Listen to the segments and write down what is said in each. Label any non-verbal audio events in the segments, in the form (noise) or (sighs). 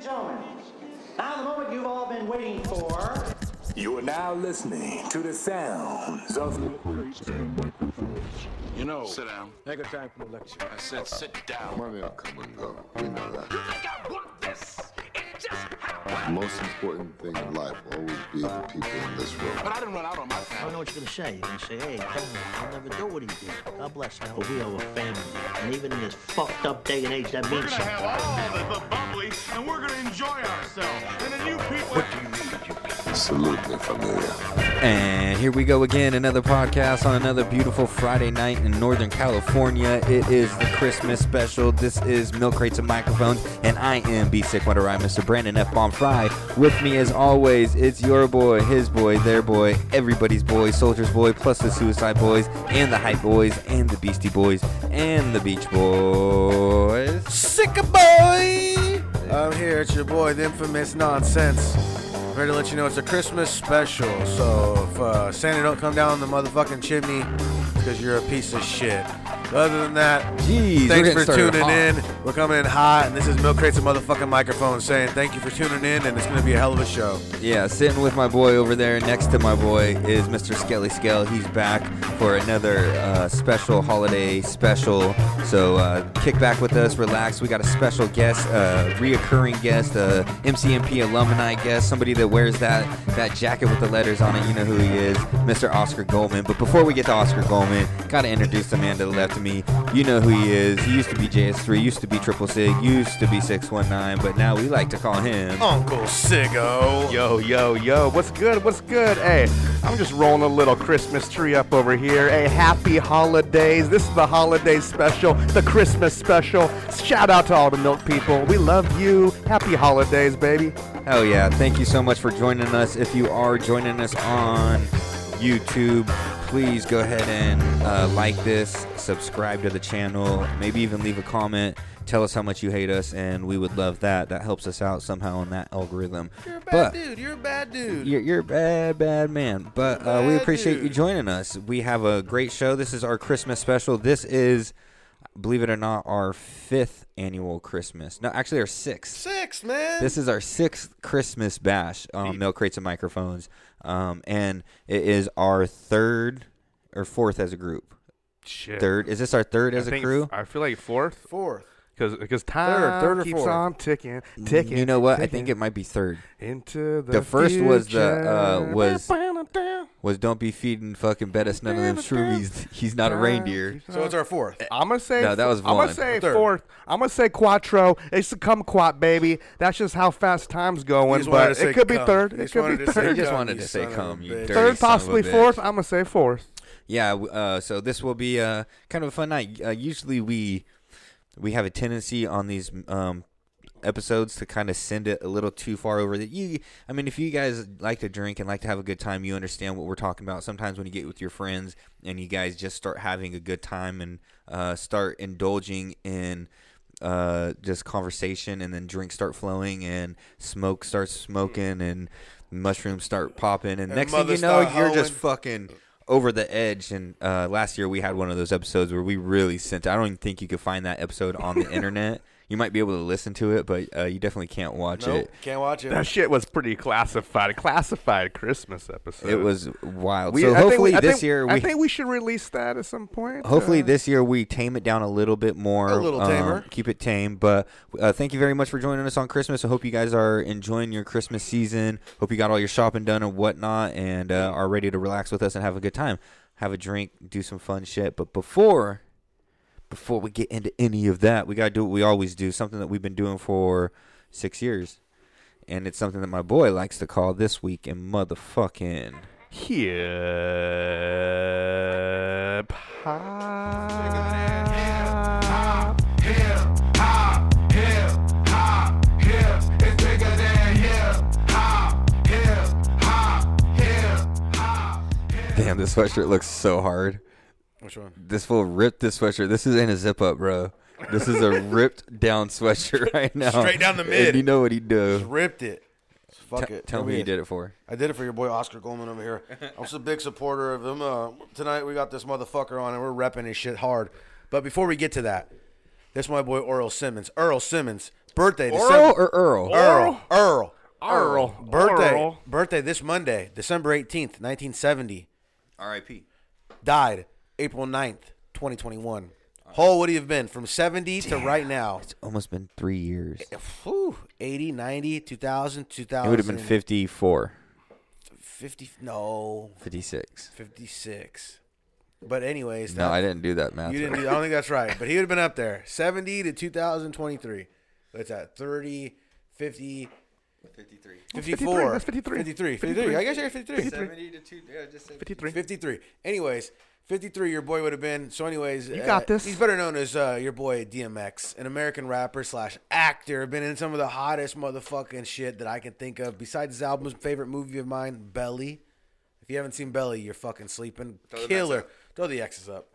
gentlemen, now the moment you've all been waiting for. You are now listening to the sounds of You know, sit down. Make a time for the lecture. I said sit down. Money will come and go. We know that. The But most important thing in life will always be the people in this room. But I didn't run out on my I don't family. know what you're gonna say. You're gonna say, "Hey, come on, I'll never do what he did. God bless him, but we are a family, and even in this fucked up day and age, that means something." Salute me, familia. And here we go again, another podcast on another beautiful Friday night in Northern California. It is the Christmas special. This is Milk Crates and Microphones, and I am B Sick Wonder Rhyme, Mr. Brandon F. Bomb Fry. With me, as always, it's your boy, his boy, their boy, everybody's boy, Soldier's boy, plus the Suicide Boys, and the Hype Boys, and the Beastie Boys, and the Beach Boys. Sicka boy! I'm here. It's your boy, the infamous nonsense. Ready to let you know it's a Christmas special. So if uh, Santa don't come down the motherfucking chimney, because you're a piece of shit. Other than that, thanks Jeez, we're getting for started tuning hot. in. We're coming in hot, and this is Milk Crates and motherfucking microphone saying thank you for tuning in, and it's gonna be a hell of a show. Yeah, sitting with my boy over there next to my boy is Mr. Skelly Skell. He's back for another uh, special holiday special. So uh, kick back with us, relax. We got a special guest, uh, reoccurring guest, a MCMP alumni guest, somebody that wears that, that jacket with the letters on it. You know who he is, Mr. Oscar Goldman. But before we get to Oscar Goldman, gotta introduce the man to the left of me. You know who he is. He used to be JS3, used to be Triple Sig, used to be 619, but now we like to call him. Oh, Uncle Siggo. Yo, yo, yo, what's good? What's good? Hey, I'm just rolling a little Christmas tree up over here. Hey, happy holidays. This is the holiday special, the Christmas special. Shout out to all the milk people. We love you. Happy holidays, baby. Hell yeah. Thank you so much for joining us. If you are joining us on YouTube, please go ahead and uh, like this, subscribe to the channel, maybe even leave a comment. Tell us how much you hate us, and we would love that. That helps us out somehow in that algorithm. You're a bad But- dude. You're a bad dude. You're, you're a bad, bad man. But uh, we Bad appreciate you dude. joining us. We have a great show. This is our Christmas special. This is, believe it or not, our fifth annual Christmas. No, actually, our sixth. Six, man. This is our sixth Christmas bash on Milk Crates and Microphones, um, and it is our third or fourth as a group. Shit. Third is this our third as a crew? I feel like fourth fourth. because because time third or keeps fourth? on ticking, ticking. You know what? I ticking think it might be third. into the The first was the, uh, future. was- Was don't be feeding fucking Bettis none of them shroomies. (laughs) He's not a reindeer. So it's our fourth. I'm gonna say No, that was I'm one. gonna say Third. fourth. I'm gonna say quattro. It's a kumquat, baby. That's just how fast time's You going. just wanted But to say it could be cum. third. You It just could wanted be to say He third. just cum, wanted you to say son of a cum, you bitch. dirty- Third, son of a possibly bitch. fourth. I'm gonna say fourth. Yeah, w- uh, so this will be uh, kind of a fun night. Uh, usually we we have a tendency on these um, episodes to kind of send it a little too far over. That you, I mean, if you guys like to drink and like to have a good time, you understand what we're talking about. Sometimes when you get with your friends and you guys just start having a good time and uh, start indulging in uh, just conversation, and then drinks start flowing and smoke starts smoking and mushrooms start popping, and, next thing you mothers know, Hmm. start you're just hoeing. fucking over the edge and uh, last year we had one of those episodes where we really sent i don't even think you could find that episode on the internet you might be able to listen to it but uh, you definitely can't watch Nope. it Can't watch it. That shit was pretty classified. Classified Christmas episode. it was wild We- so I think hopefully we- I this think- year I we think we should release that at some point. Hopefully uh, this year we tame it down a little bit more. um, A little tamer. keep it tame. But uh, thank you very much for joining us on Christmas. I hope you guys are enjoying your Christmas season. Hope you got all your shopping done and whatnot, and uh, are ready to relax with us and have a good time, have a drink, do some fun shit. But before, before we get into any of that, we gotta do what we always do. Something that we've been doing for six years, and it's something that my boy likes to call this week in motherfucking. hip hop. Damn, this sweatshirt looks so hard. Which one? This fool ripped this sweatshirt. This is in a zip up, bro. This is (laughs) a ripped down sweatshirt (laughs) (laughs) right now. Straight down the mid. And you know what he do? Ripped it. Fuck T- it. tell Here me we you is. did it for. I did it for your boy Oscar Goldman over (laughs) here. I'm just a big supporter of him. Uh, tonight we got this motherfucker on and we're repping his shit hard. But before we get to that, this my boy Earl Simmons. Earl Simmons, Birthday. Earl December- or Earl? Earl. Earl. Earl. Birthday. Earl. Birthday this Monday, December 18th, 1970. R.I.P. Died April 9th, 2021. Hole would he have been from 70 to right now? It's almost been three years. It Whew, 80, 90, 2000, 2000. would have been 54, 50. No, 56. 56. But, anyways, No, that- I didn't do that math. You didn't. Do, I don't think that's right. But he would have been up there, seventy to two thousand twenty-three. That's at 30, 50, 53. 54. That's 53. 53. 53. I guess you're 53. 70 to 2, yeah, just say 53. 53. Anyways, 53. Your boy would have been. So, anyways, uh, you got this. He's better known as uh, your boy DMX, an American rapper slash actor. Been in some of the hottest motherfucking shit that I can think of. Besides his album's favorite movie of mine, Belly. If you haven't seen Belly, you're fucking sleeping. the Killer. X's Throw the X's up.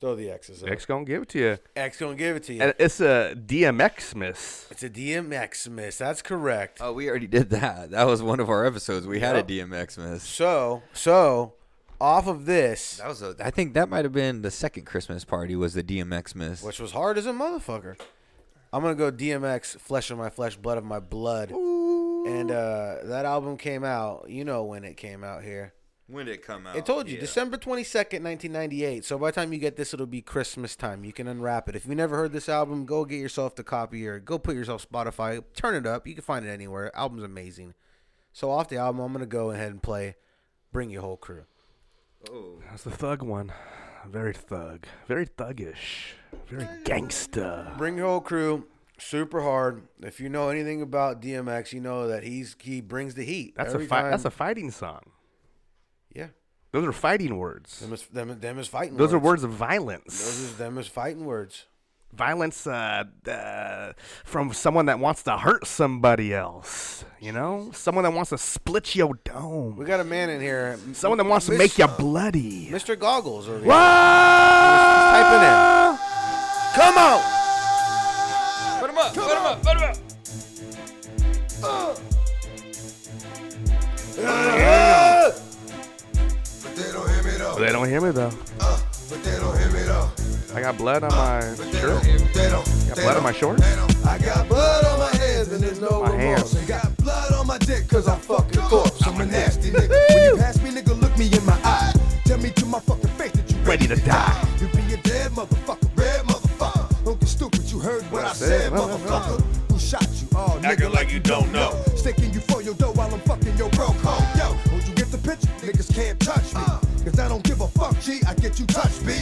Throw the X's up. X gonna give it to you. X gonna give it to you. And it's a DMX miss. It's a DMX miss. That's correct. Oh, we already did that. That was one of our episodes. We had a DMX miss. So, so off of this, That was a, I think that might have been the second Christmas party was the DMX miss. which was hard as a motherfucker, I'm gonna go DMX, flesh of my flesh, blood of my blood. And uh, that album came out. You know when it came out here. when did it come out? It told you December 22nd, 1998. So by the time you get this, it'll be Christmas time. You can unwrap it. If you never heard this album, go get yourself the copy or go put yourself Spotify. Turn it up. You can find it anywhere. Album's amazing. So off the album, I'm gonna go ahead and play "Bring Your Whole Crew." That's the thug one. Very thug. Very thuggish. Very gangsta. Bring your whole crew. Super hard. If you know anything about DMX, you know that he's he brings the heat. That's every a fi- time. that's a fighting song. yeah. Those are fighting words. Them is them, them is fighting. Those words. are words of Those violence. is them is fighting words. Violence uh, uh, from someone that wants to hurt somebody else. You know, someone that wants to split your We dome. got a man in here. Someone that wants to Miss- make you bloody. Mr. Goggles over here. Type Come on. But they don't hear me though. They don't hear me though. But they don't hear me though. I got blood on my They shirt. don't hear me. They don't. Got they blood don't, on my shorts. They don't. I got blood on my hands and there's no My remorse. hands. I got blood on my dick cause I'm fucking corpse. I'm a nasty nigga. when you pass me, nigga, look me in my eye. Tell me to my fucking face that you Ready to die. You be a dead motherfucker, red motherfucker. Don't get stupid, you heard what I said, motherfucker. Who shot you? Oh, nigga, like you don't know. Sticking you for your dough while I'm fucking your bro code. Yo, don't you get the picture? Niggas can't touch me. Cause I don't give a fuck, G. I get you touched, B.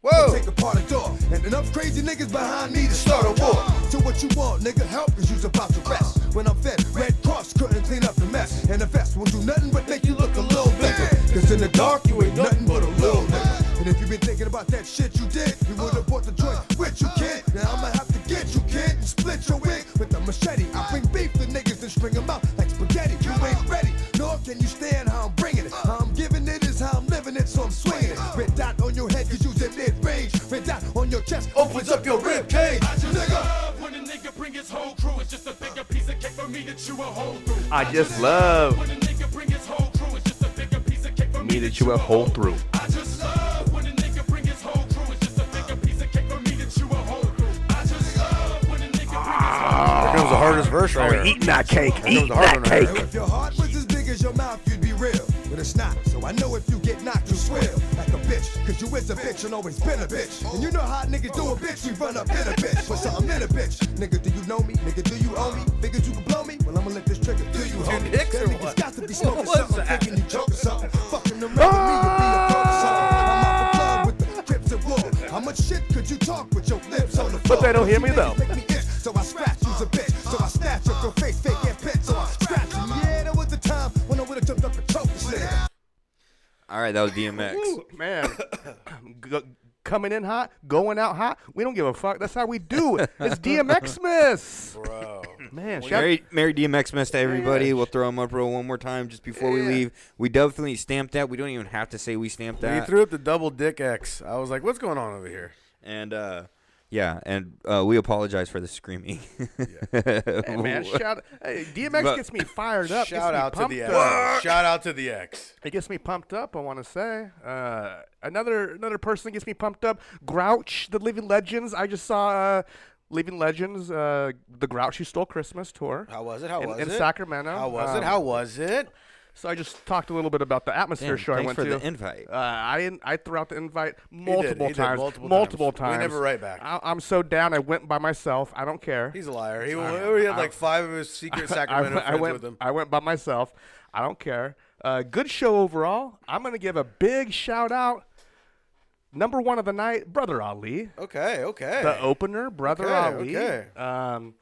Whoa. Take apart a door and enough crazy niggas behind me to start a war. Do what you want, nigga. Help is you's about to rest. When I'm fed, Red Cross couldn't clean up the mess, and the vest won't do nothing but make you look a little bigger. Cause in the dark you ain't nothing but a little nigga. And if you been thinking about that shit you did, you would've bought the joint with you, kid. Now I'ma have to get you, kid, and split your wig with a machete. I bring beef to niggas and string 'em out like spaghetti. You ain't ready, nor can you stand how I'm bringing it. How I'm giving it is how I'm living it, so I'm swinging it. Red dot on your head, cause you's in mid range. Red dot on your chest opens up your rib cage. Nigga. When a nigga bring his whole crew, it's just a bigger piece of cake for me to chew a hole through. I just love When a nigga bring his whole crew, it's just a bigger piece of cake for me me to that you chew a a hole hole through. I just love when a nigga bring his whole crew, it's just a bigger piece of cake for me to chew a hole through. I just love when a nigga bring his whole Here comes the hardest verse right here. Oh, Eating that cake. Here comes Eating the hard that one right cake. here. If your heart was as big as your mouth, you'd be real. But it's not, so I know if you get knocked, you swill like a bitch. Cause you is a bitch and always been a bitch. And you know how niggas do a bitch, we run up in a bitch. But something in a bitch. Nigga, do you know me? Nigga, do you owe me? Figured you could blow me? Well, I'ma let this trigger do you, homie. dicks or Them niggas what? got to be smoking What's something, that? thinking you joking something. Fucking around with me, you be a dog or something. I'm out the club with the Crips and wool. How much shit could you talk with your lips on the floor? they don't hear me, You though. make me itch, so I scratch you's a bitch. So I snatch up your face, fake and pit, so I scratch you. Yeah, there was a time when I would've jumped up and choked this nigga. All right, that was DMX. Ooh, man, (coughs) Go- coming in hot, going out hot. We don't give a fuck. That's how we do it. (laughs) It's DMX miss. Bro. (laughs) Man, shout- Merry, Merry DMX miss to everybody. We'll throw him up real one more time just before we leave. We definitely stamped that. We don't even have to say we stamped He that. threw up the double dick X. I was like, what's going on over here? and uh, yeah, and uh, we apologize for the screaming. (laughs) hey, man, shout. Hey, DMX But- gets me fired up. Shout out to the X. X. Shout out to the X. It gets me pumped up. I want to say uh, another another person that gets me pumped up. Grouch, the Living Legends. I just saw. Uh, Leaving Legends, uh, the Grouch Who Stole Christmas tour. How was it? How in, was in it? Sacramento. How was Um, it? How was it? So I just talked a little bit about the Damn, atmosphere show I thanks went for to. the invite. Uh, I didn't- I threw out the invite did, multiple he did times. multiple times. We times. never write back. I, I'm so down. I went by myself. I don't care. He's a liar. He, we had like (laughs) five of his secret Sacramento went- friends went, with him. I went by myself. I don't care. Uh, good show overall. I'm gonna give a big shout out. Number one of the night, Brother Ali, okay, okay. the opener, Brother Okay, Ali. okay. Um,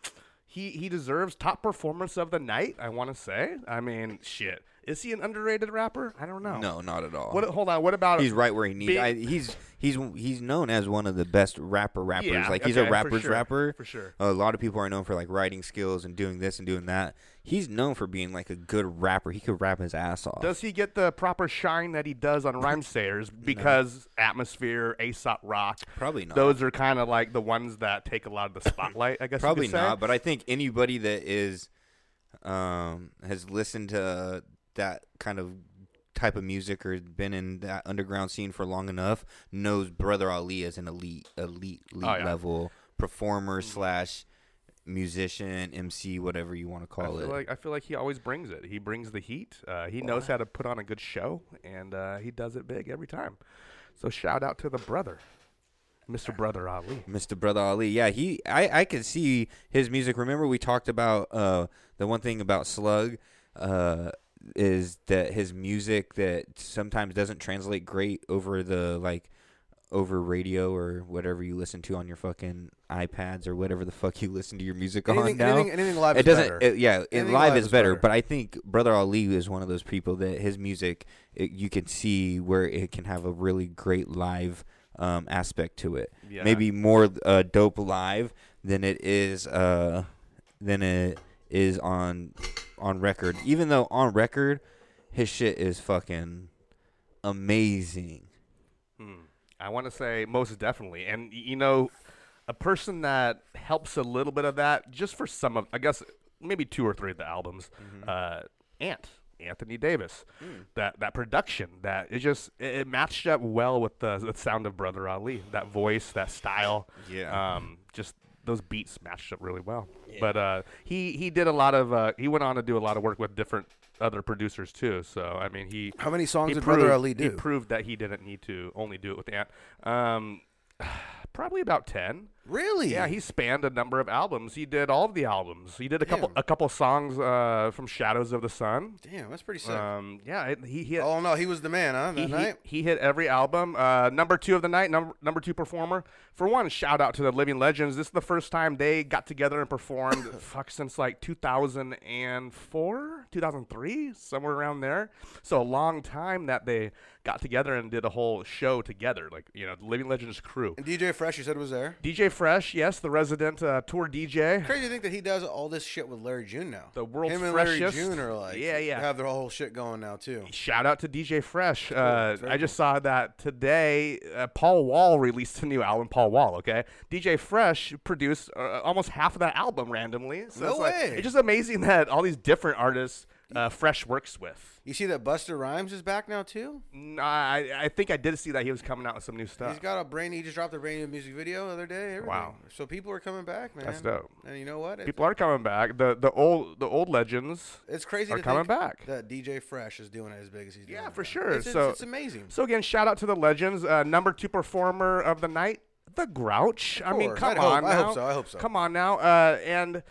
he he deserves top performance of the night. I want to say. I mean, shit. Is he an underrated rapper? I don't know. No, not at all. What? Hold on. What about? he's right where he needs. Big- I, he's he's he's known as one of the best rapper rappers. Yeah, like he's okay, a for rapper's sure, rapper for sure. A lot of people are known for like writing skills and doing this and doing that. He's known for being like a good rapper. He could rap his ass off. Does he get the proper shine that he (laughs) does on Rhymesayers because atmosphere, Aesop Rock? Probably not. Those are kind of like the ones that take a lot of the spotlight, I guess. you Probably could say. not. But I think anybody that is um has listened to that kind of type of music or been in that underground scene for long enough knows Brother Ali as an elite elite elite Oh, yeah. Mm. level performer slash musician MC whatever you want to I call feel it. like I feel like he always brings it. He brings the heat. Uh, he knows how to put on a good show, and uh, he does it big every time. So shout out to the brother, Mr. Brother Ali. Mr. Brother Ali. Yeah, he I I could see his music. Remember we talked about uh the one thing about Slug uh is that his music that sometimes doesn't translate great over the like over radio or whatever you listen to on your fucking iPads or whatever the fuck you listen to your music on Anything- now. anything- anything live it is doesn't. better. it- yeah, it- Anything live is better, But I think Brother Ali is one of those people that his music it, you can see where it can have a really great live um, aspect to it. Yeah. Maybe more uh, dope live than it is uh, than it is on on record. Even though on record, his shit is fucking amazing. Hmm. I want to say most definitely, and y- you know, a person that helps a little bit of that, just for some of, I guess maybe two or three of the albums, uh, Ant Anthony Davis, that that production that it just it, it matched up well with the, the sound of Brother Ali, that voice, that style, Yeah. um, just those beats matched up really well. But uh, he he did a lot of uh, he went on to do a lot of work with different other producers too. So I mean he How many songs he did Brother proved- Ali He do? proved that he didn't need to only do it with Ant. Um, (sighs) probably about ten. really? Yeah, he spanned a number of albums. He did all of the albums. He did a couple a couple songs uh, from Shadows of the Sun. Damn, that's pretty sick. Um, yeah, it, he hit. oh no, he was the man, huh? That He, he, night. he hit every album. Uh, number two of the night, number number two performer. For one, shout out to the Living Legends. This is the first time they got together and (laughs) performed. fuck, since like 2004, 2003, somewhere around there. So a long time that they got together and did a whole show together, like you know, the Living Legends crew. And DJ Fresh, you said was there. DJ Fresh, yes, the resident uh, tour DJ. Crazy to think that he does all this shit with Larry June now. The world's Him and freshest. Larry June are like, Yeah, yeah. have their whole shit going now too. Shout out to DJ Fresh. Uh, I just saw that today. Uh, Paul Wall released a new album. Paul Wall, okay. DJ Fresh produced uh, almost half of that album randomly. So No it's, like- way. it's just amazing that all these different artists uh, Fresh works with. You see that Buster Rhymes is back (laughs) now too. Mm, I, I think I did see that he was coming out with some new stuff. He's got a brain. He just dropped a brand new music video the other day. everything. Wow. So people are coming back, man. That's dope. And you know what? It, People are coming back. The the old the old legends. it's crazy. are to coming think back. That DJ Fresh is doing it as big as he's doing. Yeah, it for now. sure. It's, it's- so it's amazing. So again, shout out to the legends. Uh, number two performer of the night, the Grouch. I mean, course. come I'd hope- on. I now. hope so, I hope so. Come on now. Uh, and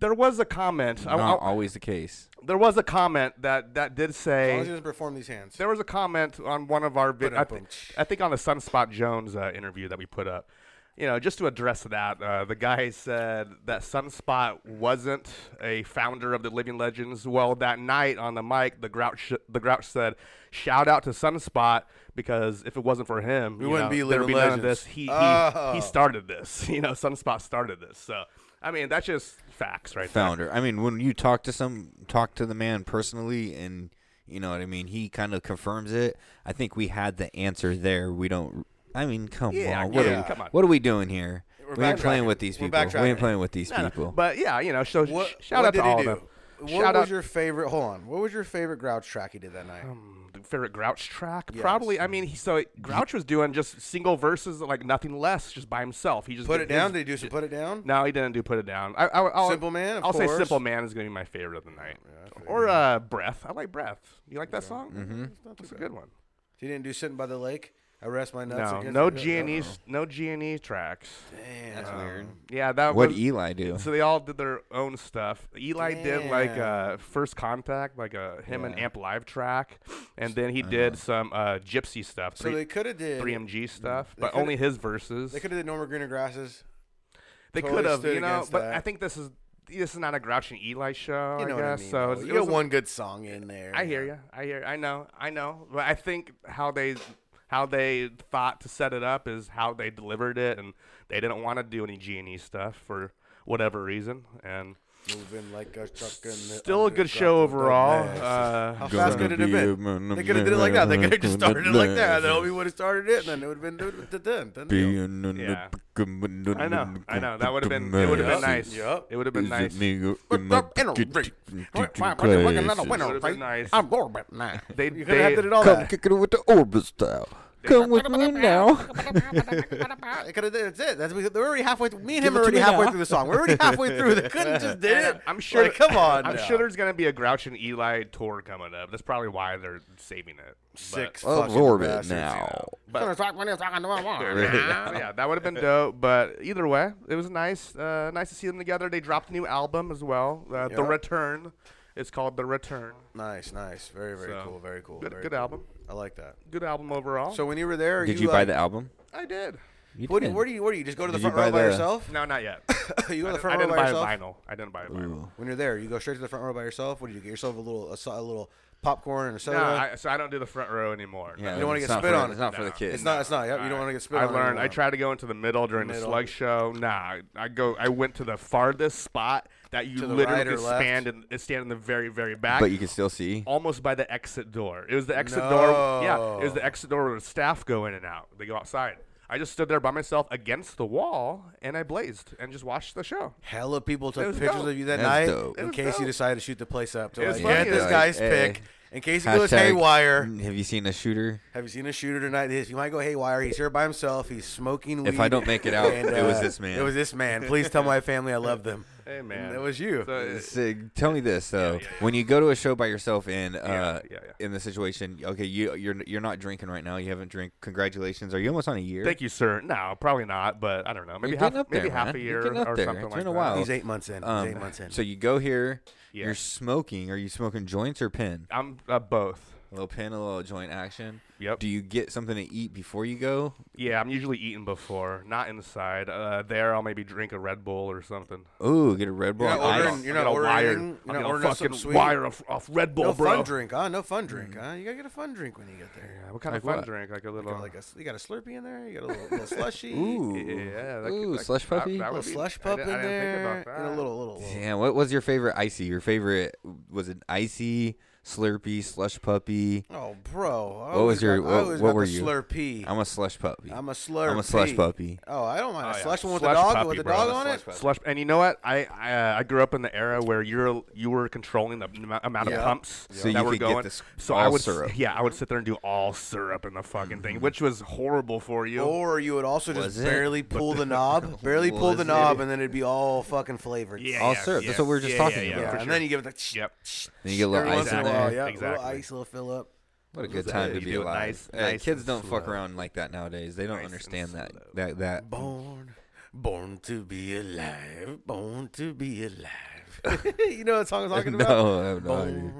there was a comment. I- I- always the case. there was a comment that that did As long as he say. doesn't perform these hands. There was a comment on one of our vid- I, thi- Ba-dum-bum. I think on the Sunspot Jones uh, interview that we put up. You know, just to address that, uh, the guy said that Sunspot wasn't a founder of the Living Legends. Well, that night on the mic, the Grouch the Grouch said, "Shout out to Sunspot because if it wasn't for him, we wouldn't be there'd Living be none of Legends." this. He, he, Oh. he started this. (laughs) You know, Sunspot started this. So, I mean, that's just facts, right? there. founder. I mean, when you talk to some, talk to the man personally, and you know what I mean. He kind of confirms it. I think we had the answer there. We don't. I mean, come Yeah, on. What, yeah, are, come on. what are we doing here? We're we ain't backtracking. playing with these We're people. We ain't backtracking. playing with these No, no. people. But yeah, you know, so sh- What, shout what out did to all he of do? them. What shout was out your favorite? Hold on. What was your favorite Grouch track he did that night? Mm, favorite Grouch track? Probably. I mean, he, so Grouch was doing just single verses, like nothing less, just by himself. He just Put did it down. his- Did he do some put it down? No, he didn't do put it down. I, I, I'll, Simple Man, of I'll say course. Simple Man is gonna be my favorite of the night. or uh, Breath. I like Breath. You like that song? Mm-hmm. That's a good one. He didn't do sitting by the lake. I rest my nuts. No, against no the- G and E, no G and E tracks. That's weird. Yeah, that What was, Eli do? So they all did their own stuff. Eli did like Damn. uh, first contact, like a him and Amp Live track, and then Uh-huh. he did some uh, Gypsy stuff, So they three could have did. three MG stuff, but coulda- only his verses. They could have did Norma Greener Grasses. They totally could have, stood you know. against But that. I think this is this is not a Grouch and Eli show. You know I what I guess mean? so. though. it's- you it got was a- one good song in there. I hear you. I hear. I know. I know. But I think how they how they thought to set it up is how they delivered it, and they didn't want to do any G and E stuff for whatever reason, and. Moving like a truck in the Still a good underdrop show of the overall. mast. Uh, Oh, How fast could it have been? They could have did it like that. They could have just started it like that. Then we would have started it, and then it would have been done. done. Yeah. I know, I know. That would have been. It would have been nice. Yup. It would have been nice. Would've been nice. I'm Norbert now. (laughs) They, You could have they, did it all. That. kick it with the Orbit style. Come with me now. They could have did it. That's we, they're already halfway. Through. Me and him it are to already me halfway now. through the song. We're already (laughs) (laughs) halfway through. They couldn't just did it. I'm sure. Like, come on. I'm now. sure there's gonna be a Grouch and Eli tour coming up. That's probably why they're saving it. But- six. Of fucking Orbit bastards, now. But- (laughs) Yeah. (laughs) yeah, that would have been dope. But either way, it was nice. Uh, nice to see them together. They dropped a new album as well. Uh, The Yep. Return. It's called The Return. Nice, nice. Very, very So, cool. Very cool. good- very good cool. album. I like that. Good album overall. So when you were there, Did you, you buy like- the album? I did. What do you, where do you where do you just go to the Did you front row buy by the- yourself? No, not yet. (laughs) you go I to the didn't- front I row didn't by buy a yourself. vinyl. I didn't buy a vinyl. When you're there, you go straight to the front row by yourself. What do you get yourself a little a, so- a little popcorn and a soda? No, I, so I don't do the front row anymore. Yeah, uh, You don't wanna it's get not spit for- on. It's not for the kids. it's not. It's not. Yep, you don't want to get spit I on. learned. I anymore. tried to go into the middle during the Middle. slug show. Nah, I go. I went to the farthest spot that you To the literally right or could left? stand and stand in the very, very back. But you can still see. almost by the exit door. It was the exit door. Yeah, it was No. the exit door where the staff go in and out. They go outside. I just stood there by myself against the wall and I blazed and just watched the show. Hella people It took was pictures dope. of you that That's night dope. It in was case you dope. decided to shoot the place up. To It was like, funny. get this Like, guy's hey, pick. In case he goes eh. Hashtag, haywire, (laughs) Have you seen a shooter? have you seen a shooter tonight? He might go haywire. He's here by himself. He's smoking weed. If I don't make it out, And, it was uh, this man. It was this man. Please tell my family I love them. Hey man, That was you. So, uh, So, tell me this though: when you go to a show by yourself in uh, yeah, yeah. in the situation, okay, you you're you're not drinking right now. You haven't drink. Congratulations. Are you almost on a year? thank you, sir. No, probably not. But I don't know. Maybe You're half, getting up maybe there, half man. a You're year getting up or there. something It's like been a that. while. He's eight months in. Um, He's eight months in. So you go here. Yeah. You're smoking. Are you smoking joints or pin? I'm uh, both. A little pin, a little joint action. Yep. Do you get something to eat before you go? Yeah, I'm usually eating before, not inside. Uh, there, I'll maybe drink a Red Bull or something. Ooh, get a Red Bull. You're not on ice. ordering- you're I'll not get a wired- ordering- you're I'll not get a ordering something fucking sweet. wire off, off Red Bull, no bro. fun drink, huh? No fun drink, huh? You gotta get a fun drink when you get there. Yeah, what kind of fun Like what? drink? Like a little. Got Like a, you got a Slurpee in there. You got a little, (laughs) little slushy. Ooh. yeah, that Ooh, could, that- slush that- puppy? that A would little be- slush I pup di- in I didn't think there. about and a that. little, little, little. Damn. What was your favorite icy? Your favorite was it icy, slurpy, slush puppy? Oh, bro. I What was always your- got- I what- always what got were the you? Slurpee. I'm a slush puppy. I'm a slurpee. I'm a slush puppy. Oh, I don't mind Oh, a yeah. slush one with Slush the dog puppy, with the bro. dog That's on slush it. puppy. Slush, and you know what? I I, uh, I grew up in the era where you're you were controlling the amou- amount Yeah. of pumps So that you were could get going. this so all I would s- syrup. yeah, I would sit there and do all syrup in the fucking thing, which was horrible for you. Mm-hmm. Or you would also just Was it? (laughs) barely pull the knob, barely pull the Was it? knob, and then it'd be all fucking flavored. yeah, all yeah, syrup. That's yeah, what we were just yeah, talking yeah, about. Yeah, and for sure. then you give it the Yep. Then you get a little every ice once in in a Exactly. while. there. Yeah, little Exactly. ice, little fill up. What a good time to You be do it alive. nice- Hey, nice kids and don't fuck slow. around like that nowadays. They don't Nice and understand that. slow. That that. Born, born to be alive, born to be (laughs) alive. (laughs) you know what song I'm talking about? No, I have no idea.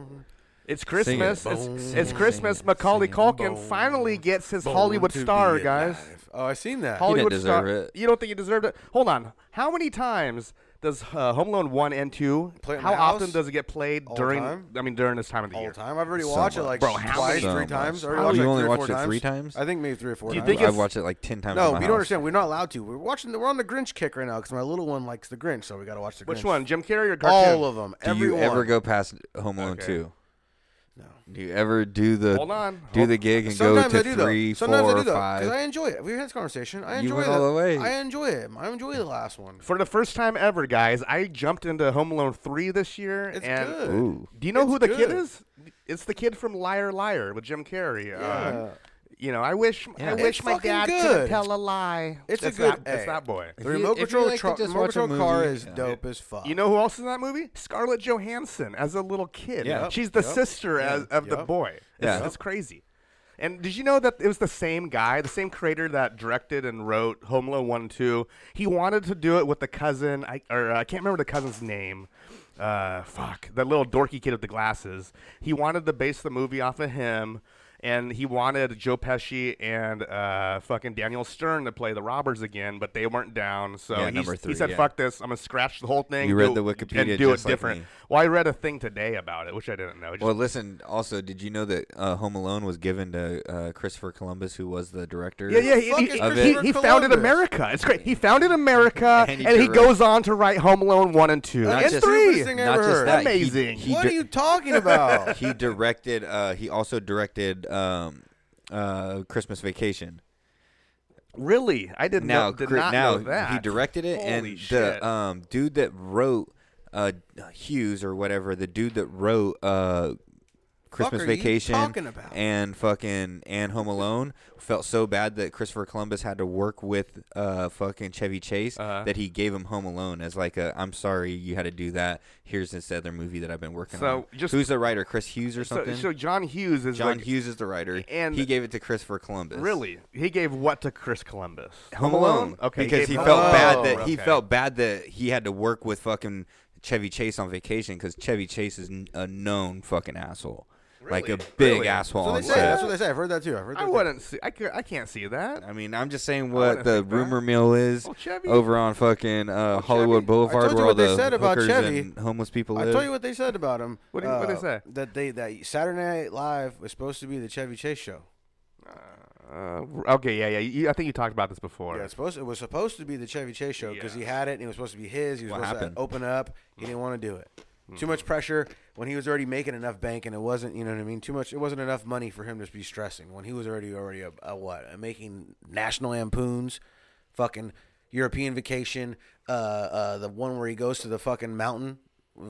It's Sing it. Christmas. It's, Boom. it's Sing Christmas. it. Macaulay Sing it. Culkin finally gets his Hollywood to be star, guys. alive. Oh, I seen that. didn't Hollywood deserve star. it. You don't think he deserved it? Hold on. How many times does uh, Home Alone one and two? Play it in how my house? often does it get played All the during? time? I mean, during this time of the all year. the time. I've already watched it like much. Bro, how twice, many- three So times. much. I already How- watched you it like only three or watched four it three times? I think maybe three or four. Do you times. think I've it's- watched it like ten times. No, in we my don't house. understand. We're not allowed to. We're watching. We're on the Grinch kick right now because my little one likes the Grinch, so we got to watch the Grinch. Which one, Jim Carrey or All cartoon? of them. Do Everyone. you ever go past Home Alone Okay. two? Do you ever do the Hold on. do the gig and go Sometimes to I do three, though. Sometimes four, I do though. five? I enjoy it. We had this conversation. I You enjoy went all the way. I enjoy it. I enjoy the last one. For the first time ever, guys, I jumped into Home Alone 3 this year. It's and good. Ooh. Do you know It's who the kid good. is? It's the kid from Liar Liar with Jim Carrey. Uh, you know, I wish I wish It's my fucking dad good. could tell a lie. It's a That's good- That, that's hey. that boy. The you- remote if you control, like to tro- just remote watch a control car movie, is yeah. dope as fuck. You know who else is in that movie? Scarlett Johansson as a little kid. Yeah. She's the Yep. sister as, of the Yep. boy. It's, Yeah. it's crazy. And did you know that it was the same guy, the same creator that directed and wrote Home Alone 1 and 2? He wanted to do it with the cousin, I, or uh, I can't remember the cousin's name. Uh, fuck, that little dorky kid with the glasses. He wanted to base the movie off of him, and he wanted Joe Pesci and uh, fucking Daniel Stern to play the robbers again, but they weren't down. So Yeah, he, number he three, said, yeah. fuck this, I'm going to scratch the whole thing. You do read the it- Wikipedia and do just it like different. me. Well, I read a thing today about it, which I didn't know. Just- Well, listen. Also, did you know that uh, Home Alone was given to uh, Christopher Columbus, who was the director? yeah, yeah, the fuck he, is he- Of he, it? he founded Columbus? America. It's great. He founded America, And and he he, direct- goes on to write Home Alone one and two Not and just- three. Stupidest thing I Not ever just heard. (laughs) that. he- Amazing. he what di- are you talking about? he directed. Uh, he also directed um, uh, Christmas Vacation. Really, I didn't now, know, did cri- not now know that. he directed it, Holy and shit. the um, dude that wrote uh, Hughes or whatever, the dude that wrote uh, Christmas are you Vacation talking about? and fucking and Home Alone felt so bad that Christopher Columbus had to work with uh, fucking Chevy Chase Uh-huh. that he gave him Home Alone as like a I'm sorry you had to do that. Here's this other movie that I've been working So, on. just- who's the writer? Chris Hughes or so, something? so John Hughes is John like, Hughes is the writer, and- he gave it to Christopher Columbus. Really, he gave what to Chris Columbus? Home Alone. Okay, because gave he Home felt Alone. Oh, bad that he Okay. felt bad that he had to work with fucking Chevy Chase on vacation because Chevy Chase is n- a known fucking asshole, like a Really? big Really? asshole. So on they say. set. That's what they say. I've heard that too. I've heard that I too. wouldn't see. I, could, I can't see that. I mean, I'm just saying what wouldn't the think that. rumor mill is Oh, Well, Chevy- over on fucking uh, Hollywood I Boulevard, told you where all what they the said about uh, hookers Chevy. and homeless people I live. told you what they said about him. What do you- what'd they say? That they that Saturday Night Live was supposed to be the Chevy Chase show. Uh, okay, yeah, yeah. You, I think you talked about this before. Yeah, it's supposed it was supposed to be the Chevy Chase show because he had it and it was supposed to be his. He was What supposed happened? to open up. He didn't want to do it. Too Mm-hmm. much pressure when he was already making enough bank and it wasn't, you know what I mean. Too much. It wasn't enough money for him to be stressing when he was already already a, a what a making national lampoons, fucking European vacation, uh, uh, the one where he goes to the fucking mountain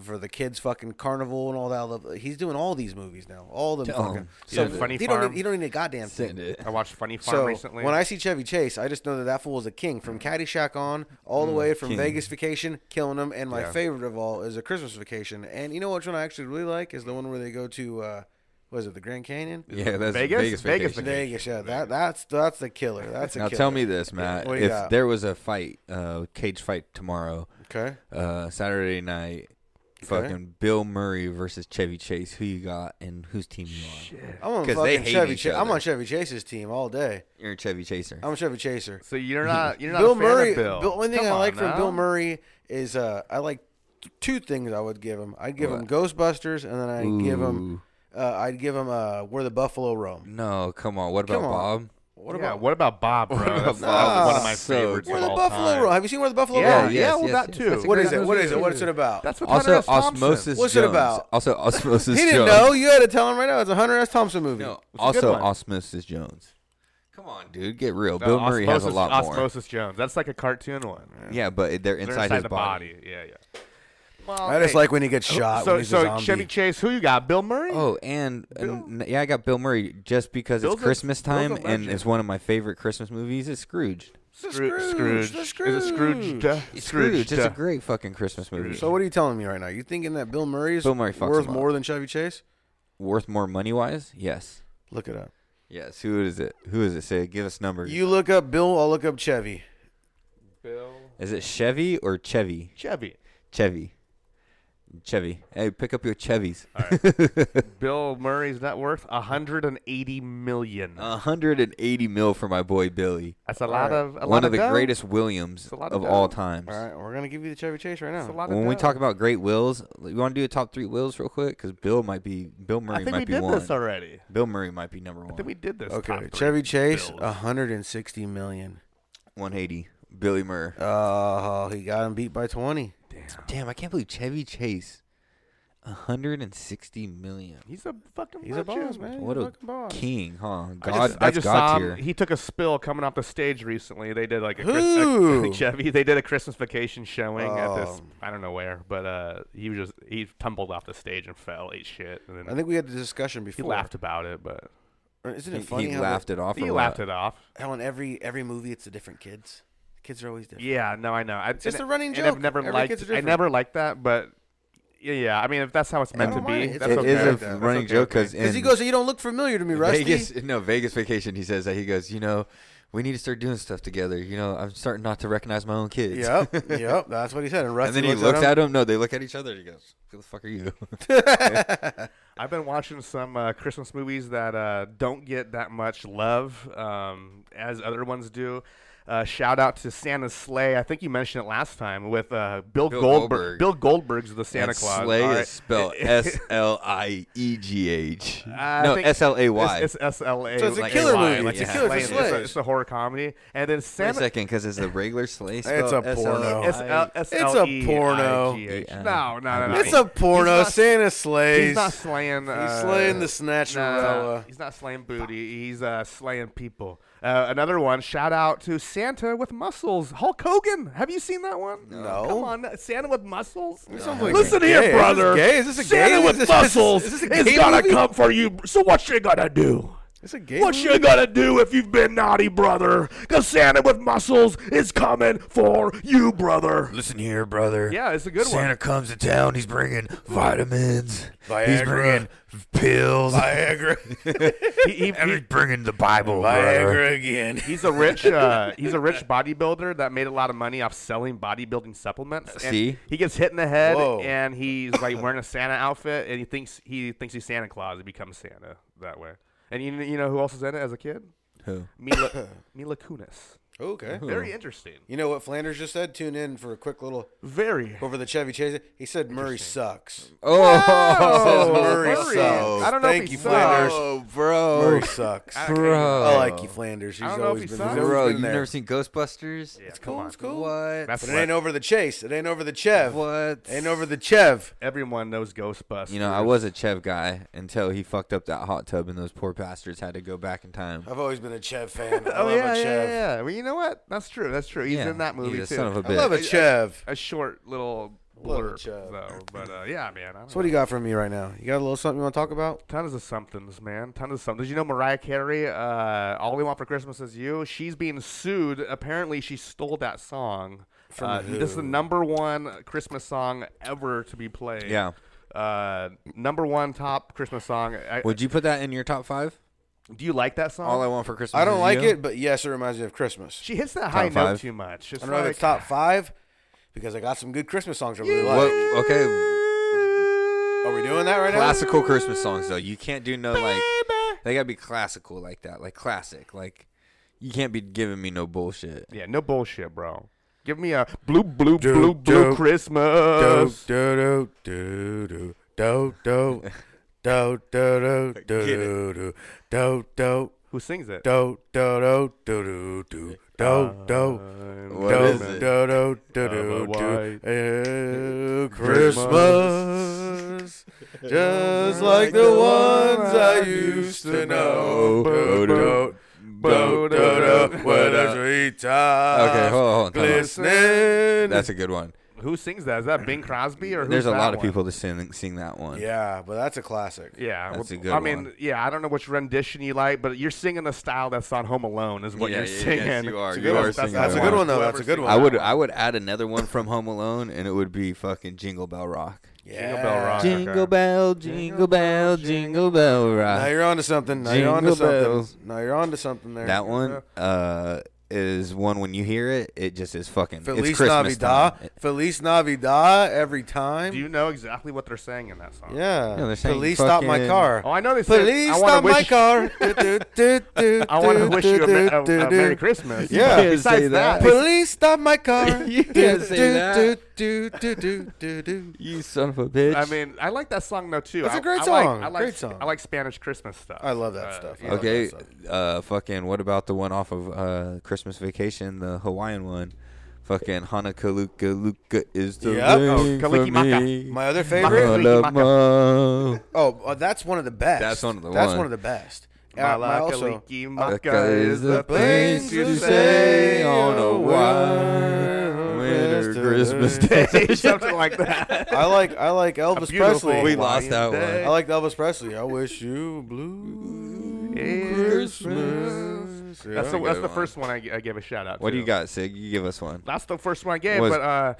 for the kids fucking carnival and all that. all the- He's doing all these movies now. All the Tell fucking him. so Yeah, Funny he don't Farm. need, he don't need a goddamn thing. I watched Funny Farm So recently. Mm. when I see Chevy Chase, I just know that that fool is a king from Caddyshack on, all the way from Vegas Vacation, killing him. And my favorite of all is a Christmas Vacation. And you know which one I actually really like is the one where they go to, uh, was it the Grand Canyon? Yeah, that's Vegas? Vegas. Vegas vacation. Vegas, yeah. That that's that's the killer. That's a Now killer. tell me this, Matt. What do you if got? there was a fight, uh, cage fight tomorrow, Okay. uh, Saturday night. Fucking Bill Murray versus Chevy Chase. Who you got and whose team you on? I'm on 'Cause fucking they hate Chevy each Chase. I'm other. on Chevy Chase's team all day. You're a Chevy Chaser. I'm a Chevy Chaser. so (laughs) you're not you're not Bill a fan of Murray. Bill. one thing Come I on like from Bill now. Murray is uh, I like t- two things I would give him. I'd give him Ghostbusters, and then I'd give him uh, I'd give him uh, Where the Buffalo Roam. no, come on. What about Come on. Bob? What yeah, about what about Bob, bro? That's, that's one of my So favorites. good. Where of the all Buffalo time. Roam? Have you seen Where the Buffalo Yeah, Roam? yeah, well, yes, that yes, too. yes. What Great is it? What is it? What is it about? That's what Also, Osmosis. What's it Jones. about? Also, (laughs) Osmosis. he didn't Jones. know. You had to tell him right now. It's a Hunter S. Thompson movie. No. a good Also, one. Osmosis Jones. Come on, dude. Get real. Bill Murray has a lot Osmosis more. Osmosis Jones. That's like a cartoon one. They're Yeah, but they're inside, his the body. body. Yeah, yeah. Well, I just hey, like when he gets shot. So, when he's a so zombie. Chevy Chase, who you got? Bill Murray. Oh, and, and yeah, I got Bill Murray just because Bill's it's a- Christmas Bill's a time and legend. it's one of my favorite Christmas movies. It's Scrooge. Scroo- Scrooge, the Is it Scrooge? Duh? Scrooge. It's duh. a great fucking Christmas movie. So what are you telling me right now? You thinking that Bill Murray is Bill Murray fucks worth him up. more than Chevy Chase? worth more money wise? Yes. Look it up. Yes. Who is it? Who is it? Say, give us numbers. You look up Bill. I'll look up Chevy. is it Chevy or Chevy? Chevy. Chevy. Chevy. Hey, pick up your Chevys. Bill Murray's net worth 180 million. (laughs) A 180 mil for my boy Billy. That's a lot of a One lot of the dough. greatest Williams a lot of, of all dough. times. All right, we're gonna give you the Chevy Chase right now. That's a lot of When we dough. talk about great wills, you want to do a top three wills real quick? Because Bill might be Bill Murray I think might we be did one. this already. Bill Murray might be number I think one. we did this. top Okay, three. Chevy Chase, Bills. 160 million. 180. Billy Murray. Oh, he got him beat by 20. Damn, I can't believe Chevy Chase. 160 million. He's a fucking He's a boss, legend. man. What He's a fucking boss. king, huh? God, I just, that's I just God saw tier. him. He took a spill coming off the stage recently. They did like a, Who? Chris, a (laughs) Chevy. They did a Christmas vacation showing at this Oh. I don't know where, but uh, he was just he tumbled off the stage and fell, ate shit, and then I think we had the discussion he before. laughed about it. But Or Isn't He- it funny he how, laughed the, it off. he or laughed what? it off. how in every every movie it's the different kids? Kids are always different. Yeah, no, I know. I, just and- a running and joke. I've never Every kid's liked. I different. never liked that, but yeah, yeah. I mean, if that's how it's meant to don't be, mind it. It's- that's it okay. is a with me. That's running okay joke with me. because Because he goes, you don't look familiar to me, Rusty. Vegas, no Vegas vacation. He says that he goes, you know, we need to start doing stuff together. You know, I'm starting not to recognize my own kids. Yep, (laughs) yep. That's what he said. And Rusty and then he looks, looks at him. at him. No, they look at each other. He goes, "Who the fuck are you?" (laughs) (laughs) I've been watching some uh, Christmas movies that uh, don't get that much love um, as other ones do. Uh, shout out to Santa's Sleigh. I think you mentioned it last time with uh, Bill, Bill Goldberg. Goldberg. Bill Goldberg's the Santa And Claus. Slay All is right. (laughs) spelled S L I E G H. I No, think S L A Y. It's, it's S L A. So it's a like killer AY, movie. like It's a a killer- sleigh. it's a It's, a, sleigh. it's a horror comedy. And then Wait a Santa second, because it's a regular Slay. It's a porno. S L S L E I G H. porno. No, no, no. no. It's a porno. He's not- Santa slays. He's not slaying. uh, slaying the no, no, no. snatcherella. He's not slaying booty. He's uh, slaying people. Uh, another one. Shout out to Santa with muscles. Hulk Hogan. Have you seen that one? No. Come on, Santa with muscles. sounds like Listen a here, gay. Is this brother. gay? Is this a Santa gay? with Is this- muscles is is, this a gay gonna movie? come for you. So what you gonna do? It's a gay What movie? you gonna do if you've been naughty, brother? Cause Santa with muscles is coming for you, brother. Listen here, brother. Yeah, it's a good one. comes to town. He's bringing vitamins. Viagra. bringing pills. Viagra. (laughs) He- he- he- bringing the Bible, Viagra again. He's a rich (laughs) uh, he's a rich bodybuilder that made a lot of money off selling bodybuilding supplements. And See? he gets hit in the head Whoa. and he's like wearing a Santa outfit and he thinks he thinks he's Santa Claus. He becomes Santa that way. And you, you know who else was in it as a kid? Who? (laughs) Mila Mila Kunis. Okay. Very interesting. You know what Flanders just said? Tune in for a quick little Very. over the Chevy Chase. He said Murray sucks. Oh, (laughs) Says Murray Murray. sucks. I don't know if Thank he you, sucks. Flanders. oh, bro, Murray sucks. bro, I like you, Flanders. He's I don't know if always he been, sucks. he's always Bro, been you've there. never seen Ghostbusters? Yeah, It's come cool. on. It's cool. What? That's But it ain't what over the chase. It ain't over the Chev. what? It ain't over the Chev. everyone knows Ghostbusters. You know, I was a Chev guy until he fucked up that hot tub, and those poor bastards had to go back in time. I've always been a Chev (laughs) fan. I Oh love yeah, a yeah, Chev. yeah. Well, you know what? That's true. That's true. He's Yeah, in that movie he's a too. son of a I bitch. love a Chev. a short little Love blurb it, Chubb. though. But uh, yeah, man. I don't So what do you got from me right now? You got a little something you want to talk about? Tons of somethings, man. Tons of somethings. You know, Mariah Carey, uh, All We Want for Christmas Is You, she's being sued. Apparently, she stole that song. From uh, This is the number one Christmas song ever to be played. Yeah. Uh, number one top Christmas song. I, Would you put that in your top five? do you like that song? All I want for Christmas. I don't is like You? it, but yes, it reminds me of Christmas. she hits that high note five. too much. It's I don't know if like- it's top five because I got some good Christmas songs I really What? like. Okay. Are we doing that right Classical Christmas songs though. You can't do no like. They gotta be classical like that, like classic. Like you can't be giving me no bullshit. Yeah, no bullshit, bro. Give me a blue, blue, blue, Dope, blue dope, Christmas. now? Do do do do do do do do do do do do do Who sings it? do do do do do do do. What do, is it? do, do, do, a do, white do. Eh, Christmas, just like the ones I used to know. Do, do, do, do, do, where the treetops Okay, hold on, hold on, time out. glistening. That's a good one. Who sings that? Is that Bing Crosby or who's There's a that lot of one? people that sing sing that one. yeah, but that's a classic. Yeah, That's well, a good I mean, one. yeah, I don't know which rendition you like, but you're singing the style that's on Home Alone is what Yeah, you're yeah, yes, singing. you are. It's a You good are one. singing That's that a good one. one, though. That's Whoever a good sings one. I would (laughs) I would add another one from Home Alone, and it would be fucking Jingle Bell Rock. Yeah. Jingle Bell Rock. okay. Jingle bell, jingle bell, jingle bell Now rock. you're on to something. Now you're on to Jingle something. bells. Now you're on to something there. That one uh, is one when you hear it, it just is fucking. it's Feliz Christmas time. Navidad. Feliz Navidad every time. Do you know exactly what they're saying in that song? Yeah. Yeah, they're saying Police stop my fucking- car. Oh, I know they said. Police I wanna stop wish, my car. (laughs) Do, do, do, do, (laughs) I want to do, wish you a, do, mer- a, do, a do. Merry Christmas. Yeah. But You can't say Besides that, Police stop my car. (laughs) You Do, can't say do, that. do, do, do, do, do, do. You son of a bitch. I mean, I like that song though too. That's I- a great I like- song. I like, Great song. I like Spanish Christmas stuff. Uh, I love that stuff. I love okay, that stuff. uh, fucking. What about the one off of uh, Christmas Vacation, the Hawaiian one? Fucking Hanukkah Luka Luka is the Yep. ring Oh, for Kaliki Maka. me. My other Maka. favorite. Hanukkah. Oh, uh, that's one of the best. That's one of the That's one. one of the best. Uh, my also, uh, Malakaliki Maka Maka is the place you say on a wild Winter Christmas say. (laughs) Day. Something like that. I like I like Elvis beautiful Presley. We lost that Hawaiian one. I like Elvis Presley. I wish you blue Christmas. That's, the, Yeah. that's the one. first one I, g- I gave a shout out to. What do you got, Sig? You give us one. That's the first one I gave, Was- but uh,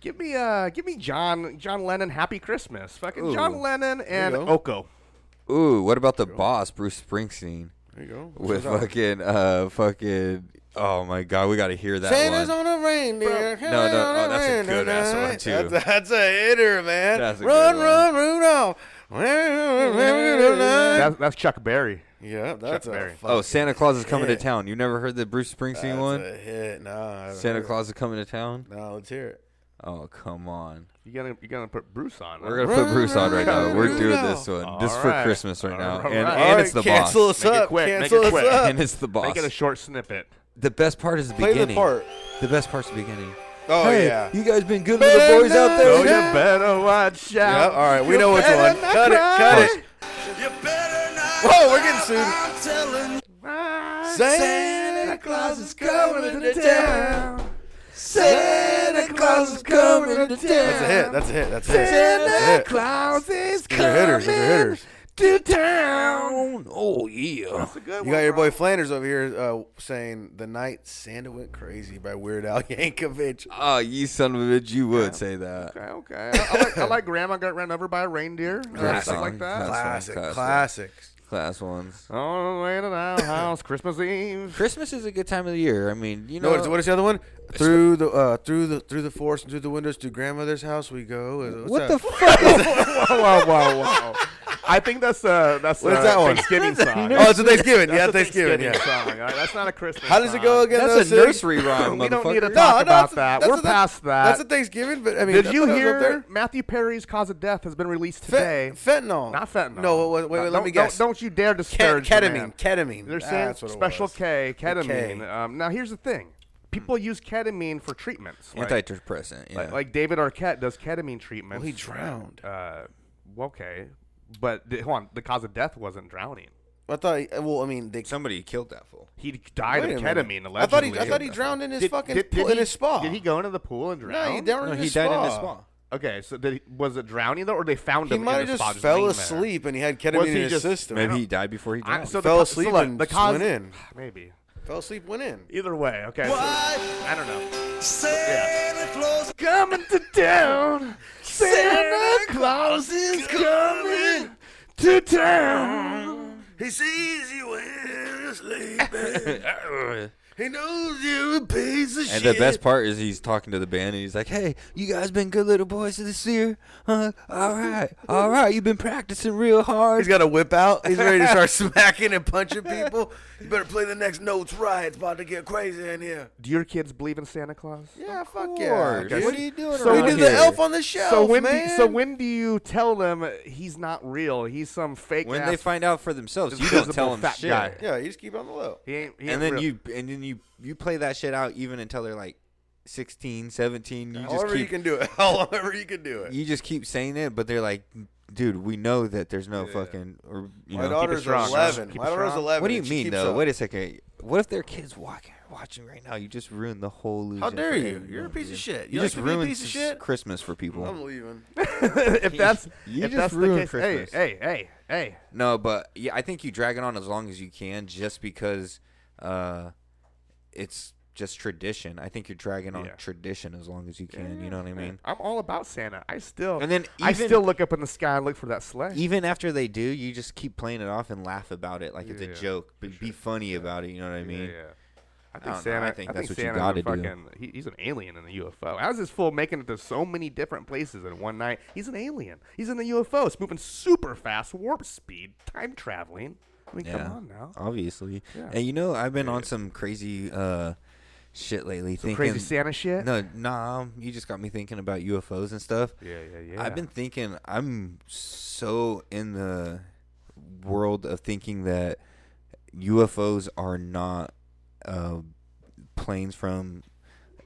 give me uh, give me John John Lennon Happy Christmas. Fucking Ooh. John Lennon and you Oko. Ooh, what about the boss, Bruce Springsteen, There you go. with fucking uh fucking. Oh my God, we got to hear that Santa's one. on a reindeer. No, no, oh, that's a good-ass one, too. That's, that's a hitter, man. That's a good run, one. run, Rudolph. (laughs) yeah, That's, that's Chuck Berry. that's Chuck a Berry. fucking Oh, Santa Claus is coming to hit. town. You never heard the Bruce Springsteen That's one? a hit. Nah, Santa Claus is coming to town. No, let's hear it. Oh come on, You gonna you gonna put Bruce on? we're gonna put Bruce on right now. We're doing this one All just for right. Christmas right now, All and, right. and All it's the right, cancel boss. us Make it up. quick, make cancel it us quick. up. And it's the boss. Make it a short snippet. The best part is the Play the beginning. part. The best part's the beginning. Oh hey, yeah. you guys been good to the boys out Oh, there. you better watch Yep, out. all right, we know which one. Cut it, cut it. Whoa, we're getting sued. Santa Claus is coming to town. Santa Claus is coming to town. That's a hit. That's a hit. That's a hit. Santa Claus is coming hitters. These are hitters. to town. Oh yeah. You got your boy Flanders over here uh, saying "The Night Santa Went Crazy" by Weird Al (laughs) Yankovic. Ah, Oh, you son of a bitch, you would say that. Okay, okay. I, (laughs) I like, I like Grandma got run over by a reindeer. Classic. Something like that. Classic, classic. classics. Class ones. On the way to (laughs) the house, Christmas Eve. Christmas is a good time of the year. I mean, you know. No, what is, what is the other one? Through the uh, through the through the forest and through the windows to grandmother's house we go. Is- What's what that? the (laughs) fuck? (laughs) Whoa, whoa, whoa, whoa. I think that's uh that's What is uh, that one? Thanksgiving song. Oh, it's a Thanksgiving. yeah, That's a Thanksgiving. Yeah. song. all right? That's not a Christmas. How does it go song. again? That's a though, Sig? nursery rhyme, (laughs) We don't need to motherfucker. talk about that's- that. that's We're a- past that. That's a Thanksgiving, but I mean, Did that's you what I was up hear there. Matthew Perry's cause of death has been released Fe- today? fentanyl? Not fentanyl. No, wait, wait, wait No, let me don't- guess. Don't, don't you dare Ke- disparage the man. ketamine. Ketamine. They're saying That's what it special was. K, ketamine. K. Um, now here's the thing: people use ketamine for treatments. Like, Antidepressant. Yeah. like, like David Arquette does ketamine treatments. Well, he drowned. Uh, well, okay, but th- hold on, the cause of death wasn't drowning. I thought. he- Well, I mean, they. somebody killed that fool. He died Wait of a minute. ketamine. Allegedly. I thought he. I thought he drowned in his fucking pool- in he- his spa. Did he go into the pool and drown? No, he drowned No, in he his died spa. in his spa. Okay, so did he, was it drowning though, or they found He him? might in have the just spa, fell laying there? asleep and he had Was ketamine he in his just- system. Maybe he died before he drowned. I, so Fell the, co- asleep so look, and the just cause, went in. Maybe. Fell asleep, went in. Either way, okay. so- I don't know. Santa Claus coming to town. Santa Claus is coming to town. He sees you when you're sleeping. he knows you're a piece of And the best part is he's talking to the band and he's like, "Hey, you guys been good little boys this year, huh? All right, all right, you've been practicing real He's hard." got a whip (laughs) out. He's ready to (laughs) start smacking and punching people. You better play the next notes right. It's about to get crazy in here. Do your kids believe in Santa Claus? Yeah, fuck course. yeah. What are you doing So around we did here? the elf on the shelf, so when man. do so when do you tell them he's not real? He's some fake. When ass, they find out for themselves, you don't invisible tell them fat shit. guy. yeah, you just keep on the low. he ain't, he ain't And then real. you and then you you play that shit out even until they're like 16, 17. You just However you keep can do it. (laughs) However you can do it. you just keep saying it, but they're like, "Dude, we know that there's no fucking." Or, you My know, daughter's strong. eleven. Keep My it daughter's strong. eleven. What do you and she mean keeps though? up. Wait a second. What if their kids walking watching right now? You just ruined the whole illusion. How dare for you? everyone, You're a piece of dude. shit. You You just like to be a ruined piece of s- shit? Christmas for people. I'm (laughs) leaving. if that's you if just that's the ruined case, Christmas. hey hey hey hey. No, but yeah, I think you drag it on as long as you can, just because uh, it's just tradition. I think you're dragging on Yeah. tradition as long as you can. You know what I mean? I'm all about Santa. I still And then I even- still look up in the sky and look for that sleigh. Even after they do, you just keep playing it off and laugh about it like it's a Yeah, joke, but be funny about it. You know what I mean? Yeah, yeah. I think don't know. I Santa. I think think, that's what you Santa's gotta a do. fucking, He, he's an alien in a UFO. How's this fool making it to so many different places in one night? He's an alien. He's in the UFO. It's moving super fast, warp speed, time traveling. I mean, Yeah. Oh, come on now. Obviously. And you know, I've been on some crazy uh, shit lately. thinking, crazy Santa shit? No, nah. You just got me thinking about UFOs and stuff. Yeah, yeah, yeah. I've been thinking. I'm so in the world of thinking that UFOs are not uh, planes from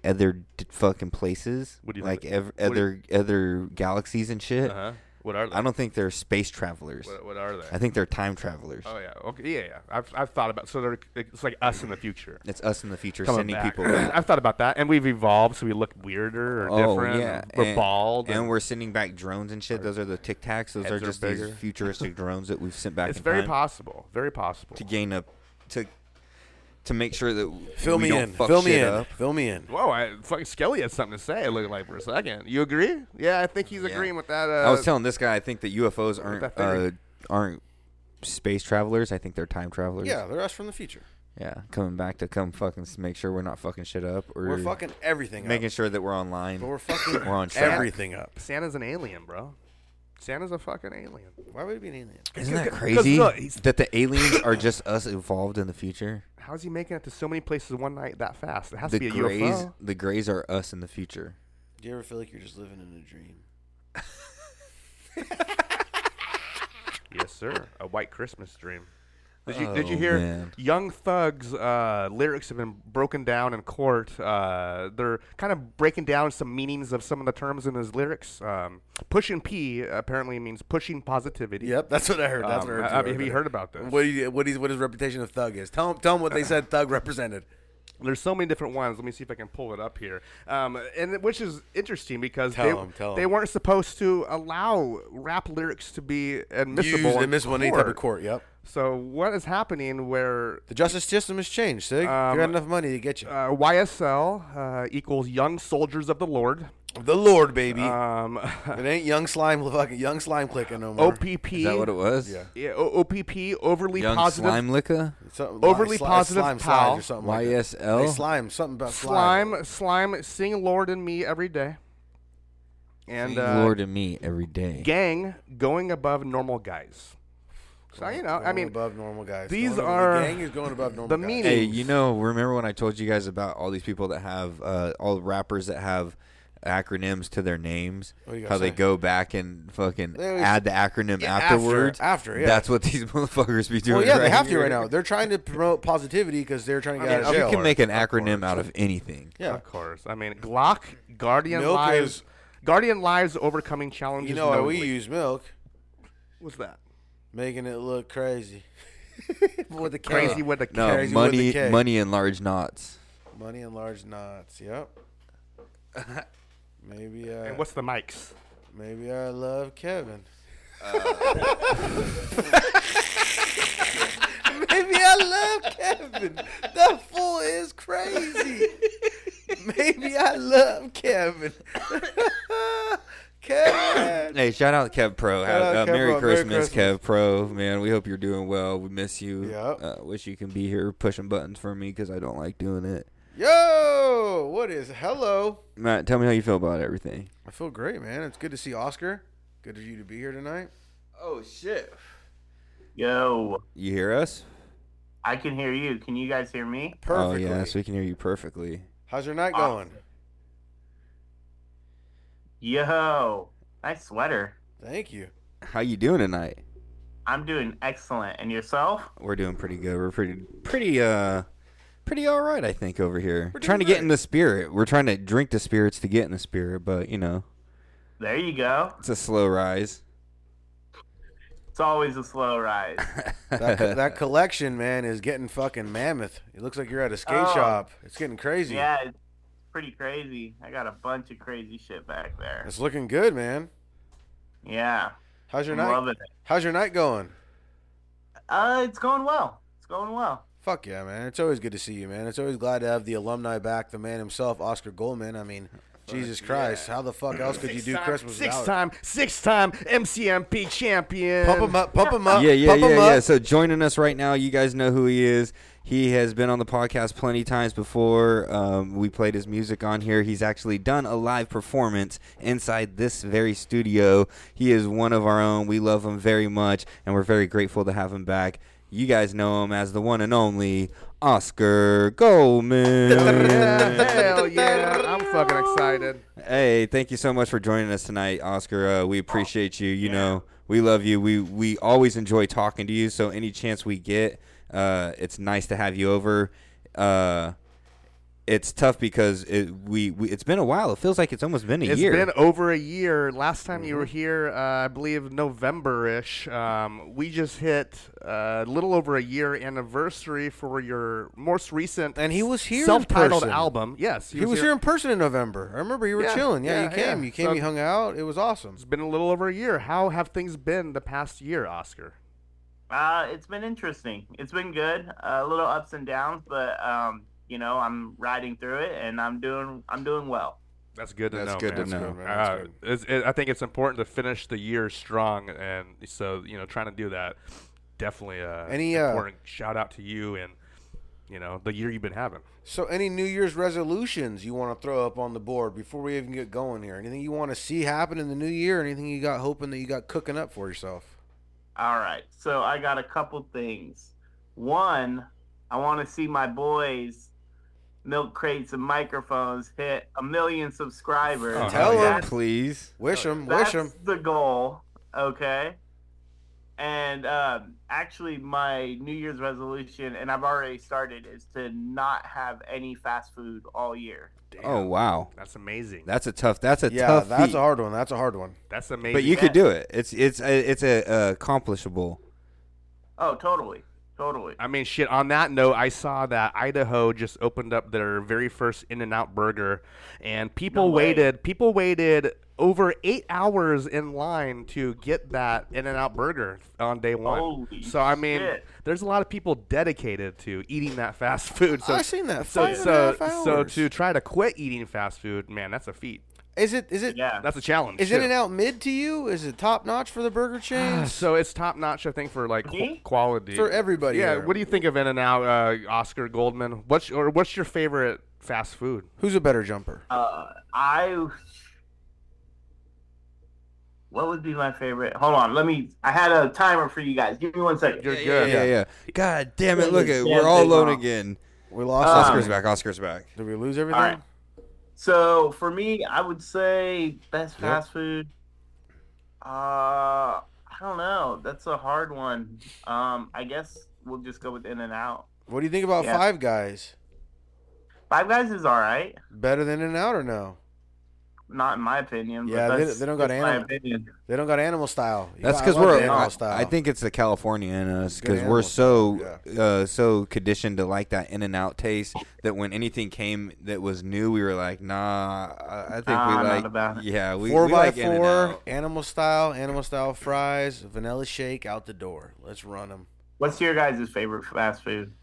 other d- fucking places, What do you like think it- ev- what do other other galaxies and shit. Uh-huh. What are they? I don't think they're space travelers. What, what are they? I think they're time travelers. oh yeah. Okay. Yeah. Yeah. I've, I've thought about. So they're it's like us in the future. It's us in the future Coming sending back. people. back. (clears throat) I've thought about that, and we've evolved, so we look weirder or Oh different. yeah, We're and, bald, and, we're sending back drones and shit. Those are the Tic Tacs. Those Heads are are just bigger. these (laughs) futuristic drones that we've sent back. It's in very time possible. Very possible. to gain a to to make sure that Fill we me don't in. fuck Fill me shit in. up. Fill me in. Whoa! I, fucking Skelly had something to say. It looked like for a second. You agree? Yeah, I think he's Yeah. agreeing with that. Uh, I was telling this guy I think that UFOs aren't that uh, theory. aren't space travelers. I think they're time travelers. Yeah, they're us from the future. yeah, coming back to come fucking s- make sure we're not fucking shit up or We're fucking everything making up. sure that we're online. But we're fucking (coughs) (coughs) we're on track. everything up. Santa's an alien, bro. Santa's a fucking alien. Why would it be an alien? Isn't that 'cause crazy look, he's- that the aliens are just (coughs) us evolved in the future? How's he making it to so many places one night that fast? It has The to be a grays, UFO. the grays are us in the future. Do you ever feel like you're just living in a dream? Yes, sir. A white Christmas dream. Did you, Oh, did you hear man. Young Thug's uh, lyrics have been broken down in court? Uh, they're kind of breaking down some meanings of some of the terms in his lyrics. Um, pushing P apparently means pushing positivity. Yep, that's what I heard. That's Um, what I heard. have- too. have you heard about this? What he, what, he's, what his reputation of thug is? Tell him, tell him what they said thug represented. There's so many different ones. Let me see if I can pull it up here. Um, and it- which is interesting because Tell they, 'em, tell they 'em. weren't supposed to allow rap lyrics to be admissible. Used in and missed one any type of court. Yep. So what is happening where The justice system has changed, Sig. Um, you got enough money to get you. uh, YSL uh, equals Young Soldiers of the Lord. the Lord, baby. Um, it ain't young slime, fucking young slime clicking no more. OPP. Is that what it was? Yeah. Yeah, O- OPP, overly Young positive. slime liquor, Something overly sli- positive slime pal. slides or something like that. YSL? They slime something about slime. Slime, slime, sing Lord in me every day. And uh, Lord and me every day. gang going above normal guys. So, you know, I Going mean, above normal guys. these Going- are the gang is going above normal. the guys. meaning- Hey, you know, remember when I told you guys about all these people that have uh, all the rappers that have acronyms to their names? What you How gotta they say? go back and fucking They always- add the acronym Yeah, after- afterwards. after, yeah. That's what these (laughs) motherfuckers be doing. Well, yeah, right they have to here. right now. They're trying to promote positivity because they're trying to get mean, out of You jail. can make an acronym out of anything. yeah. of course. I mean, Glock, Guardian Milk Lives, is- Guardian Lives overcoming challenges. You know why we knowingly. use milk? What's that? Making it look crazy. (laughs) With the Crazy with the No, Crazy with the money, K. money in large knots. Money in large knots. Yep. Maybe I. And what's the mics? maybe I love Kevin. Uh, (laughs) maybe I love Kevin. That fool is crazy. Maybe I love Kevin. (laughs) Kevin. Hey, shout out Kev Pro. Have- out uh, Kev Merry, Pro. Merry Christmas, Christmas. Kev Pro. Man, we hope you're doing well. We miss you. Yep. Uh, wish you can be here pushing buttons for me because I don't like doing it. Yo, what is hello? Matt, tell me how you feel about everything. I feel great, man. It's good to see Oscar. Good of you to be here tonight. Oh shit! Yo, You hear us? I can hear you. Can you guys hear me? Perfectly. Oh yes, we can hear you perfectly. How's your night going? Yo, nice sweater. Thank you. How you doing tonight? I'm doing excellent. And yourself? We're doing pretty good. We're pretty, pretty, uh, pretty all right, I think, over here. trying to get in the spirit. We're trying to drink the spirits to get in the spirit, but you know, There you go. it's a slow rise. It's always a slow rise. That, co- that collection, man, is getting fucking mammoth. It looks like you're at a (laughs) skate Oh. shop. It's getting crazy. yeah, it's pretty crazy. I got a bunch of crazy shit back there. It's looking good, man. Yeah, How's your I'm night? loving it. How's your night going? Uh, it's going well. It's going well. Fuck yeah, man. It's always good to see you, man. It's always glad to have the alumni back, the man himself, Oscar Goldman. I mean, Jesus Christ, how the fuck else could you do Six-time- Christmas without him? Six-time, six-time MCMP champion. Pump him up, pump him up, yeah, yeah, pump yeah, him yeah. up. So joining us right now, you guys know who he is. He has been on the podcast plenty times before. Um, we played his music on here. He's actually done a live performance inside this very studio. He is one of our own. We love him very much, and we're very grateful to have him back. You guys know him as the one and only Oscar (laughs) Goldman. Hell yeah. I'm fucking excited. hey, thank you so much for joining us tonight, Oscar. Uh, we appreciate you. You know, we love you. We we always enjoy talking to you. So any chance we get, uh, it's nice to have you over. Uh, it's tough because it, we, we it's been a while. It feels like it's almost been a It's year. Mm-hmm. been over a year. Last time you were here, uh, I believe November-ish. Um, we just hit uh, a little over a year anniversary for your most recent And he was here in self-titled person. album. Yes, He was here in person in November. I remember you were Yeah, chilling. Yeah, yeah, you came. yeah. You came. So- you hung out. It was awesome. It's been a little over a year. How have things been the past year, Oscar? Uh, it's been interesting. It's been good. a little ups and downs, but um, you know, I'm riding through it, and I'm doing I'm doing well. That's good to That's know. good man. to know. man. That's Uh, good. it's, it, I think it's important to finish the year strong, and so you know, trying to do that definitely uh, Any, uh, important shout out to you and you know the year you've been having. So, any New Year's resolutions you want to throw up on the board before we even get going here? Anything you want to see happen in the new year? Anything you got hoping that you got cooking up for yourself? All right, so I got a couple things. One, I want to see my boys, Milk Crates and Microphones, hit a million subscribers. Oh, Tell hell 'em. That's- please. Wish them. Wish them. That's the goal, okay? And um, actually, my New Year's resolution, and I've already started, is to not have any fast food all year. Oh wow, That's amazing. that's a tough. That's a Yeah, tough. that's feat. a hard one. That's a hard one. That's amazing. But you could do it. It's it's a, it's a, uh accomplishable. Oh, totally, totally. I mean, shit. On that note, I saw that Idaho just opened up their very first In-N-Out burger, and people No way. waited. People waited over eight hours in line to get that In-N-Out burger on day one. Holy so I mean, shit. there's a lot of people dedicated to eating that fast (laughs) food. So I've seen that. so Five and a so, half so hours. to try to quit eating fast food, man, that's a feat. Is it? Is it? Yeah. That's a challenge. Is too. In and Out mid to you? Is it top notch for the burger chains? (sighs) So it's top notch, I think, for like qu- Me? quality For everybody Yeah. there. What do you think of In and Out, uh, Oscar Goldman? What's or what's your favorite fast food? Who's a better jumper? Uh, I. What would be my favorite? Hold on, let me. I had a timer for you guys. Give me one second. You're good. Yeah, yeah. God damn it! Look at Yeah, we're all big alone mom. again. We lost. Oscar's back. Oscar's back. Did we lose everything? All right. So for me, I would say best fast food. Uh, I don't know. That's a hard one. Um, I guess we'll just go with In and Out. What do you think about Yeah. Five Guys? Five Guys is all right, Better than In and Out or no? not in my opinion. Yeah, but they- that's- they don't got that's my animal- opinion. They don't got animal style. You That's got- I because love we're. the I, animal style. I think it's the California in us Good because we're animal so style, uh, so conditioned to like that in and out taste that when anything came that was new, we were like, nah. I, I think Nah, Ah, we not like. about it. Yeah, we four we by like four, In-N-Out. animal style, animal style fries, vanilla shake out the door. Let's run them. What's your guys' favorite fast food?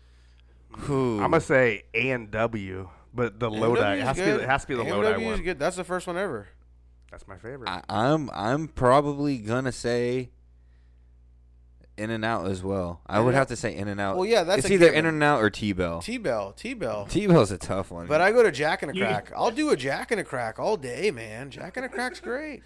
I'm gonna say A and W, but the Lodi it has to be. It has to be the Lodi one. Good. That's the first one ever. That's my favorite. I, I'm I'm probably gonna say In and Out as well. I would have to say In and Out. Well, yeah, that's it's a either given. In and Out or T Bell. T Bell, T Bell. T Bell's a tough one. But I go to Jack and a You- Crack. I'll do a Jack and a Crack all day, man. Jack and a Crack's great.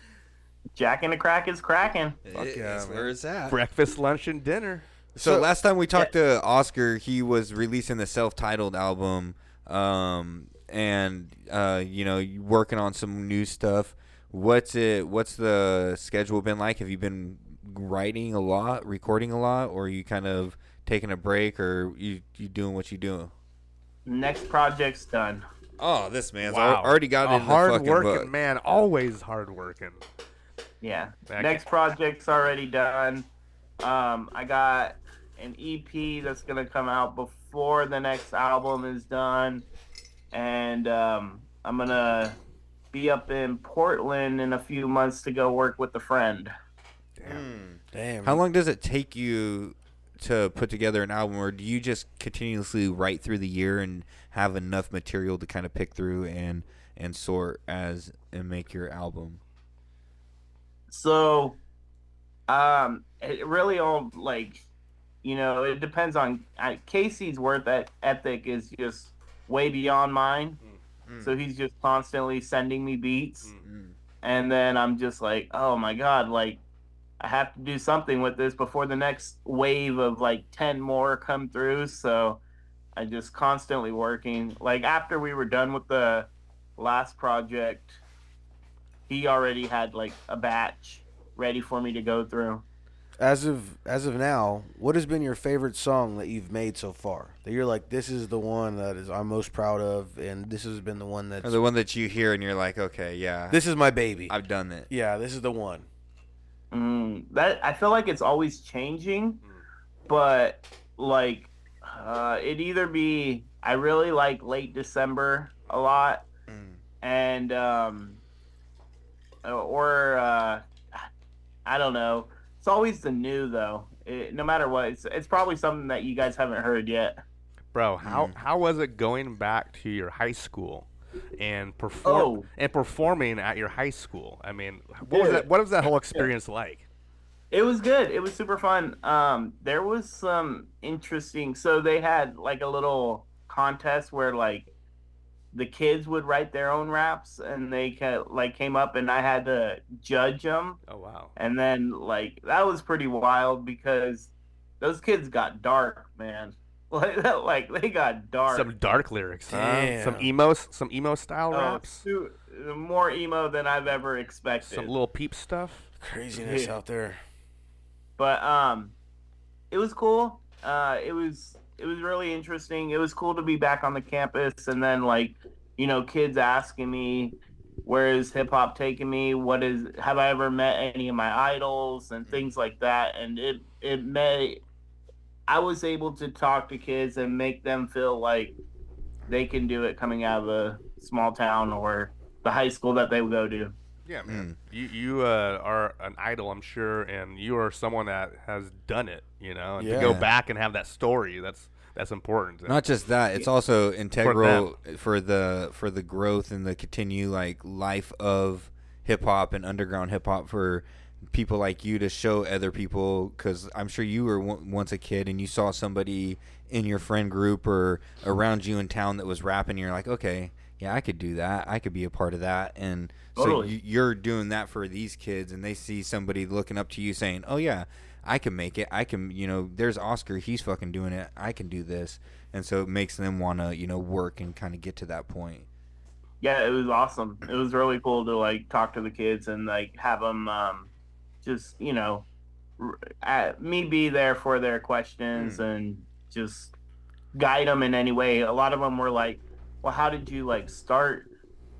Jack and the Crack is cracking. fuck yeah, that's man. where it's at. Breakfast, lunch, and dinner. So, So- last time we talked to Oscar, he was releasing the self-titled album, um, and uh, you know, working on some new stuff. What's it? What's the schedule been like? Have you been writing a lot, recording a lot, or are you kind of taking a break, or you you doing what you doing? Next project's done. Oh, this man's Wow. al- already got a it in the hard fucking working book. man, always hard working. Yeah. Back- Next project's already done. Um, I got an EP that's gonna come out before the next album is done, and um, I'm gonna be up in Portland in a few months to go work with a friend. Damn. How long does it take you to put together an album, or do you just continuously write through the year and have enough material to kind of pick through and and sort as and make your album? So, um, it really all like, you know, it depends on I, Casey's worth that ethic is just way beyond mine. So he's just constantly sending me beats, and then I'm just like, oh my god, like I have to do something with this before the next wave of like ten more come through. So I just constantly working. Like after we were done with the last project, he already had like a batch ready for me to go through. as of as of now, what has been your favorite song that you've made so far? That you're like, this is the one that is I'm most proud of, and this has been the one that's Or the one that you hear and you're like, okay, yeah, this is my baby. I've done it. yeah, this is the one. Mm, that I feel like it's always changing, but like uh, it either be I really like late December a lot, and um, uh, or uh, I don't know. It's always the new though. It, no matter what, it's it's probably something that you guys haven't heard yet. Bro, how Mm-hmm. how was it going back to your high school and perform Oh. and performing at your high school? I mean, what was that what was that whole experience like? It was good. It was super fun. Um, there was some interesting. So they had like a little contest where like the kids would write their own raps, and they ca- like came up, and I had to judge them. Oh wow. And then like that was pretty wild because those kids got dark, man. (laughs) Like that, like they got dark. Some dark lyrics, huh? Some Damn. emo some emo style Oh, raps, su- more emo than I've ever expected. some little peep stuff. Craziness Yeah. out there. but um it was cool uh it was it was really interesting it was cool to be back on the campus and then like you know kids asking me where is hip hop taking me what is have i ever met any of my idols and things like that and it it may i was able to talk to kids and make them feel like they can do it coming out of a small town or the high school that they go to Yeah, Mm. man. You you uh, are an idol, I'm sure, and you are someone that has done it. You know, and to go Yeah. back and have that story, that's that's important. Not just that; it's also integral for, the for the growth and the continue like life of hip hop and underground hip hop for people like you to show other people. Because I'm sure you were on- once a kid and you saw somebody in your friend group or around you in town that was rapping. And you're like, okay, yeah, I could do that. I could be a part of that. And so Totally. you, you're doing that for these kids, and they see somebody looking up to you saying, "Oh yeah." I can make it. I can, you know, there's Oscar. He's fucking doing it. I can do this. And so it makes them want to, you know, work and kind of get to that point. yeah it was awesome it was really cool to like talk to the kids and like have them um just you know r- at, me be there for their questions and just guide them in any way a lot of them were like well how did you like start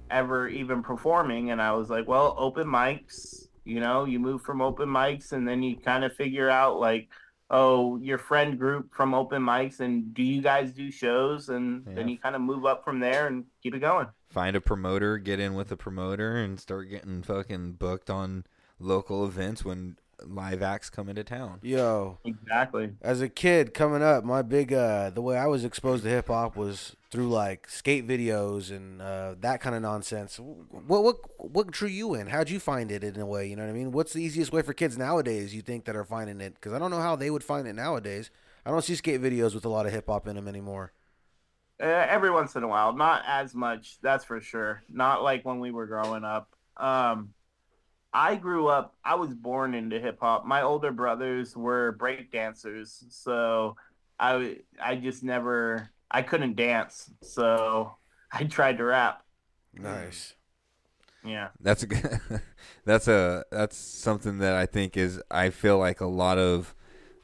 ever even performing and i was like well open mics you know you move from open mics and then you kind of figure out like oh your friend group from open mics and do you guys do shows and then Yeah. you kind of move up from there and keep it going Find a promoter, get in with a promoter, and start getting fucking booked on local events when live acts come into town. Yo, Exactly. as a kid coming up, my big uh, the way I was exposed to hip hop was through like skate videos and uh, that kind of nonsense. What what what drew you in? How'd you find it in a way? You know what I mean? What's the easiest way for kids nowadays? You think that are finding it? Because I don't know how they would find it nowadays. I don't see skate videos with a lot of hip hop in them anymore. Uh, every once in a while, not as much, that's for sure. Not like when we were growing up. Um, I grew up, I was born into hip hop. My older brothers were break dancers, so I w- I just never I couldn't dance, so (laughs) I tried to rap. Nice. Yeah. That's a good, (laughs) that's a that's something that I think is I feel like a lot of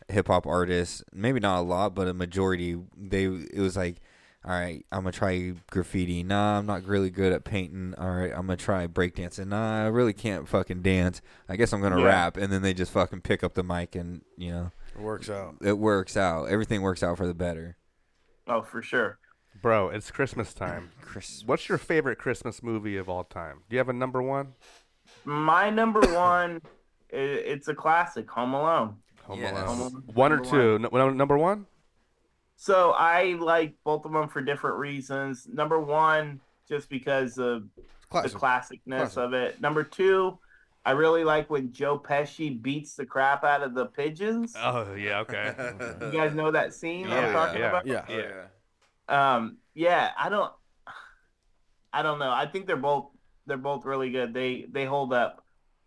hip hop artists, maybe not a lot, but a majority, they it was like, all right, I'm gonna try graffiti. Nah, I'm not really good at painting. All right, I'm gonna try breakdancing. Nah, I really can't fucking dance. I guess I'm gonna Yeah. rap, and then they just fucking pick up the mic, and you know, It works out. it works out. Everything works out for the better. Oh, for sure. Bro, it's (clears throat) Christmas time. Chris, What's your favorite Christmas movie of all time? Do you have a number one? My number one i it's a classic, Home Alone. Home Yes. Alone. Home Alone, One or number two? No, no, number one? So I like both of them for different reasons. Number one, just because of Classic. the classicness Classic. of it. Number two, I really like when Joe Pesci beats the crap out of the pigeons. Oh yeah, (laughs) okay. you guys know that scene yeah, I'm talking yeah. about? yeah. yeah. Um, yeah, I don't, I don't know. I think they're both they're both really good. They they hold up.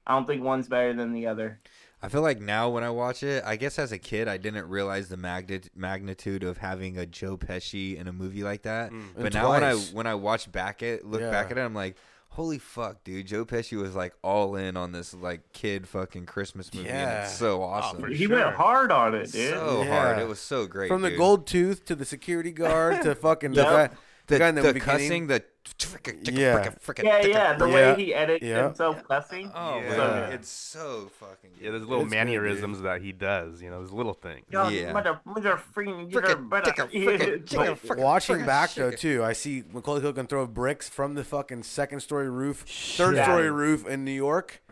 I don't think one's better than the other. I feel like now when I watch it, I guess as a kid I didn't realize the magni- magnitude of having a Joe Pesci in a movie like that. Mm. But And Mm. now when I twice. when I watch back it, look back Yeah. at it, I'm like, Holy fuck, dude! Joe Pesci was like all in on this like kid fucking Christmas movie, and Yeah. it's so awesome. for Oh, He went hard on it, dude. so Yeah. hard. It was so great. From the dude. gold tooth to the security guard (laughs) to fucking the, Yep. guy, the, the, guy in the, the beginning. cussing, the Yeah. yeah, yeah. The Yeah. way he edited Yeah. himself cussing. Oh, Yeah. man, it's so fucking. Yeah, Good. there's little It's good, dude. mannerisms that he does. You know, there's little things. Yo, Yeah. mother- mother freaking- Frickin' better- dick a- (laughs) frickin' dick a- Like, frickin' Watching frickin' back shit. though too, I see Macaulay Culkin throw bricks from the fucking second story roof, third story roof in New (laughs) York,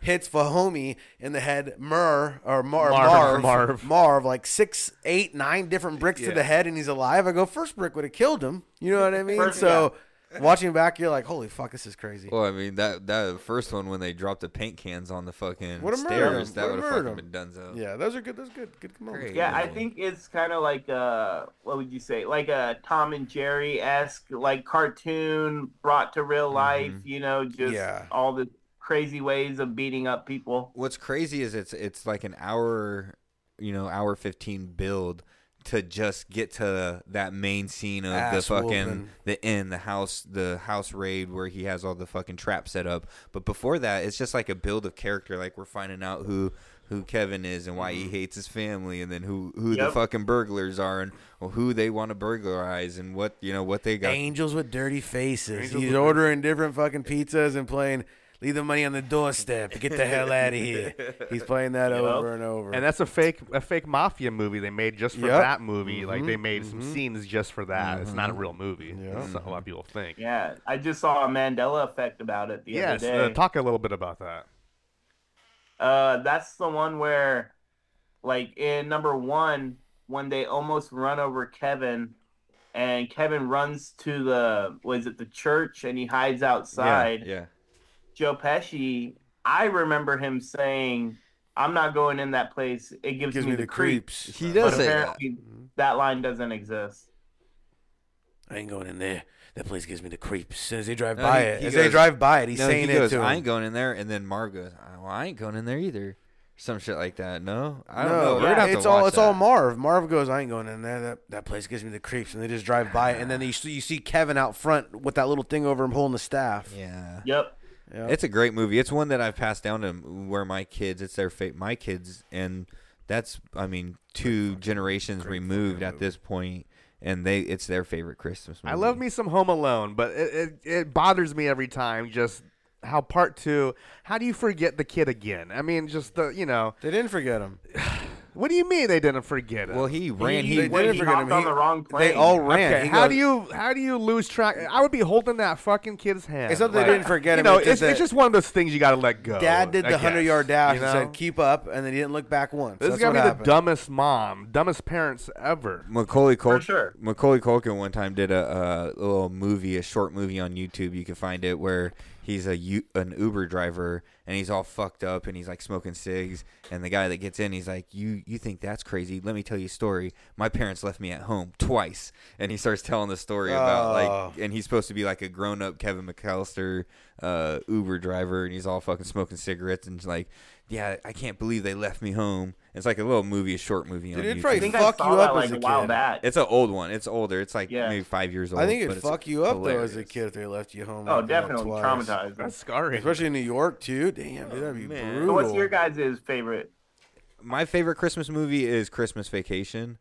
hits Fahomie in the head, Mur or Mar, Marv, Marv, Marv, Marv. like six, eight, nine different bricks to Yeah. the head, and he's alive. I go, first brick would have killed him. You know what I mean? First- so watching back, you're like, holy fuck, this is crazy. Well, I mean that that first one when they dropped the paint cans on the fucking What a murder. stairs, that What a would have fucking murder. been donezo. yeah, those are good. Those are good. Good come on. Great. yeah, I Yeah. think it's kind of like uh, what would you say? Like a Tom and Jerry esque, like cartoon brought to real life. You know, just Mm-hmm. Yeah. all the crazy ways of beating up people. What's crazy is it's it's like an hour, you know, hour fifteen build to just get to that main scene of the Ass fucking whooping. the end, the house, the house raid where he has all the fucking trap set up. But before that, it's just like a build of character. Like we're finding out who who Kevin is and why he hates his family, and then who who the Mm-hmm. Yep. fucking burglars are and who they want to burglarize and what you know what they got. Angels with dirty faces. He's ordering different fucking pizzas and playing "Leave the money on the doorstep." Get the hell out of here. He's playing (laughs) that (laughs) over and over. And that's a fake a fake mafia movie they made just for Yep. that movie. Like Mm-hmm. they made some scenes just for that. It's not a real movie. That's what a lot of people think. Yeah, I just saw a Mandela effect about it the Yes, other day. uh, talk a little bit about that. Uh, that's the one where, like in number one, when they almost run over Kevin, and Kevin runs to the was it the church, and he hides outside. Yeah. Joe Pesci. I remember him saying, "I'm not going in that place. It gives, gives me, the, creeps." He But does say that. apparently, that line doesn't exist. I ain't going in there. That place gives me the creeps. As soon as they drive No, by he- it, he as they goes- drive by it, he's no, saying he it goes, to I him. ain't going in there. And then Marv goes, "I- well, I ain't going in there either. Some shit like that. No, I don't no, know. We're gonna have it's to all watch it's all that. Marv. Marv goes, I ain't going in there. That that place gives me the creeps, and they just drive by it, and then you see, you see Kevin out front with that little thing over him holding the staff. Yeah. Yep. It's a great movie. It's one that I've passed down to m- where my kids, it's their fate, my kids, and that's, I mean, two generations removed at this point, and they, it's their favorite Christmas movie. I love me some Home Alone, but it, it, it bothers me every time just how part two. How do you forget the kid again? I mean, just the you know. They didn't forget him. (sighs) What do you mean they didn't forget it? Well, he ran. He, They did did. He forget hopped him. on He- the wrong plane. They all ran. Okay, He how goes- do you how do you lose track? I would be holding that fucking kid's hand. It's not that they didn't forget you him, know, it's just it's, it's that- just one of those things you got to let go. Dad did I the hundred guess, yard dash you and know? said, "Keep up," and then he didn't look back once. This That's is gonna what be happened. the dumbest mom, dumbest parents ever. Macaulay Culkin. sure. Macaulay Culkin one time did a, a little movie, a short movie on YouTube. You can find it where he's a U- an Uber driver and he's all fucked up and he's like smoking cigs. And the guy that gets in, he's like, "You you think that's crazy? Let me tell you a story. My parents left me at home twice." And he starts telling the story about like, and he's supposed to be like a grown up Kevin McAllister uh, Uber driver, and he's all fucking smoking cigarettes and he's like, "Yeah, I can't believe they left me home." It's like a little movie, a short movie on Dude, it'd YouTube. I probably think Fuck I saw you that up like as a a while kid. back. It's an old one. It's older. It's like Yeah. maybe five years old. I think but it'd it's fuck you up hilarious. though as a kid if they left you home. oh, like that definitely twice. traumatized. That's scary. Especially in New York too. Damn, dude, that'd be man. brutal. So what's your guys' favorite? My favorite Christmas movie is Christmas Vacation,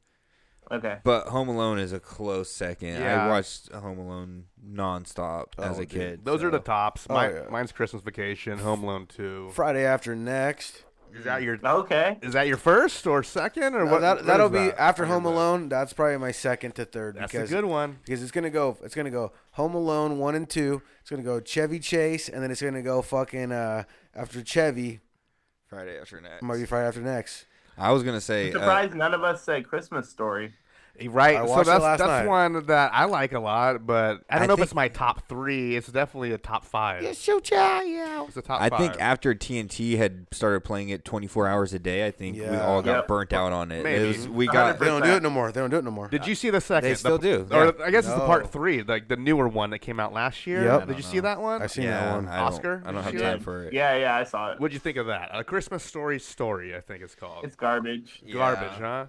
Okay. but Home Alone is a close second. I Yeah. watched Home Alone nonstop as a Oh, dude. kid. Those are the tops. Oh, My, yeah. Mine's Christmas Vacation, Home Alone Two. Friday after next. Is that your Okay. is that your first or second or No, what? that, what that'll is be that? after Home Alone. That's probably my second to third. That's because, a good one. Because it's gonna go. It's gonna go Home Alone one and two. It's gonna go Chevy Chase, and then it's gonna go fucking uh, after Chevy. Friday after next. Might be Friday after next. I was gonna say I'm uh, surprised none of us said Christmas story. Right. I so watched it that's last that's night. one that I like a lot, but I don't I know think- if it's my top three. It's definitely a top five. It's a top I five. think after TNT had started playing it 24 hours a day, I think we Yeah. all got Yep. burnt out on it. Maybe. It was- we got They don't do it no more. They don't do it no more. Did you see the second? They the- still do, Or yeah. I guess it's the No. part three, like the newer one that came out last year. Yep. I Did don't you see that one? I seen yeah, that one. I don't- Oscar? I don't have Did you- time for it. Yeah, yeah, I saw it. What'd you think of that? A Christmas Story story, I think it's called. It's garbage. garbage, huh?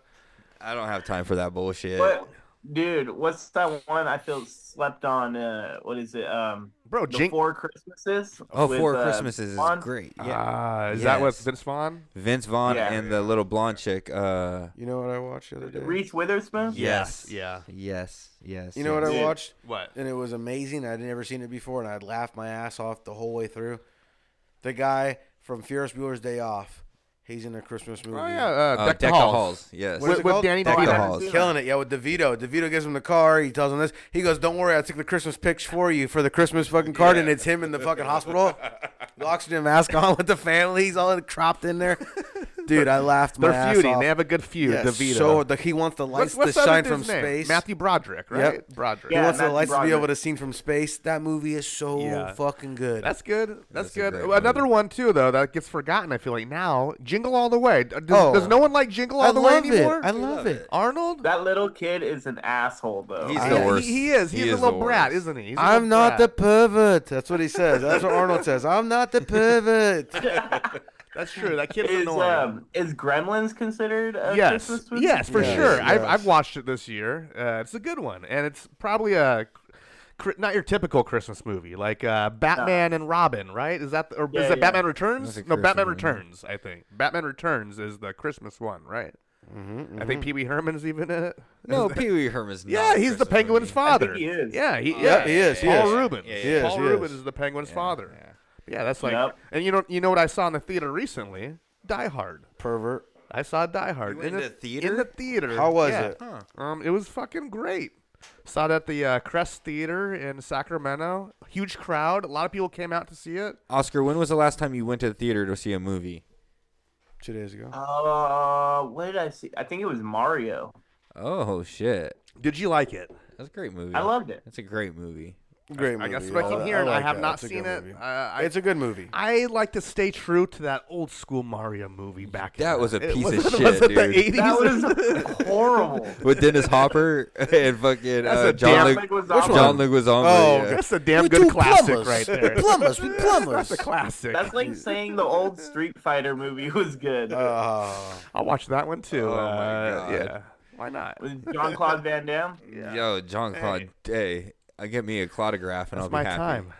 I don't have time for that bullshit. But dude, what's that one I feel slept on? Uh, what is it? Um, Bro, the Jink. Four Christmases. Oh, with, Four uh, Christmases is Bond? great. Yeah. Ah, is that what Yes. Vince Vaughn? Vince Vaughn Yeah. and the little blonde chick. Uh, You know what I watched the other day? Reese Witherspoon. yes. Yeah. Yes. Yes. You know what yes. I Dude. watched? What? And it was amazing. I'd never seen it before, and I'd laugh my ass off the whole way through. The guy from Ferris Bueller's Day Off, he's in a Christmas movie. Oh yeah, uh, Uh, Deck, the Deck the Halls. Halls. Yes. What is With, it with called? Danny Deck the DeVito. Halls. Killing it, yeah, with DeVito. DeVito gives him the car. He tells him this. He goes, "Don't worry, I took the Christmas picture for you for the Christmas fucking card, and it's him in the fucking hospital, the oxygen mask on with the family. He's all cropped in there, dude. I laughed my They're ass feuding. off. They have a good feud. Yes, DeVito. So the, he wants the lights what's, what's to that shine dude's from name? space. Matthew Broderick, right? Yep. Broderick. he Yeah, wants the Matthew lights to be Broderick. able to see from space. That movie is so Yeah. Oh, fucking good. That's good. That's, That's a good. great Well, Another movie. one too, though, that gets forgotten. I feel like now, Jingle All the Way. D- Does, Oh. does no one like Jingle All I the Way love it. anymore? I love it. Arnold. That little kid is an asshole, though. He's I- the he- worst. He, he is. He's He a is little the brat, worst. isn't he? He's a little I'm not the brat. pervert. That's what he says. That's what Arnold says. I'm not the pervert. (laughs) That's true. That kid's is annoying. um is Gremlins considered a yes, uh, Christmas movie? yes, for Yes, sure. I've, yes. I've watched it this year. Uh, it's a good one, and it's probably a cr- not your typical Christmas movie, like uh, Batman and Robin, right? Is that or Yeah, is it yeah. Batman Returns? That's a No, Batman Christmas movie. Returns. I think Batman Returns is the Christmas one, right? I think Pee Wee Herman's even in it. No, Pee Wee Herman's. not Yeah, a he's the Christmas penguin's movie. father. he is. Yeah, he, yeah, Yeah, he is, he Paul is. Rubin. Yeah, yeah, Paul he Rubin is. is the penguin's father. Yeah. that's like, Yep. and you know, you know what I saw in the theater recently? Die Hard. pervert. I saw Die Hard You in went the to theater? In the theater. How was Yeah. it? Um, it was fucking great. Saw it at the uh, Crest Theater in Sacramento. Huge crowd. A lot of people came out to see it. Oscar, when was the last time you went to the theater to see a movie? Two days ago. Uh, what did I see? I think it was Mario. Oh shit, Did you like it? that's a great movie. I loved it. That's a great movie. Great movie. I guess what I Oh, keep hearing. I, like have that. not It's a seen good it. movie. Uh, I, it's a good movie. I like to stay true to that old school Mario movie back. in That the- was a it piece of wasn't- shit, was it dude. the eighties. That (laughs) was horrible. With Dennis Hopper (laughs) and fucking That's uh, a damn- John Like, Luke. was John Leguizamo. Oh, yeah. That's a damn good classic right there. Plumbers, we plumbers. (laughs) That's a classic. That's like saying the old Street Fighter movie was good. Oh, I'll watch that one too. Oh, my Uh, God. Yeah. Why not? with John Claude Van Damme. Yo, John Claude, hey, I get me a clodograph and I'll That's be my happy. time.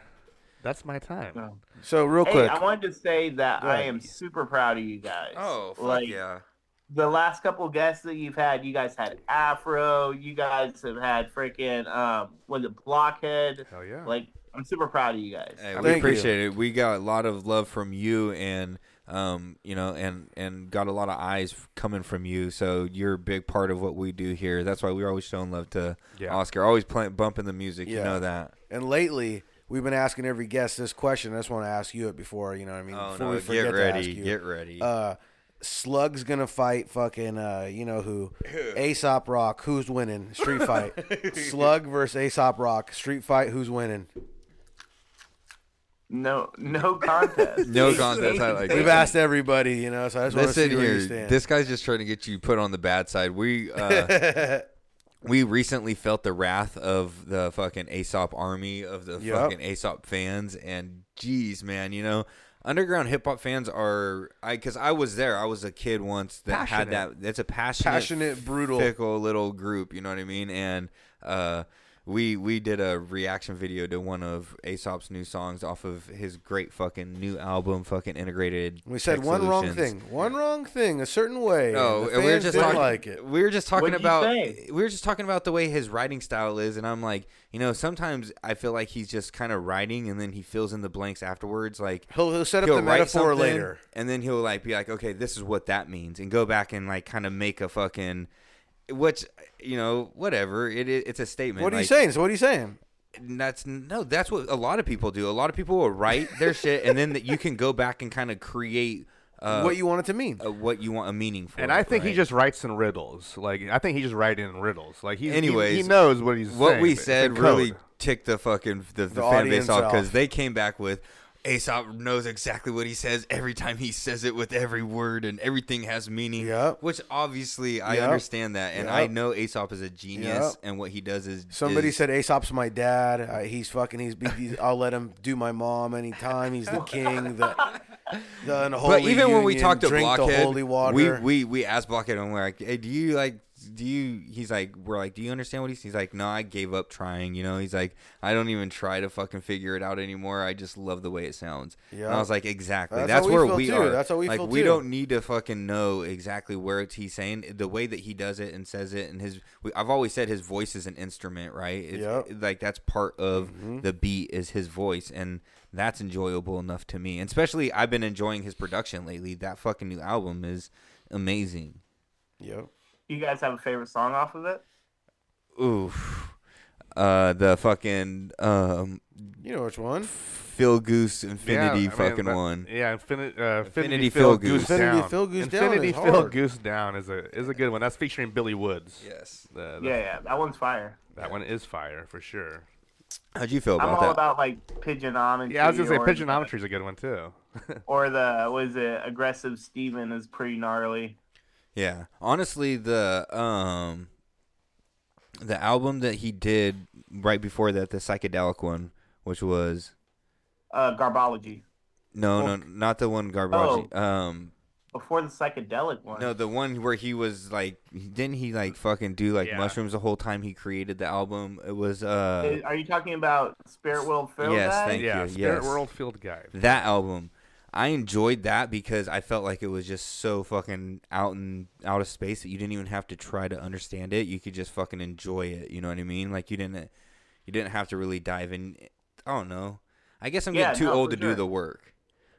That's my time. No. so real Hey, quick. I wanted to say that Go I ahead. am super proud of you guys. Oh, fuck like, yeah. The last couple guests that you've had, you guys had Afro, you guys have had freaking, um, was it Blockhead? Hell yeah. Like, I'm super proud of you guys. Hey, we Thank appreciate it. We got a lot of love from you, and um, you know, and and got a lot of eyes f- coming from you. So you're a big part of what we do here. That's why we're always showing love to Yeah. Oscar. Always playing, bumping the music. You Yeah. know that. and lately, we've been asking every guest this question. I just want to ask you it before you know. What I mean, Oh before no! we forget Get to ask ready. you. Get ready. Uh, Slug's gonna fight fucking uh, you know who? Aesop Rock. Who's winning? Street fight. (laughs) Slug versus Aesop Rock. Street fight. Who's winning? No, no contest. (laughs) no contest. I like. We've that. asked everybody, you know. So I just want to see Listen where you here, stand. this guy's just trying to get you put on the bad side. We uh, (laughs) we recently felt the wrath of the fucking Aesop army of the Yep. fucking Aesop fans, and geez, man, you know, underground hip hop fans are. I because I was there. I was a kid once that had Passionate. that. That's a passionate, Passionate, brutal. fickle little group. You know what I mean? And uh, we we did a reaction video to one of Aesop's new songs off of his great fucking new album, fucking integrated. We said Tech one wrong Solutions. thing, one wrong thing, a certain way. No, and the and we were fans just didn't talking. like it. We were just talking What'd you about. say? We were just talking about the way his writing style is, and I'm like, you know, sometimes I feel like he's just kind of writing, and then he fills in the blanks afterwards. Like He'll, he'll set up he'll the write metaphor something, later. and then he'll like be like, okay, this is what that means, and go back and like kind of make a fucking, which you know, whatever. It, it it's a statement. What are you Like, saying? So what are you saying? that's no that's what a lot of people do a lot of people will write their shit and then that you can go back and kind of create uh, what you want it to mean? uh, what you want a meaning for And it, I think he right? just writes in riddles. Like I think he just writes in riddles. Like he's, he- Anyways, he, knows what he's what saying. we It's in said code. really ticked the fucking the, the, fan audience base off off. because they came back with Aesop knows exactly what he says every time he says it with every word and everything has meaning. Yep. Which obviously I Yep. understand that and I Yep. know Aesop is a Yep. genius and what he does is Somebody is- said Aesop's my dad. Uh, he's fucking. He's, he's. I'll let him do my mom anytime. He's (laughs) the king. The, the unholy But even when we union, talked to drink the Blockhead, holy water. we we we asked Blockhead and we're like, "Hey, do you like do you he's like we're like do you understand what he's he's like no i gave up trying you know he's like i don't even try to fucking figure it out anymore i just love the way it sounds yeah and i Yeah. was like exactly That's that's, how we where feel we too. are That's how we like feel we too. don't need to fucking know exactly where it's he's saying the way that he does it and says it and his we, i've always said his voice is an instrument right It's- Yep. Mm-hmm. like that's part of the beat is his voice and that's enjoyable enough to me and especially i've been enjoying his production lately that fucking new album is amazing Yep. You guys have a favorite song off of it? oof uh the fucking um You know which one? phil goose Yeah, infinity I mean, fucking but- one Yeah, infini- uh, Infinity Infinity Phil Phil Goose, Goose. Infinity Down. Phil Goose Down Infinity is Phil hard. Goose Down is a is a good one. That's featuring Billy Woods. yes The- the- Yeah, yeah, that one's fire. That one is fire for sure. how'd you feel I'm about all that about like pigeonometry. Yeah, I was gonna say or- pigeonometry is a good one too. Or the was it aggressive Steven is pretty gnarly. yeah honestly the um the album that he did right before that the psychedelic one which was Uh, garbology. no no not the one garbage um Before the psychedelic one. No, the one where he was like, didn't he like fucking do like Yeah. mushrooms the whole time he created the album? It was uh, Is- Are you talking about Spirit World Phil? Yes, guy? thank- yeah, you, Spirit yes. World Field Guide. that album. I enjoyed that because I felt like it was just so fucking out and out of space that you didn't even have to try to understand it. You could just fucking enjoy it. You know what I mean? Like you didn't, you didn't have to really dive in. I don't know. I guess I'm Yeah, getting no, too old for to do sure. the work.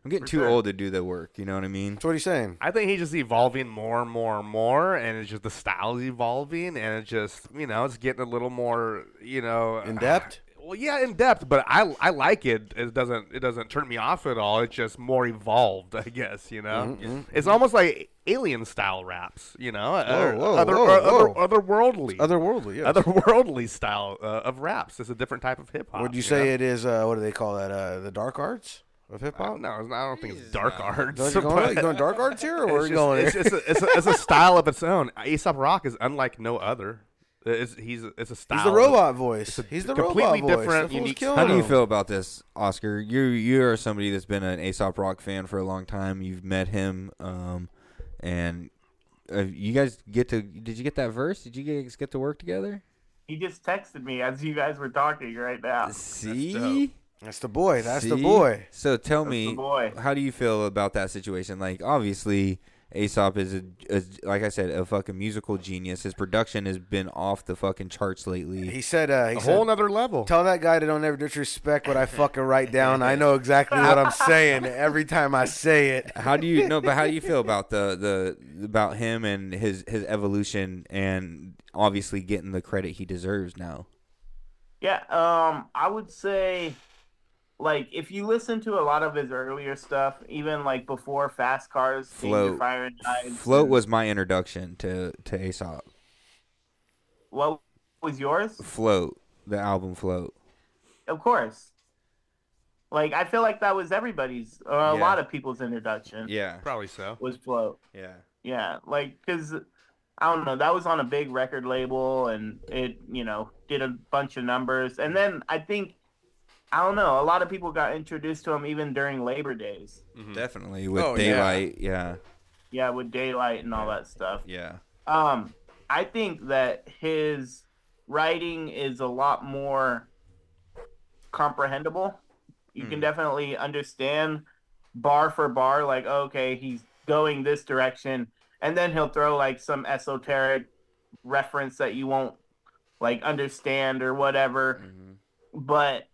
I'm getting For too sure. old to do the work. You know what I mean? That's what he's saying. I think he's just evolving more and more and more, and it's just the style's evolving, and it's just you know it's getting a little more you know In depth? (sighs) Well, yeah, in depth, but I I like it. It doesn't it doesn't turn me off at all. It's just more evolved, (laughs) I guess. You Mm-hmm, know, it's almost like alien style raps. You know, uh, or whoa, other whoa, or whoa. other otherworldly, Otherworldly, yeah. otherworldly style uh, of raps. It's a different type of hip hop. Would you Ah, say it is, uh, what do they call that? Uh, the dark arts of hip Oh hop? no, it's not- I don't think it's dark arts. Don't you going, you but- going dark arts here, or where are It's you just- going? it's, here? just a, it's, a, it's a style of its own. Aesop Rock is unlike no other. It's, he's it's a style. He's the robot voice. a He's the completely robot voice. different, The fool's unique- killing How do you him. feel about this, Oscar? You you are somebody that's been an Aesop Rock fan for a long time. You've met him, um, and uh, you guys get to. Did you get that verse? Did you guys get to work together? He just texted me as you guys were talking right now. See, That's the boy. That's the See? boy. So tell That's me, the boy. how do you feel about that situation? Like, obviously, Aesop is a, is, like I said, a fucking musical genius. His production has been off the fucking charts lately. He said, uh, he A said, whole nother level. Tell that guy to don't ever disrespect what I fucking write down. I know exactly what (laughs) I'm saying every time I say it. how do you no but how do (laughs) you feel about the the about him and his his evolution and obviously getting the credit he deserves now Yeah, um, I would say, like, if you listen to a lot of his earlier stuff, even like before Fast Cars, Change Your Float. Fire and Knives, float was my introduction to to aesop what was yours? float the album float Of course. Like, I feel like that was everybody's, or a Yeah. lot of people's introduction yeah Probably so. was Float. yeah Yeah, like, cause I don't know, that was on a big record label, and it, you know, did a bunch of numbers, and then I think. I don't know. A lot of people got introduced to him even during Labor Days. definitely with Mm-hmm. Oh, yeah. daylight yeah Yeah, with daylight and all that stuff. yeah Um, I think that his writing is a lot more comprehensible. You Hmm. can definitely understand bar for bar, like oh, okay, he's going this direction, and then he'll throw like some esoteric reference that you won't like understand or whatever. Mm-hmm. But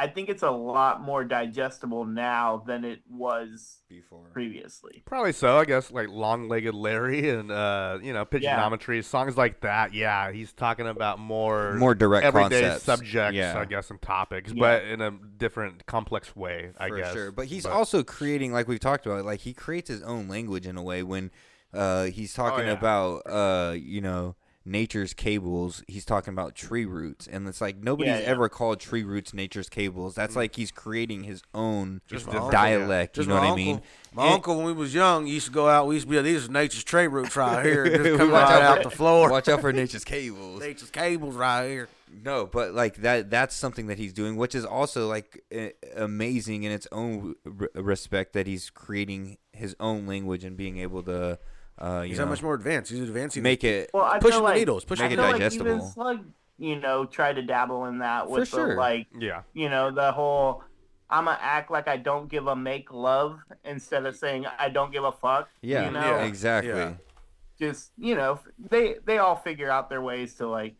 I think it's a lot more digestible now than it was before previously. Probably so. I guess like long-legged Larry and uh, you know pigeonometry songs like that. Yeah, he's talking about more More direct everyday concepts. subjects, Yeah. I guess, and topics, Yeah. but in a different complex way. I for guess. sure. But he's also creating, like we've talked about, like he creates his own language in a way when uh, he's talking yeah. about, uh, you know, nature's cables. He's talking about tree roots, and it's like nobody's yeah. ever called tree roots nature's cables. That's like he's creating his own my uncle, dialect. Just You my know what I uncle. mean? My And- uncle, when we was young, used to go out. We used to be like, these are nature's tree roots (laughs) right here. Just come Watch right out out for- the floor. Watch out for nature's cables. Nature's cables right here. No, but like that that's something that he's doing which is also like a- amazing in its own r- respect that he's creating his own language and being able to Uh, you He's know, that much more advanced. He's advancing. make it. Well, I pushing feel the like, needles. Pushing Make I it the feel needles. like even digestible. Slug, you know, tried to dabble in that with the sure. like, Yeah. you know, the whole I'm gonna act like I don't give a make love instead of saying I don't give a fuck. Yeah, you know, Yeah. exactly. Yeah. just you know, they they all figure out their ways to like,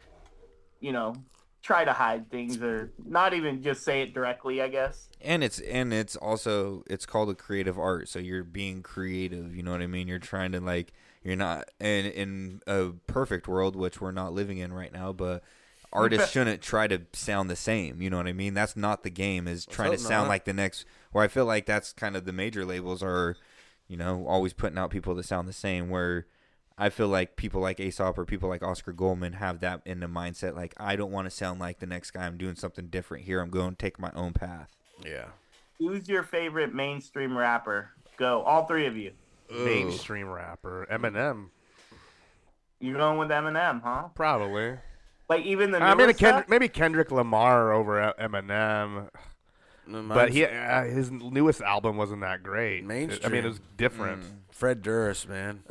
you know, try to hide things or not even just say it directly. I guess. and it's and it's also it's called a creative art so you're being creative you know what i mean you're trying to like you're not in in a perfect world which we're not living in right now but artists shouldn't try to sound the same you know what i mean that's not the game is trying to hope sound not. like the next where i feel like that's kind of the major labels are you know always putting out people that sound the same where I feel like people like Aesop or people like Oscar Goldman have that in the mindset. Like, I don't want to sound like the next guy. I'm doing something different here. I'm going to take my own path. Yeah. Who's your favorite mainstream rapper? Go, all three of you. Mainstream rapper. Eminem, You're going with Eminem, huh? probably. Like even the I mean, newer Kend- stuff? Uh, maybe Kendrick Lamar over E- Eminem, but he uh, his newest album wasn't that great. It- I mean, Mainstream. Mm. it was different. Fred Durst, man, (laughs)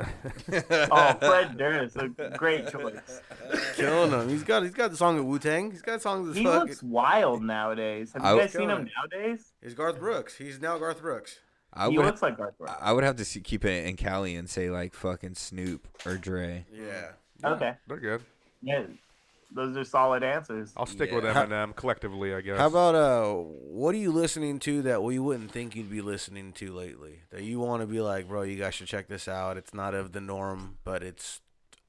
Oh, Fred Durst, a great choice. killing him. He's got he's got the song with Wu Tang. He's got songs. He fuck. looks wild nowadays. Have you I would- guys seen him nowadays? He's Garth Brooks. He's now Garth Brooks. I He would, looks like Garth Brooks. I would have to see, keep it in Cali and say like fucking Snoop or Dre. Yeah. Okay, They're good. yeah, those are solid answers. I'll stick with Yeah. Eminem collectively, I guess. How about uh, what are you listening to that we wouldn't think you'd be listening to lately? That you want to be like, bro, you guys should check this out. It's not of the norm, but it's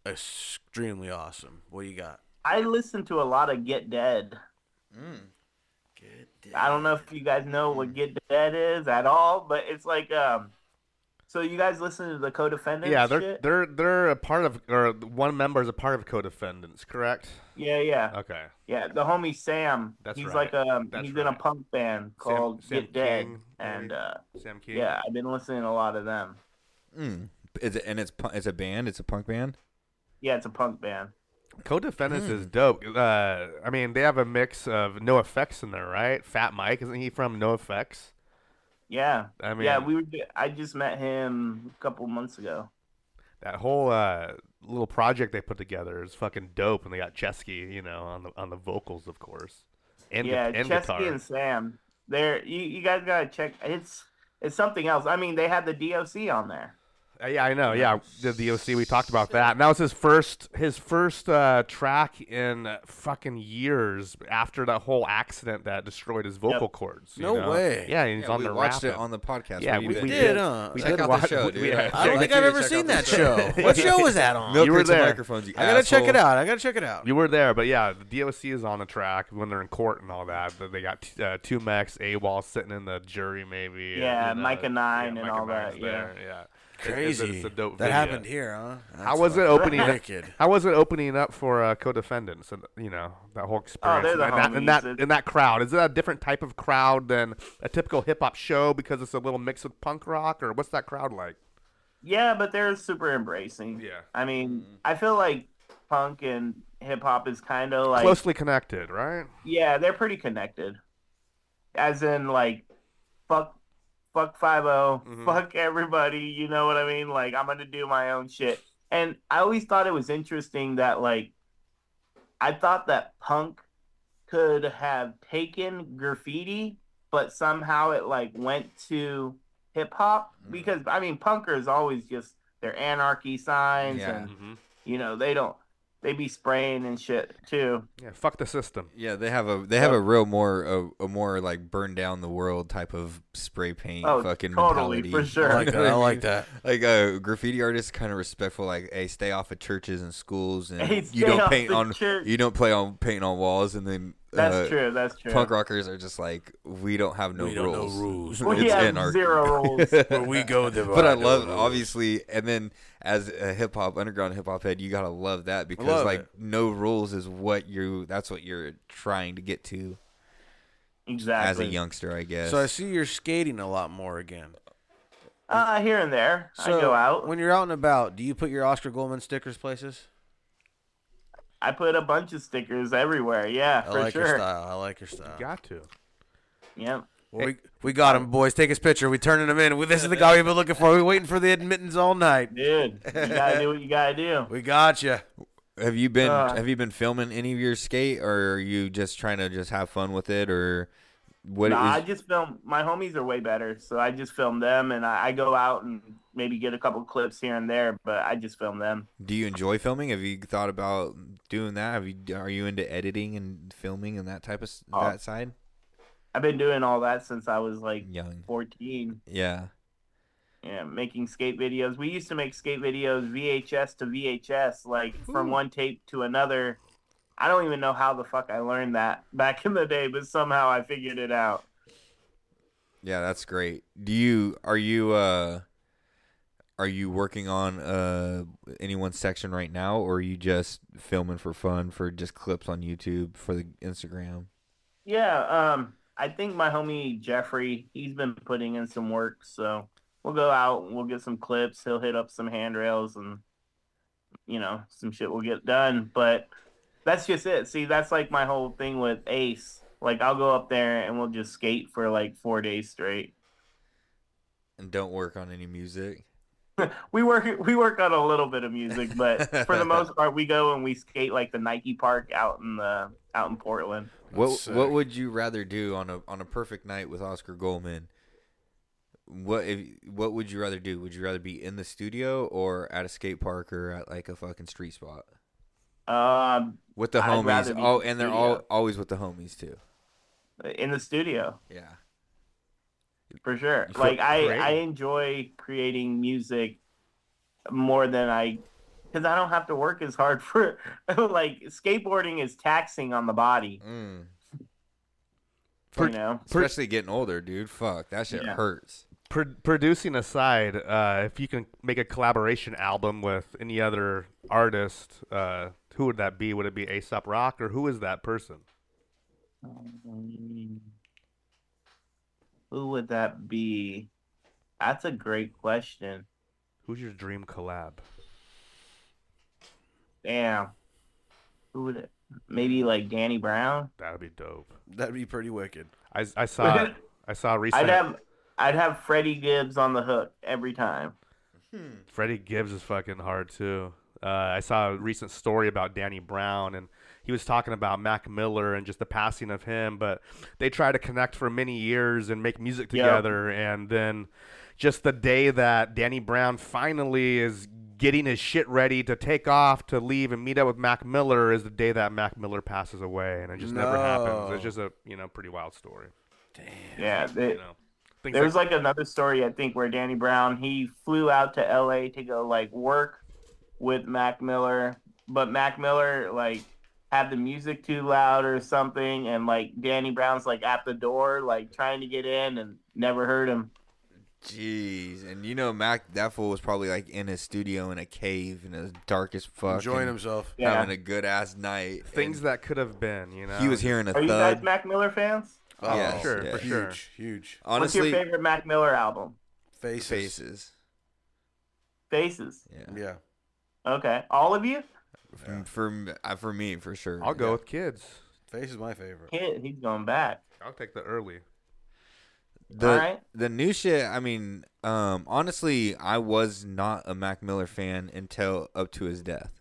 extremely awesome. What do you got? I listen to a lot of Get Dead. I don't know if you guys know what Get Dead is at all, but it's like um. So you guys listen to the co-defendants? yeah, they're shit? they're they're a part of or one member is a part of co-defendants, correct? yeah, yeah, Okay. yeah. The homie Sam. That's he's right. like um. That's he's in a right. punk band called Sam Get Dead, King, and maybe? uh, Sam King. yeah, I've been listening to a lot of them. Mm. Is it, and it's pu- it's a band. It's a punk band. Yeah, it's a punk band. Co-defendants is Hmm. dope. Uh, I mean, they have a mix of No Effects in there, right? Fat Mike isn't he from No Effects? Yeah. I yeah, mean- we were. ju- I just met him a couple months ago. That whole uh, little project they put together is fucking dope, and they got Chesky, you know, on the on the vocals, of course, and gu- yeah, and Chesky guitar. and Sam. There, you, you guys gotta check. It's it's something else. I mean, they had the DOC on there. Uh, yeah, I know. Yeah, the DOC. We talked about that. And that was his first his first uh, track in fucking years after that whole accident that destroyed his vocal Yep. cords. you No know? way. Yeah, and he's on we the watched rap it on the podcast. Yeah, Where you we, been? we did, uh, did. huh? We Check did out the watch. show, we- dude. we- I- I don't I'd think like you I've to ever check seen out that this show. (laughs) what show was that on? Milk You were Crates and there. Microphones, you I gotta check asshole. it out. I gotta check it out. You were there, but yeah, the DOC is on the track when they're in court and all that. That they got t- uh, two Max, A Wall sitting in the jury, maybe. Yeah, and, uh, Micah Nine yeah, and Micah all that, Nine's there, yeah. It's, Crazy. it's, a- it's a dope that video. happened here, huh? That's How was it fucking opening up? wicked. How was it opening up for uh, co-defendants and you know that whole experience Oh, they're and, the that, and homies. that and that crowd? Is it a different type of crowd than a typical hip hop show because it's a little mix of punk rock or what's that crowd like? Yeah, but they're super embracing. Yeah. I mean, I feel like punk and hip hop is kind of like Closely connected, right? yeah, they're pretty connected. As in, like, fuck, fuck five fuck everybody. You know what I mean? Like, I'm gonna do my own shit. And I always thought it was interesting that, like, I thought that punk could have taken graffiti, but somehow it like went to hip hop because I mean, punkers always just their anarchy signs Yeah. and you know they don't they be spraying and shit too. Yeah, fuck the system. Yeah, they have a they have a real more a, a more like burn down the world type of spray paint Oh, fucking totally, mentality. for sure. I like You know that. I what like that. (laughs) Like uh, graffiti artists, kind of respectful. Like, hey, stay off of churches and schools, and Hey, you stay don't off paint the on church. you don't play on paint on walls. And then That's uh, true. That's true. Punk rockers are just like we don't have no we don't rules. know rules. We It's have anarchy. zero (laughs) rules. Where we go, there but I are no love rules. obviously, and then as a hip hop underground hip hop head, you gotta love that because Love like it. no rules is what you that's what you're trying to get to exactly. as a youngster, I guess. So I see you're skating a lot more again. Uh, here and there, So I go out. when you're out and about. Do you put your Oscar Goldman stickers places? I put a bunch of stickers everywhere. Yeah, I for like your sure. style. I like your style. Got to. Yeah. Well, we, we got him, boys. Take his picture. We turning him in. We, this is the guy we've been looking for. We waiting for the admittance all night. Dude, you gotta do what you gotta do. We got you. Have you been Uh. Have you been filming any of your skate, or are you just trying to just have fun with it, or what? Nah, I is- just film. My homies are way better, so I just film them, and I, I go out and maybe get a couple clips here and there. But I just film them. do you enjoy filming? Have you thought about doing that? Have you Are you into editing and filming and that type of s Uh, Oh. that side? I've been doing all that since I was like Young, 14. yeah. Yeah, making skate videos. We used to make skate videos VHS to VHS, like from one tape to another. I don't even know how the fuck I learned that (laughs) back in the day, but somehow I figured it out. Yeah, that's great. Do you are you uh are you working on uh anyone's section right now or are you just filming for fun for just clips on YouTube for the Instagram? Yeah, um, I think my homie Jeffrey, he's been putting in some work, so we'll go out and we'll get some clips. He'll hit up some handrails and you know, some shit will get done. But that's just it. See, that's like my whole thing with Ace. Like I'll go up there and we'll just skate for like four days straight. And don't work on any music. (laughs) We work we work on a little bit of music, but for the (laughs) most part we go and we skate like the Nike Park out in the out in Portland. What That's what sick. would you rather do on a on a perfect night with Oscar Goldman? What if what would you rather do? Would you rather be in the studio or at a skate park or at like a fucking street spot? Um With the I'd rather homies. be Oh, in the and they're all studio. always with the homies too. in the studio. Yeah. for sure You feel like i creative. i enjoy creating music more than i because i don't have to work as hard (laughs) for like skateboarding is taxing on the body Mm. Per- you know Per- Especially getting older, dude. Fuck, that shit Yeah. hurts. Pro- producing aside, uh, if you can make a collaboration album with any other artist, uh, who would that be? Would it be Aesop Rock or who is that person? who would that be that's a great question Who's your dream collab? damn who would it maybe like danny brown That'd be dope. That'd be pretty wicked. I, (laughs) I saw I saw recent i'd have i'd have freddie gibbs on the hook every time Hmm. Hmm. Freddie Gibbs is fucking hard too. Uh, I saw a recent story about Danny Brown, and he was talking about Mac Miller and just the passing of him. But they tried to connect for many years and make music Yeah. together, and then just the day that Danny Brown finally is getting his shit ready to take off to leave and meet up with Mac Miller is the day that Mac Miller passes away, and it just never No. happens. It's just a you know pretty wild story. yeah You they- know, Things There was like another story I think where Danny Brown he flew out to LA to go like work with Mac Miller, but Mac Miller like had the music too loud or something, and like Danny Brown's like at the door like trying to get in and never heard him. Jeez, and you know Mac, that fool was probably like in his studio in a cave in a dark as fuck, Enjoying and himself. Yeah. having a good ass night. things and that could have been. You know, he was hearing a Are you guys thud. Mac Miller fans? Oh, Yeah, for sure, yeah. for huge, sure. huge. Honestly, What's your favorite Mac Miller album? Faces. faces. Faces. Yeah, Yeah. Okay, all of you. From- for m- uh, for me for sure. I'll go Yeah. with kids. Face is my favorite. Kid, he's going back. I'll take the early. the Alright. the new shit. I mean, um, honestly, I was not a Mac Miller fan until up to his death.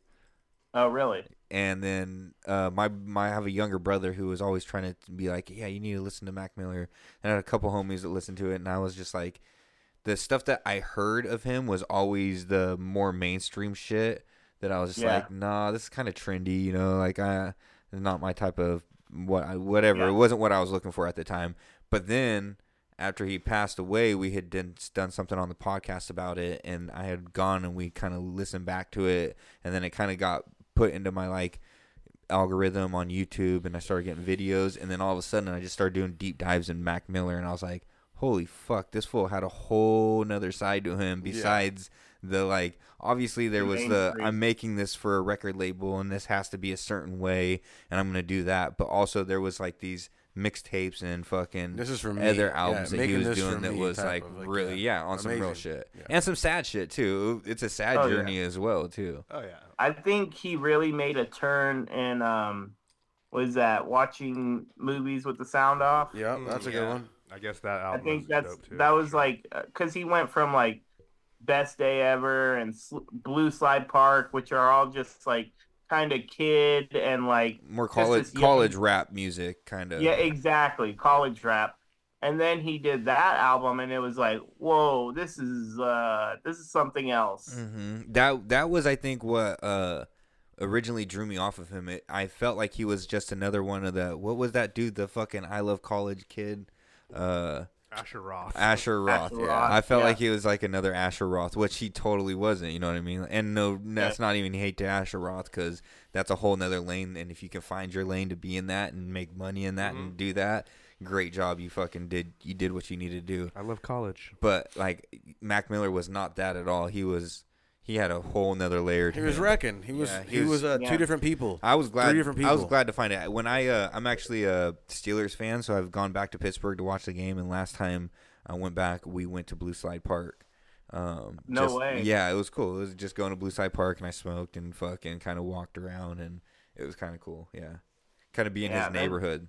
Oh really? and then uh, my my I have a younger brother who was always trying to be like, yeah, you need to listen to Mac Miller, and I had a couple homies that listened to it, and I was just like, the stuff that I heard of him was always the more mainstream shit that I was just Yeah. like, nah, this is kind of trendy, you know, like I not my type of what I, whatever. Yeah. It wasn't what I was looking for at the time, but then. After he passed away, we had done, done something on the podcast about it, and I had gone and we kind of listened back to it, and then it kind of got put into my like algorithm on YouTube and I started getting videos and then all of a sudden I just started doing deep dives in Mac Miller and I was like, holy fuck, this fool had a whole nother side to him besides the like obviously there The was the mainstream. I'm making this for a record label and this has to be a certain way and I'm gonna do that. But also there was like these mixtapes and fucking This is for me. other Yeah, albums that he making was this for doing that me was type like, of, like, really yeah, yeah, on some real amazing. shit. Yeah. And some sad shit too. It's a sad Oh, yeah. journey as well too. Oh yeah. I think he really made a turn in um was that watching movies with the sound off? Yeah, that's a good yeah. one. I guess Mm, that I album think is that's dope too. that was like because he went from like best day ever and Sl- blue slide park, which are all just like kind of kid and like More just college this young- college rap music kind of. yeah, exactly, college rap. And then he did that album, and it was like, whoa, this is uh this is something else. Mm-hmm. That that was, I think, what uh, originally drew me off of him. It, I felt like he was just another one of the what was that dude? The fucking I love college kid, uh, Asher Roth. Asher Roth. Asher yeah, Roth, I felt yeah. like he was like another Asher Roth, which he totally wasn't. You know what I mean? And no, that's not even hate to Asher Roth because that's a whole nother lane. And if you can find your lane to be in that and make money in that Mm-hmm. and do that, great job. You fucking did. You did what you needed to do I love college. but like Mac Miller was not that at all. He was he had a whole nother layer. To He was him. wrecking. He was Yeah, he, he was, was- uh, yeah. two different people. I was glad. Three different I was people. glad to find it. When I uh, I'm actually a Steelers fan, so I've gone back to Pittsburgh to watch the game. And last time I went back, we went to Blue Slide Park. Um, No just- way. Yeah, it was cool. It was just going to Blue Slide Park, and I smoked and fucking kind of walked around, and it was kind of cool. Yeah, kind of be in Yeah, his that- neighborhood.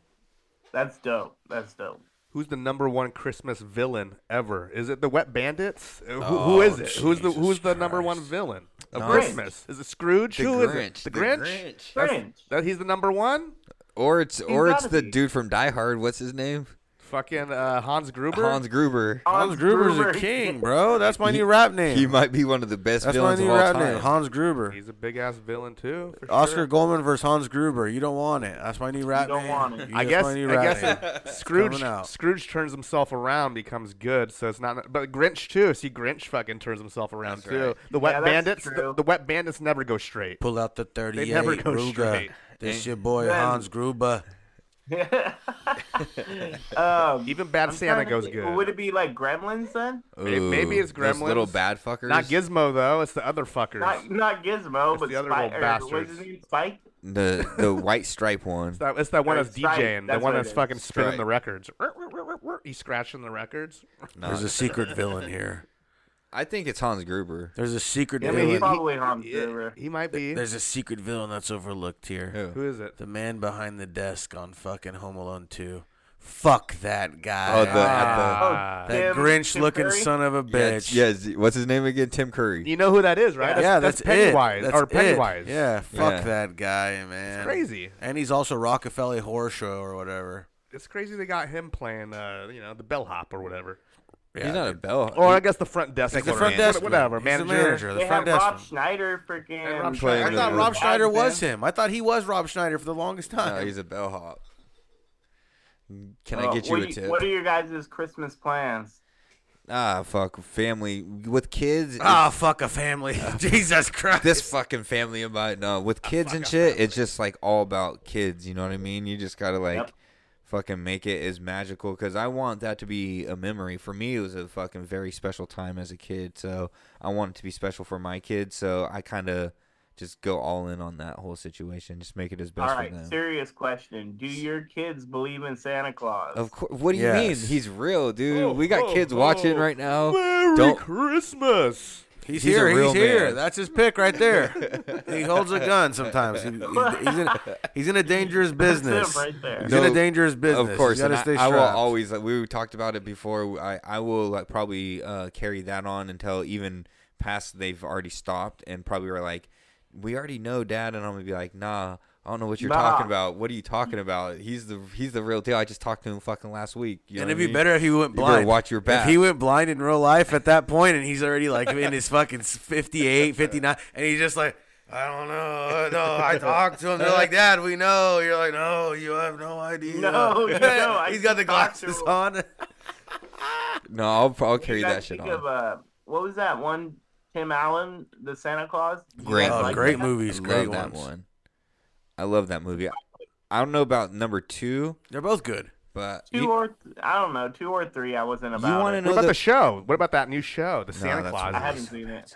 That's dope. That's (laughs) dope. Who's the number one Christmas villain ever? Is it the Wet Bandits? Uh, Who, who is it? Who's the Oh, Jesus Who's the number one Christ. villain of No. Christmas? Is it Scrooge? The Who is it? Grinch. The The Grinch. Grinch. That's- Grinch. That he's the number one. Or it's or it's gotta the be. dude from Die Hard. What's his name? Fucking uh, Hans Gruber. Hans Gruber. Hans Gruber's a king, bro. That's my new rap name. He might be one of the best That's my villains new of all rap time. name. Hans Gruber. He's a big ass villain too. for Oscar sure. Goldman versus Hans Gruber. You don't want it. That's my new rap don't name. want it. You- I that's guess. my I new rap name. (laughs) guess Scrooge. coming out. Scrooge turns himself around, becomes good. So it's not. But Grinch too. See, Grinch fucking turns himself around That's too. right. The Wet Yeah, that's Bandits. The, true. the Wet Bandits never go straight. Pull out the 38 never go Ruger. straight. This your boy Then- Hans Gruber. um, Even Bad I'm Santa trying to goes think, good. Would it be like Gremlins then? May- maybe it's Those little Gremlins. bad fuckers. Not Gizmo though. It's the other fuckers. Not, not Gizmo, It's but the other Spike. little or What's bastards. his name? Spike. the (laughs) the white stripe one. That, it's that one Or that's Stripe, DJing, the that's what it one that's is. fucking spinning the Stripe. records. He's scratching the records. Nah, There's a secret villain here. (laughs) I think it's Hans Gruber. There's a secret Yeah, I mean, villain. he probably Hans Gruber. He might be. There's a secret villain that's overlooked here. Who? Who is it? The man behind the desk on fucking Home Alone 2. Fuck that guy. Oh, the, at Ah. that Oh, Tim- Grinch Tim looking Curry? son of a the bitch. Yeah, it's- yeah, what's his name again? Tim Curry. you know who that is, right? yeah, that's, Pennywise it. That's or it. Pennywise. Yeah, fuck Yeah. that guy, man. it's crazy. And he's also Rockefeller Horror Show or whatever. It's crazy they got him playing, uh, you know, the bellhop or whatever. Yeah. He's not a bell. Or I guess the front desk. Like the one, front or desk, whatever. one. He's the Manager. manager, the They front have desk. Rob one. Schneider freaking. And Rob Schneider. I thought Yeah. Rob Schneider Wiseman. was him. I thought he was Rob Schneider for the longest time. no, he's a bellhop. Can Oh, I get you what a do tip? What are your guys' Christmas plans? ah, fuck family with kids. it's- Ah, fuck a family. (laughs) (laughs) Jesus Christ. this fucking family about no with kids and shit. It's just like all about kids. You know what I mean? You just gotta like Yep. fucking make it as magical because I want that to be a memory. For me, it was a fucking very special time as a kid, so I want it to be special for my kids. So I kind of just go all in on that whole situation. Just make it as All best right, for them. serious question. Do your kids believe in Santa Claus? Of course. What do you Yes. mean? He's real, dude. Oh, we got oh, kids watching oh. right now. Merry Don't- Christmas. He's, He's a here. He's real (laughs) here. man. That's his pick right there. (laughs) he holds a gun sometimes. He- he's, he's in, he's in a dangerous (laughs) That's him business. right there. He's in a No, dangerous business. Of course, You gotta and I- stay I, will strapped. always. Like, we talked about it before. I I will like probably uh, carry that on until even past they've already stopped and probably were like, we already know, Dad, and I'm gonna be like, nah. I don't know what you're Nah. talking about. What are you talking about? He's the he's the real deal. I just talked to him fucking last week. You know And what it'd be I mean? better if he went You better blind. watch your back. If he went blind in real life at that point and he's already like in (laughs) his fucking 58, 59, and he's just like, I don't know. Uh, No, I talked to him. They're like, Dad, we know. You're like, no, you have no idea. (laughs) No, you know, I he's got the talked to glasses him. on. No, I'll, I'll Do carry you that guys shit think on. of uh, what was that one? Tim Allen, the Santa Claus. You Great guys Oh, movie. like great that? movies. I Great love that ones. one. I love that movie. I, I don't know about number two, They're both good. but Two you- or th- I don't know, two or three. I wasn't you about. want to it. know What about the, the show? oh, What about that new show, The Santa that's Claus? I haven't seen it.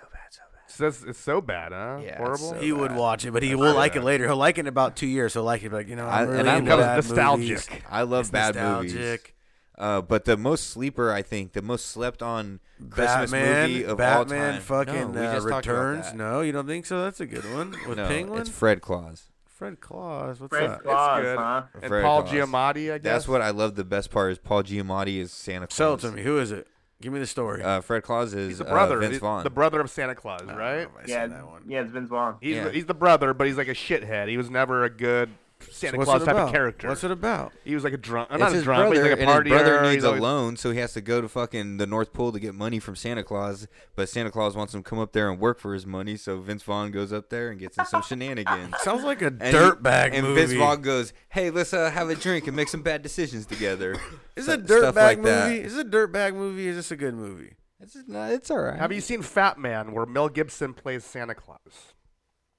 It's, just- it's so bad, huh? Yeah, it's Horrible. so He would watch it, but he will like it later. He'll like it in about two years. He'll like it, like you know, I- I'm really and I into love bad nostalgic. movies. I love It's bad movies. nostalgic. Uh, but the most sleeper, I think, the most slept on Christmas Batman, movie of Batman all time. fucking no, we uh, just talked about returns. that. No, you don't think so? That's a good one with No, Penguin. it's Fred Claus. Fred Claus, what's Fred up? Claus, good. huh? Uh, And Fred Paul Claus. Giamatti, I guess. That's what I love. The best part is Paul Giamatti is Santa Claus. Sell it to me. Who is it? Give me the story. Uh, Fred Claus is He's the brother. uh, Vince He's Vaughn. The brother of Santa Claus, right? I Yeah, seen that one. yeah, it's Vince Vaughn. He's, Yeah. the, he's the brother, but he's like a shithead. He was never a good Santa So what's Claus it type about? of character. What's it about? He was like a drunk. uh, It's Not a his drunk, brother, but he's like a and partier. his brother needs he's a always- loan, so he has to go to fucking the North Pole to get money from Santa Claus. But Santa Claus wants him to come up there and work for his money, so Vince Vaughn goes up there and gets in some shenanigans. (laughs) Sounds like a And he- dirtbag And movie. Vince Vaughn goes, "Hey, let's uh, have a drink and make some bad decisions together." (coughs) Is So- it a dirtbag stuff like that. movie? Is it a dirtbag movie? Is this a good movie? It's, just not- it's all right. Have you seen Fat Man, where Mel Gibson plays Santa Claus?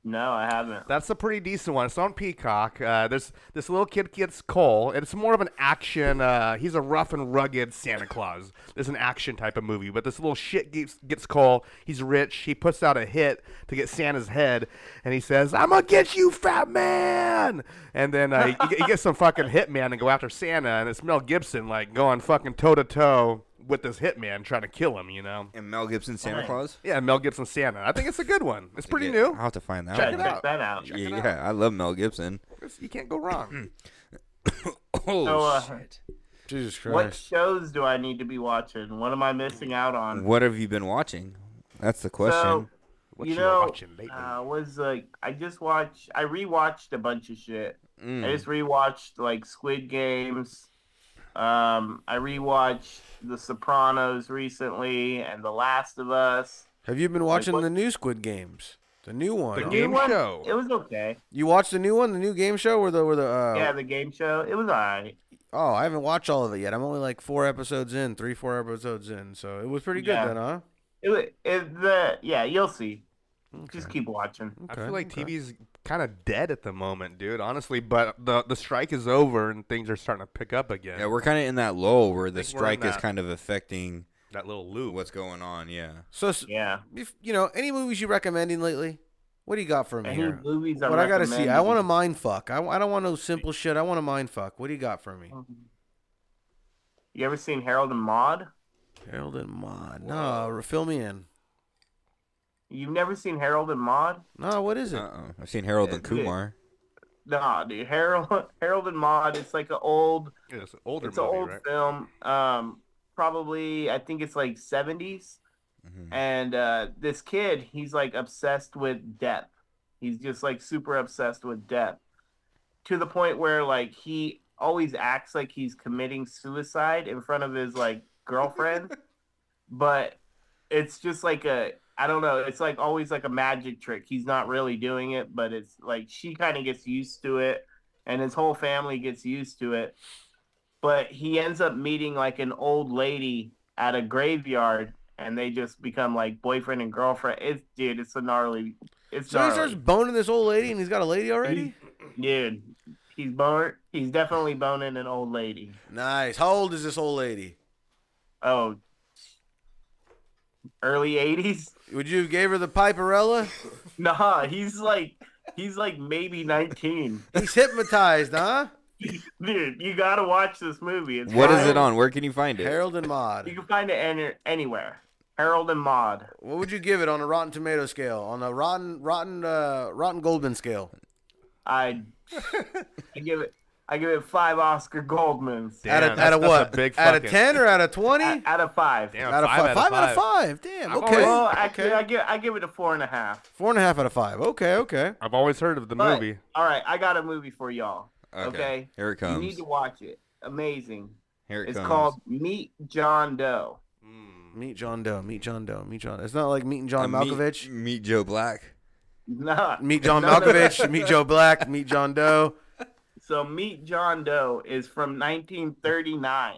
No, I haven't. That's a pretty decent one. It's on Peacock. Uh, there's this little kid gets Cole, and it's more of an action. Uh, he's a rough and rugged Santa Claus. It's an action type of movie, but this little shit gets, gets Cole. He's rich. He puts out a hit to get Santa's head, and he says, "I'm gonna get you, Fat Man." And then uh, he, he gets some fucking hitman and go after Santa, and it's Mel Gibson like going fucking toe to toe with this hitman trying to kill him. You know. And Mel Gibson Santa Claus. Yeah, Mel Gibson Santa. I think it's a good one. It's pretty Yeah, new. I'll have to find that. Try to one. check that out. yeah, yeah, I love Mel Gibson. It's- You can't go wrong. (coughs) Oh, So, uh, Jesus Christ. what shows do I need to be watching? What am I missing out on? what have you been watching? That's the question. So, What you you been know, watching lately? uh, was like I just watched. I rewatched a bunch of shit. Mm. Hmm. I just rewatched like Squid Games. Um, I rewatched The Sopranos recently and The Last of Us. Have you been watching what- the new Squid Games? The new one. The huh? game It was- show. It was okay. You watched the new one, the new game show, or the where the uh, Yeah, the game show. It was alright. oh, I haven't watched all of it yet. I'm only like four episodes in, three, four episodes in, so it was pretty good Yeah. then, huh? It, wa- it the yeah. You'll see. Just keep watching. I feel like TV's kind of dead at the moment, dude. Honestly, but the the strike is over and things are starting to pick up again. yeah, we're kind of in that lull where the think we're in strike is that. kind of affecting that little loop. what's going on. Yeah. So, s- Yeah. if, you know, any movies you recommending lately? What do you got for me Any here? movies I what I gotta see? I recommend? want to mind fuck. I, I don't want no simple shit. I want to mind fuck. What do you got for me? You ever seen Harold and Maude? Harold and Maude. No, re- fill me in. You've never seen Harold and Maude? No, what is it? Uh-oh. I've seen Harold and dude. Kumar. Nah, dude. Harold (laughs) Harold and Maude. It's like an old. Yeah, it's an older it's an movie, old right? film. Um, probably I think it's like 70s. Mm-hmm. And uh, this kid, he's like obsessed with death. He's just like super obsessed with death, to the point where like he always acts like he's committing suicide in front of his like girlfriend. but it's just like a I don't know. It's like always like a magic trick. He's not really doing it, but it's like she kind of gets used to it, and his whole family gets used to it but he ends up meeting like an old lady at a graveyard and they just become like boyfriend and girlfriend it's dude it's a gnarly it's So he starts gnarly. boning this old lady, and he's got a lady already. dude he's boner he's definitely boning an old lady Nice. How old is this old lady? oh early 80s Would you have gave her the piperella? (laughs) nah he's like (laughs) he's like maybe 19 He's hypnotized, huh? dude you gotta watch this movie it's What is wild. it on? Where can you find it? Harold and you Maude. can find it any- anywhere harold and Maude. What would you give it on a Rotten Tomato scale? On a rotten, rotten, uh, rotten Goldman scale? I, I give it. I give it five Oscar Goldmans Damn, out of, that's- out of that's what? A big out of fucking- ten or out of twenty? out, out of five. Damn, Out of five, out of Five out of five. five. Damn. I've okay. Well, always- actually, I give I give it a four and a half. Four and a half out of five. Okay. Okay. I've always heard of the But, movie. All right, I got a movie for y'all. Okay. Okay, Here it You comes. need to watch it. Amazing. Here it It's comes. called Meet John Doe. Hmm. Meet John Doe. Meet John Doe. Meet John. It's not like meeting John Uh, meet- Malkovich. Meet, Joe Black. Nah, Meet John none of that. (laughs) Malkovich. meet Joe Black. Meet John Doe. So Meet John Doe is from 1939.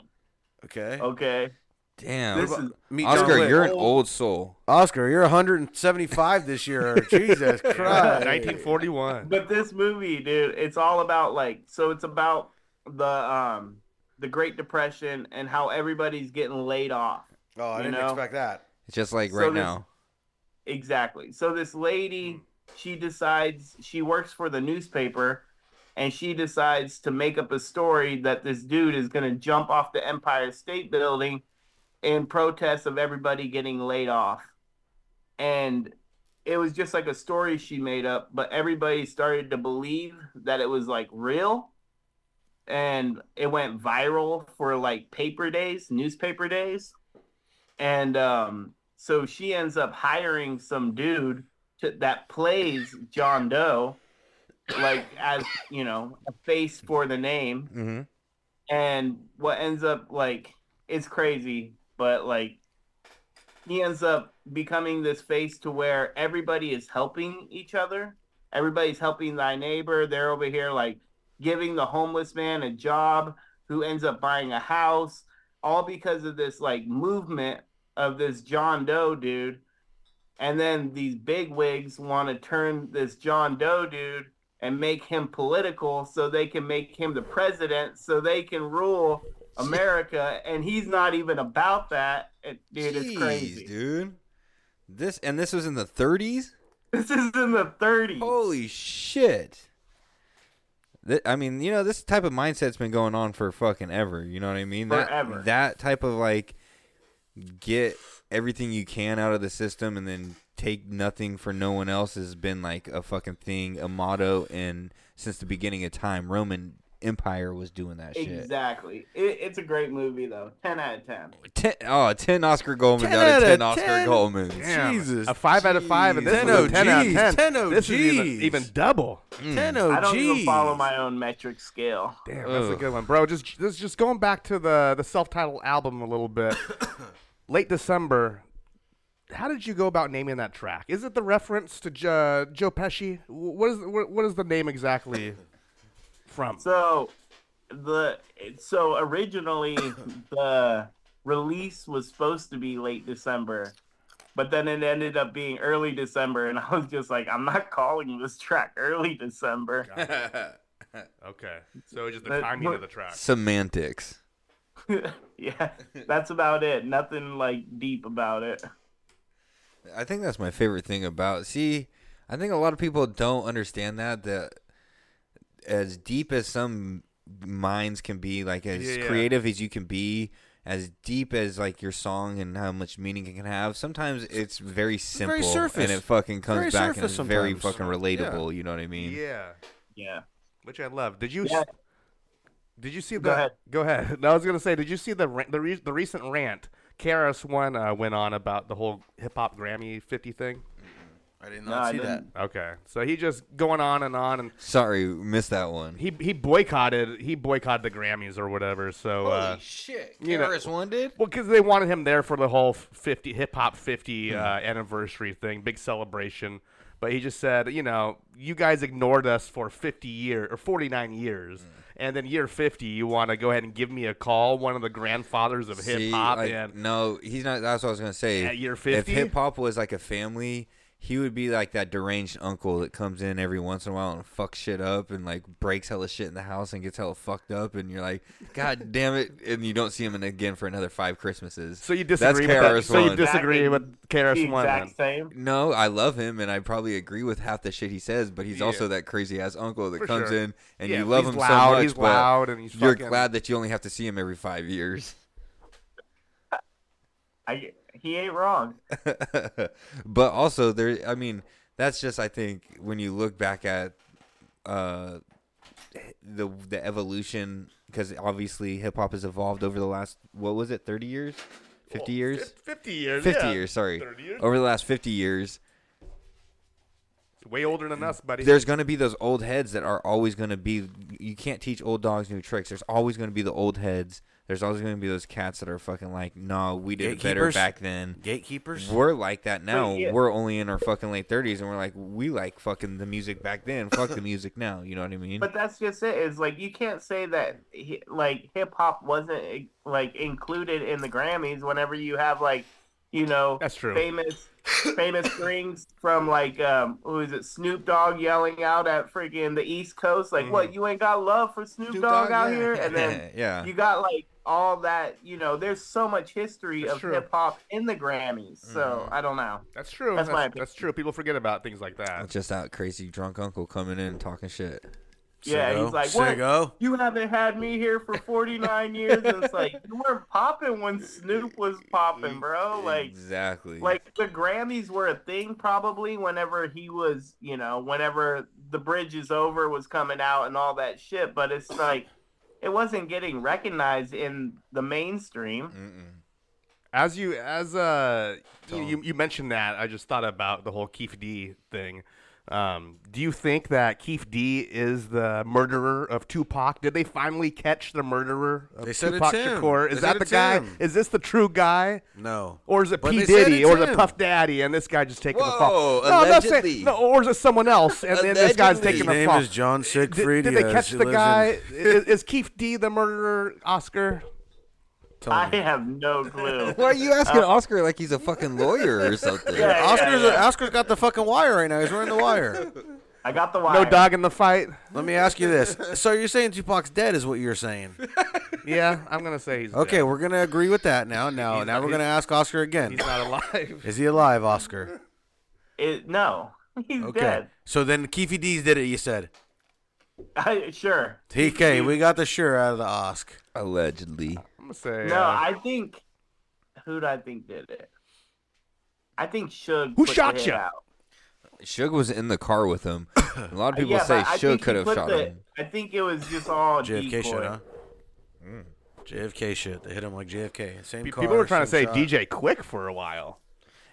Okay. Okay. Damn. This is Meet John Oscar, Wick. you're an old soul. Oscar, you're 175 this year. (laughs) Jesus Christ. 1941. But this movie, dude, it's all about like so it's about the um the Great Depression and how everybody's getting laid off. Oh, I You didn't know? expect that. It's just like So right this- now. Exactly. So this lady, Hmm. she decides she works for the newspaper and she decides to make up a story that this dude is going to jump off the Empire State Building in protest of everybody getting laid off. And it was just like a story she made up, but everybody started to believe that it was like real. And it went viral for like paper days, newspaper days. And um, so she ends up hiring some dude to, that plays John Doe, like as, you know, a face for the name Mm-hmm. and what ends up like it's crazy, but like he ends up becoming this face to where everybody is helping each other. Everybody's helping thy neighbor. They're over here like giving the homeless man a job who ends up buying a house, all because of this like movement of this John Doe dude. And then these big wigs want to turn this John Doe dude and make him political so they can make him the president so they can rule America. And he's not even about that. It- dude, it's crazy. dude. This and this was in the 30s. This is in the 30s. Holy shit! Th- I mean, you know, this type of mindset's been going on for fucking ever. You know what I mean? Forever. That that type of like get everything you can out of the system and then take nothing for no one else has been like a fucking thing, a motto, and since the beginning of time, Roman Empire was doing that shit. Exactly. It, it's a great movie, though. 10 out of 10. Ten, oh, 10 Oscar Goldmans 10 out of outta 10 Oscar 10. Goldmans. Damn. Jesus. A five out of five, and this Jeez. was a 10 out of 10 10. OGs. This is even, even double. Hmm. Ten I don't even OGs. follow my own metric scale. Damn, that's a Ugh. good one, bro. Just, just, just going back to the the self titled album a (coughs) little bit. Late December. How did you go about naming that track? Is it the reference to jo- Joe Pesci? Wh- What is what, what is the name (laughs) exactly from? So the so originally the release was supposed to be late December, but then it ended up being early December, and (laughs) I was just like, I'm not calling this track early December. Okay, so just the timing of the track. Semantics. (laughs) yeah, that's about it. Nothing like deep about it. I think that's my favorite thing about. See, I think a lot of people don't understand that that as deep as some minds can be, like as Yeah, yeah. creative as you can be, as deep as like your song and how much meaning it can have. Sometimes it's very simple surface. and it fucking comes Very back and it's surface very sometimes. fucking relatable. You know what I mean? Yeah, Yeah. which I love. Did you? Yeah. Did you see the? Go ahead. Go ahead. (laughs) No, I was gonna say, did you see the rant- the, re- the recent rant Karis one uh, went on about the whole hip hop Grammy fifty thing? I did No, I not see that. didn't. Okay, so he just going on and on, and Sorry, missed that one. he he boycotted he boycotted the Grammys or whatever. So uh, shit! you know- one did. well, because they wanted him there for the whole fifty hip hop fifty Hmm. uh, anniversary thing, big celebration. But he just said, you know, you guys ignored us for fifty year or forty nine years, Hmm. and then year fifty, you want to go ahead and give me a call, one of the grandfathers of See, hip hop, like, and no, he's not. That's what I was gonna say. At year if 50? hip hop was like a family, he would be like that deranged uncle that comes in every once in a while and fucks shit up and like breaks hella shit in the house and gets hella fucked up, and you're like, (laughs) God damn it, and you don't see him in- again for another five Christmases. so you That's disagree with that. KRS-One. So you dis- disagree with The KRS One. then. exact same. no, I love him and I probably agree with half the shit he says, but he's Yeah. also that crazy ass uncle that For comes sure. in and Yeah, you love he's him loud, so much, he's but loud, and he's you're fucking- glad that you only have to see him every five years. I he ain't wrong. (laughs) but also there i mean that's just i think when you look back at uh the the evolution because obviously hip hop has evolved over the last what was it 30 years 50 years Fifty years. 50 yeah. years sorry 30 years. over the last 50 years Way older than us, buddy. there's going to be those old heads that are always going to be you can't teach old dogs new tricks there's always going to be the old heads there's always going to be those cats that are fucking like no we did it better Gatekeepers? back then Gatekeepers. we're like that now. yeah. We're only in our fucking late thirties, and we're like, we like fucking the music back then. Fuck the music now. You know what I mean? But that's just it. It's like you can't say that hi- like hip hop wasn't eh, like included in the Grammys whenever you have like you know That's true. (laughs) famous famous things from like um who is it Snoop Dogg yelling out at freaking the East Coast like Mm-hmm. what you ain't got love for Snoop, Snoop Dogg, Dogg, out yeah. (laughs) here and then yeah, you got like all that you know there's so much history That's of true. Mm-hmm. hip hop in the Grammys so I don't know that's true. That's my that's true. People forget about things like that. just that crazy drunk uncle coming in and talking shit. Yeah, Sicko. he's like, what? Sicko. You haven't had me here for 49 years. (laughs) And it's like, you weren't popping when Snoop was popping, bro. Like, exactly. like the Grammys were a thing probably whenever he was, you know, whenever The Bridge is Over was coming out and all that shit. But it's like, it wasn't getting recognized in the mainstream. As you as uh you, you you mentioned that, I just thought about the whole Keith D thing. Um, do you think that Keith D is the murderer of Tupac? Did they finally catch the murderer of They said Tupac it's him. Shakur? They Is that said the it's guy? him. Is this the true guy? No. Or is it But P they said Diddy? it's Or is it him. Puff Daddy? And this guy just taking the fall? Whoa, No, I'm not saying. allegedly. No, or is it someone else? And then this guy's Allegedly. taking His the name fall. is John Did- Siegfried. Did, they Yes, catch he the lives in- guy? I- is, is Keith D the murderer? Oscar? I have no clue. Why are you asking Oscar like he's a fucking lawyer or something? uh, (laughs) Yeah, yeah, Oscar's, yeah. Oscar's got the fucking wire right now. He's wearing the wire. (laughs) (laughs) I got the wire. No dog in the fight. Let me ask you this. So you're saying Tupac's dead is what you're saying. (laughs) Yeah, I'm gonna say he's dead. Okay, we're going to agree with that now. Now, now we're going to ask Oscar again. He's not alive. Is he alive, Oscar? It, no, he's Okay. dead. So then Keefy D's did it, you said. I, sure. TK, we got the sure out of the Osc. Allegedly. I'm gonna say. No, uh, I think who do I think did it? I think Suge. Who put the shot hit ya? out. Suge was in the car with him. A (coughs) lot of people Yeah, say but I Suge think he could have put shot the- him. I think it was just all JFK decoy. shit, huh? JFK shit. They hit him like JFK. Same pe- car, people were trying to same say shot. DJ Quick for a while.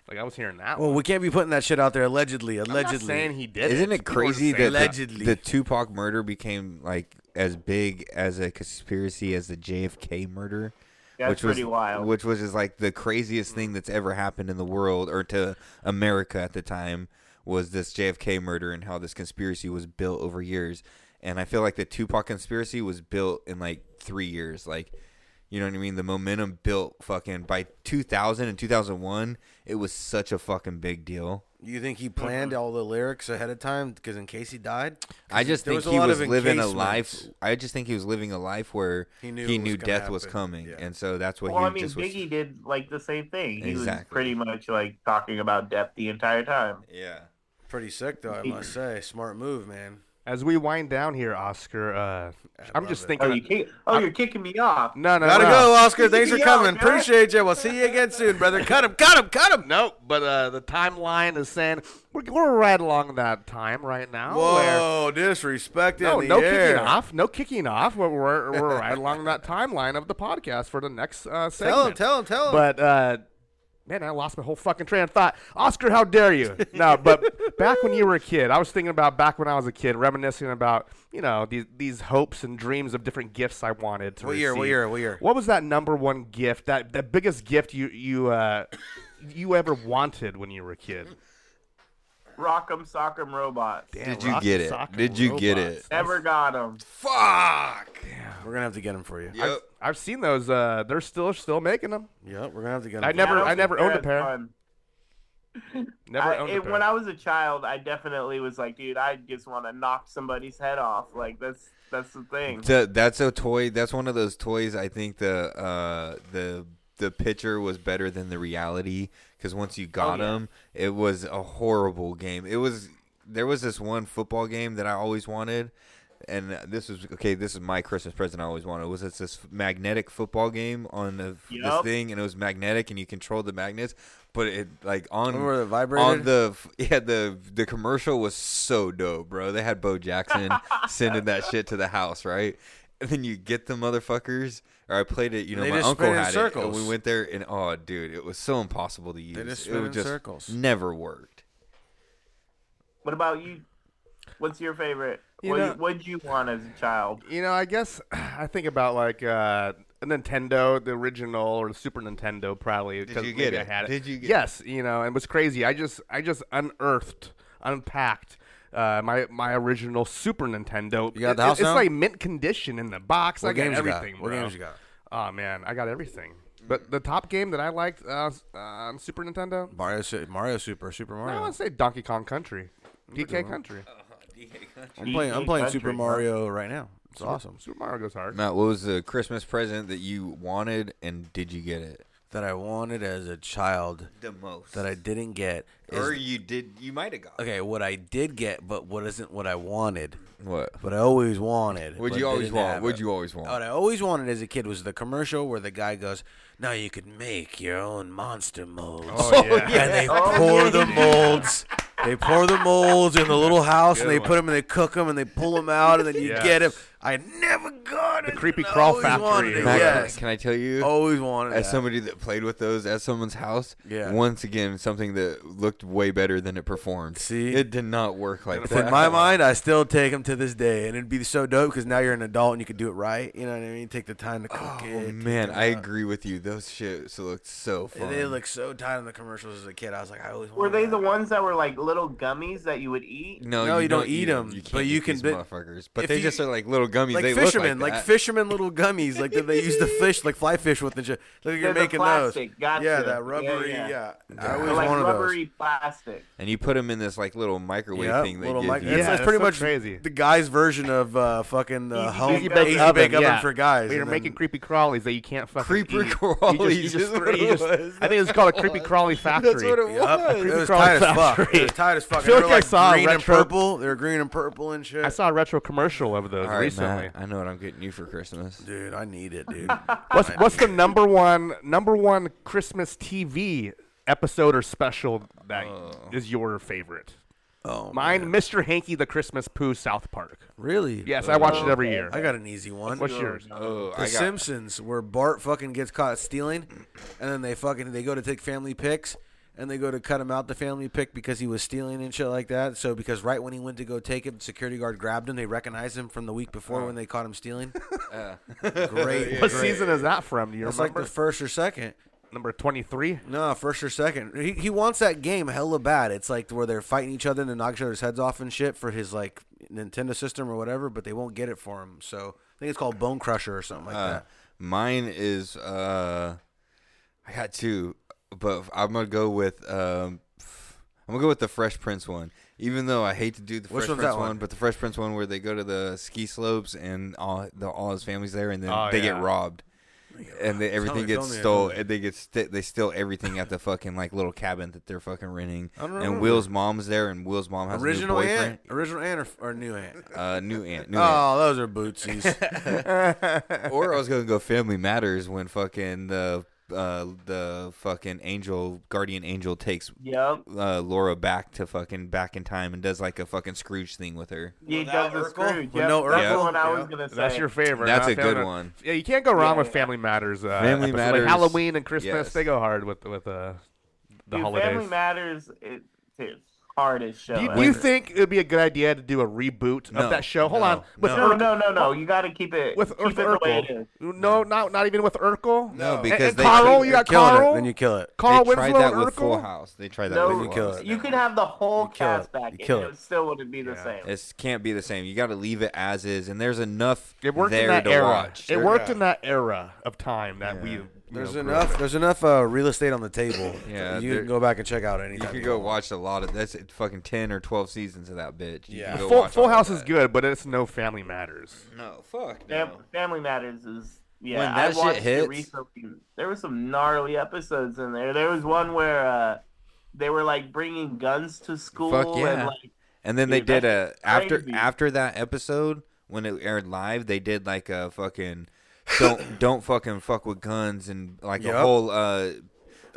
Like I was hearing that. Well, one. we can't be putting that shit out there. Allegedly, I'm not allegedly. saying he did. Isn't it People were crazy saying that Allegedly. the, the Tupac murder became like as big as a conspiracy as the JFK murder? That's which was, pretty wild. Which was just like the craziest thing that's ever happened in the world or to America at the time was this JFK murder and how this conspiracy was built over years. And I feel like the Tupac conspiracy was built in like three years. Like, you know what I mean? The momentum built fucking by 2000 and 2001. It was such a fucking big deal. You think he planned all the lyrics ahead of time because in case he died? 'Cause I just there think a he lot was of living a life. encasements. I just think he was living a life where He he knew knew, it was gonna death was happen. coming, Yeah. and so that's what Well, he I mean, just Biggie was. did like the same thing. He was Exactly. pretty much like talking about death the entire time. Yeah. Pretty sick though, I must say. Smart move, man. As we wind down here, Oscar, uh, I'm just Oh, thinking. you kick- oh, you're kicking me off. no, no, Gotta no. go, Oscar. Thanks (laughs) for Yeah, coming. man. Appreciate you. We'll see you again soon, brother. Cut him, cut him, cut him. Nope, but uh, the timeline is saying we're, we're right along that time right now. where- Whoa, disrespect in no, the no air. kicking off, no kicking off. We're, we're, we're right along that timeline of the podcast for the next uh, segment. Tell him, tell him, tell him. But uh, man, I lost my whole fucking train of thought. Oscar, how dare (laughs) you? No, but back when you were a kid, I was thinking about back when I was a kid, reminiscing about you know these these hopes and dreams of different gifts I wanted to What year, what receive. year, what year? What was that number one gift? That the biggest gift you you uh, you ever wanted when you were a kid? Rock'em sock'em robots. Damn, Did you rock, get it? sock, and Did you get robots. it? Never got him. Fuck. We're gonna have to get him for you. Yep. I've seen those. Uh, they're still still making them. Yep, we're gonna have to get him. I for never- you. I never owned a pair. (laughs) Never I, owned a it- pair. when I was a child, I definitely was like, dude, I just want to knock somebody's head off. Like that's that's the thing. Th- that's a toy. That's one of those toys. I think the uh, the the picture was better than the reality because once you got Oh, them, it was a horrible game. It was there was this one football game that I always wanted, and this was okay. This is my Christmas present I always wanted. Was this this magnetic football game on the, this Yup. thing, and it was magnetic, and you controlled the magnets, but it like on Remember the vibrator? on the the yeah the the commercial was so dope, bro. They had (laughs) Bo Jackson sending that shit to the house, right? And then you get the motherfuckers. Or I played it, you know, They my just uncle spin in had it, and circles. we went there, and oh, dude, it was so impossible to use. just it spin would in just circles. never worked. What about you? What's your favorite? You what know- would you want as a child? You know, I guess (sighs) I think about like uh, a Nintendo, the original or the Super Nintendo, probably. because you maybe get I it? had Did you get it? yes, you know, and it was crazy. I just, I just unearthed, unpacked. Uh, my my original Super Nintendo. You got the It- house It's now? like mint condition in the box. I What got games you got? everything. What bro. games you got? Oh man, I got everything. Mm. But the top game that I liked uh, s- uh, on Super Nintendo, Mario, Su- Mario Super, Super I Mario. want to say Donkey Kong Country, DK Country. I'm playing, I'm GTA playing Country, Super huh? Mario right now. It's awesome. Super Mario goes hard. Matt, what was the Christmas present that you wanted, and did you get it? that I wanted as a child the most that I didn't get is or you did you might have got okay. What I did get, but what isn't what I wanted, what but I always wanted. would but you always didn't want have would it. you always want What I always wanted as a kid was the commercial where the guy goes, "Now you could make your own monster molds." (laughs) Oh, yeah. and (laughs) they pour the molds. They pour the molds in the little house, and Good they one. put them, and they cook them, and they pull them out, and then you Yes. get them. I never got it. The creepy crawl factory or Mac, Yes, can I tell you always wanted. as that. somebody that played with those at someone's house, Yeah. once again, something that looked way better than it performed. See? it did not work like that. in my (laughs) mind, I still take them to this day, and it'd be so dope because now you're an adult and you can do it right. You know what I mean? Take the time to cook oh it. man, take I it out. agree with you. Those shits looked so fun. They look so tight in the commercials as a kid. I was like, I always Were wanted they that. the ones that were like little gummies that you would eat? no, No, you don't eat 'em, You can't but you eat can these bit- motherfuckers. But if they you- just are like little gummies. like they fishermen, look like, like, that. fishermen little gummies, like that they use (laughs) the fish, like fly fish with and shit. Look, you're the making those. plastic, gotcha. Yeah, Yeah, that rubbery. Yeah, yeah. I Or always like wanted rubbery plastic. and you put them in this like little microwave those. Yeah, thing. They little give mic- you. that's, Yeah, that's that's pretty so much crazy. the guy's version of uh, fucking uh, Easy home Bake easy Oven, bake oven yeah. for guys. We and were then- making creepy crawlies that you can't fucking Creeper eat. crawlies You just, you is just, what you it just, was. I think it's called a creepy crawly factory. That's what it was. Yup, it was crawl tight as fuck. factory. It was tight as fuck. I feel And they like were, I saw a green and retro- purple. They were green and purple and shit. I saw a retro commercial of those All right, recently. Matt, I know what I'm getting you for Christmas. dude, I need it, (laughs) dude. What's what's the number one number one Christmas TV episode or special that is Uh. your favorite? oh, Mine, man. Mr. Hanky the Christmas Pooh, South Park. really? Yes, I watch it every year. I got an easy one. What's yours? Oh, The (laughs) Simpsons, where Bart fucking gets caught stealing, and then they fucking they go to take family pics, and they go to cut him out the family pic because he was stealing and shit like that. So because right when he went to go take it, the security guard grabbed him. They recognized him from the week before Oh. when they caught him (laughs) stealing. Uh. great, great. What season is that from? Do you That's like remember? the first or second. number twenty-three. No, first or second. He, he wants that game hella bad. It's like where they're fighting each other and they knock each other's heads off and shit for his like Nintendo system or whatever, but they won't get it for him. So I think it's called Bone Crusher or something like Uh, that. mine is uh, I got two, but I'm gonna go with um, I'm gonna go with the Fresh Prince one. Even though I hate to do the Which Fresh one's Prince that one? one? but the Fresh Prince one where they go to the ski slopes and all the, all his family's there, and then Oh, they yeah. get robbed. And they, everything me, gets tell me, I stole. don't- And they get st- they steal everything at the fucking like little cabin that they're fucking renting. don't remember. And Will's mom's there, and Will's mom has Original a new boyfriend. aunt, original aunt or, or new aunt? Uh, new aunt. New aunt. Oh, those are bootsies. (laughs) or I was gonna go Family Matters when fucking the uh, the fucking angel guardian angel takes Yep. uh, Laura back to fucking back in time and does like a fucking Scrooge thing with her. You Without got the Urkel? Scrooge. With Yep, no that's the Urkel? one I was Yeah. gonna say. That's your favorite. That's not a good Family- one. Yeah, you can't go wrong Yeah, with yeah. Family Matters. Uh, Family episodes. Matters, like Halloween and Christmas, yes. they go hard with with uh, the Dude, Family holidays. Matters. It, it's hardest show. Do you, eh? ever. do you think it would be a good idea to do a reboot No, of that show? Hold no, on, with no. no, Urkel, no, no, no. You got to keep it with keep it Ur- the way it Urkel. is. No, not not even with Urkel. No, And- because and they- Carl, they- you got Killing Carl. it, then you kill it. Carl they Winslow tried that and with Full Urkel. House. They tried that No, with you, Full House. it. could have the whole kill it. cast back, You and kill it. it. still wouldn't be the Yeah. same. It can't be the same. You got to leave it as is, and there's enough It worked there in that to era. watch. It There- worked in that era of time that we. you There's know, grew up enough. in. There's enough uh, real estate on the table. (laughs) Yeah, you there- can go back and check out any. You could go watch a lot of that's fucking ten or twelve seasons of that bitch. You Yeah. could go Full, watch Full all of House is that. good, but it's no Family Matters. No, fuck Fam- no. Family Matters is yeah. When I that shit watched hits- it recently. There were some gnarly episodes in there. There was one where uh, they were like bringing guns to school yeah. and like And then they Dude, did a that's after crazy. after that episode when it aired live, they did like a fucking (laughs) don't don't fucking fuck with guns and like Yep. a whole uh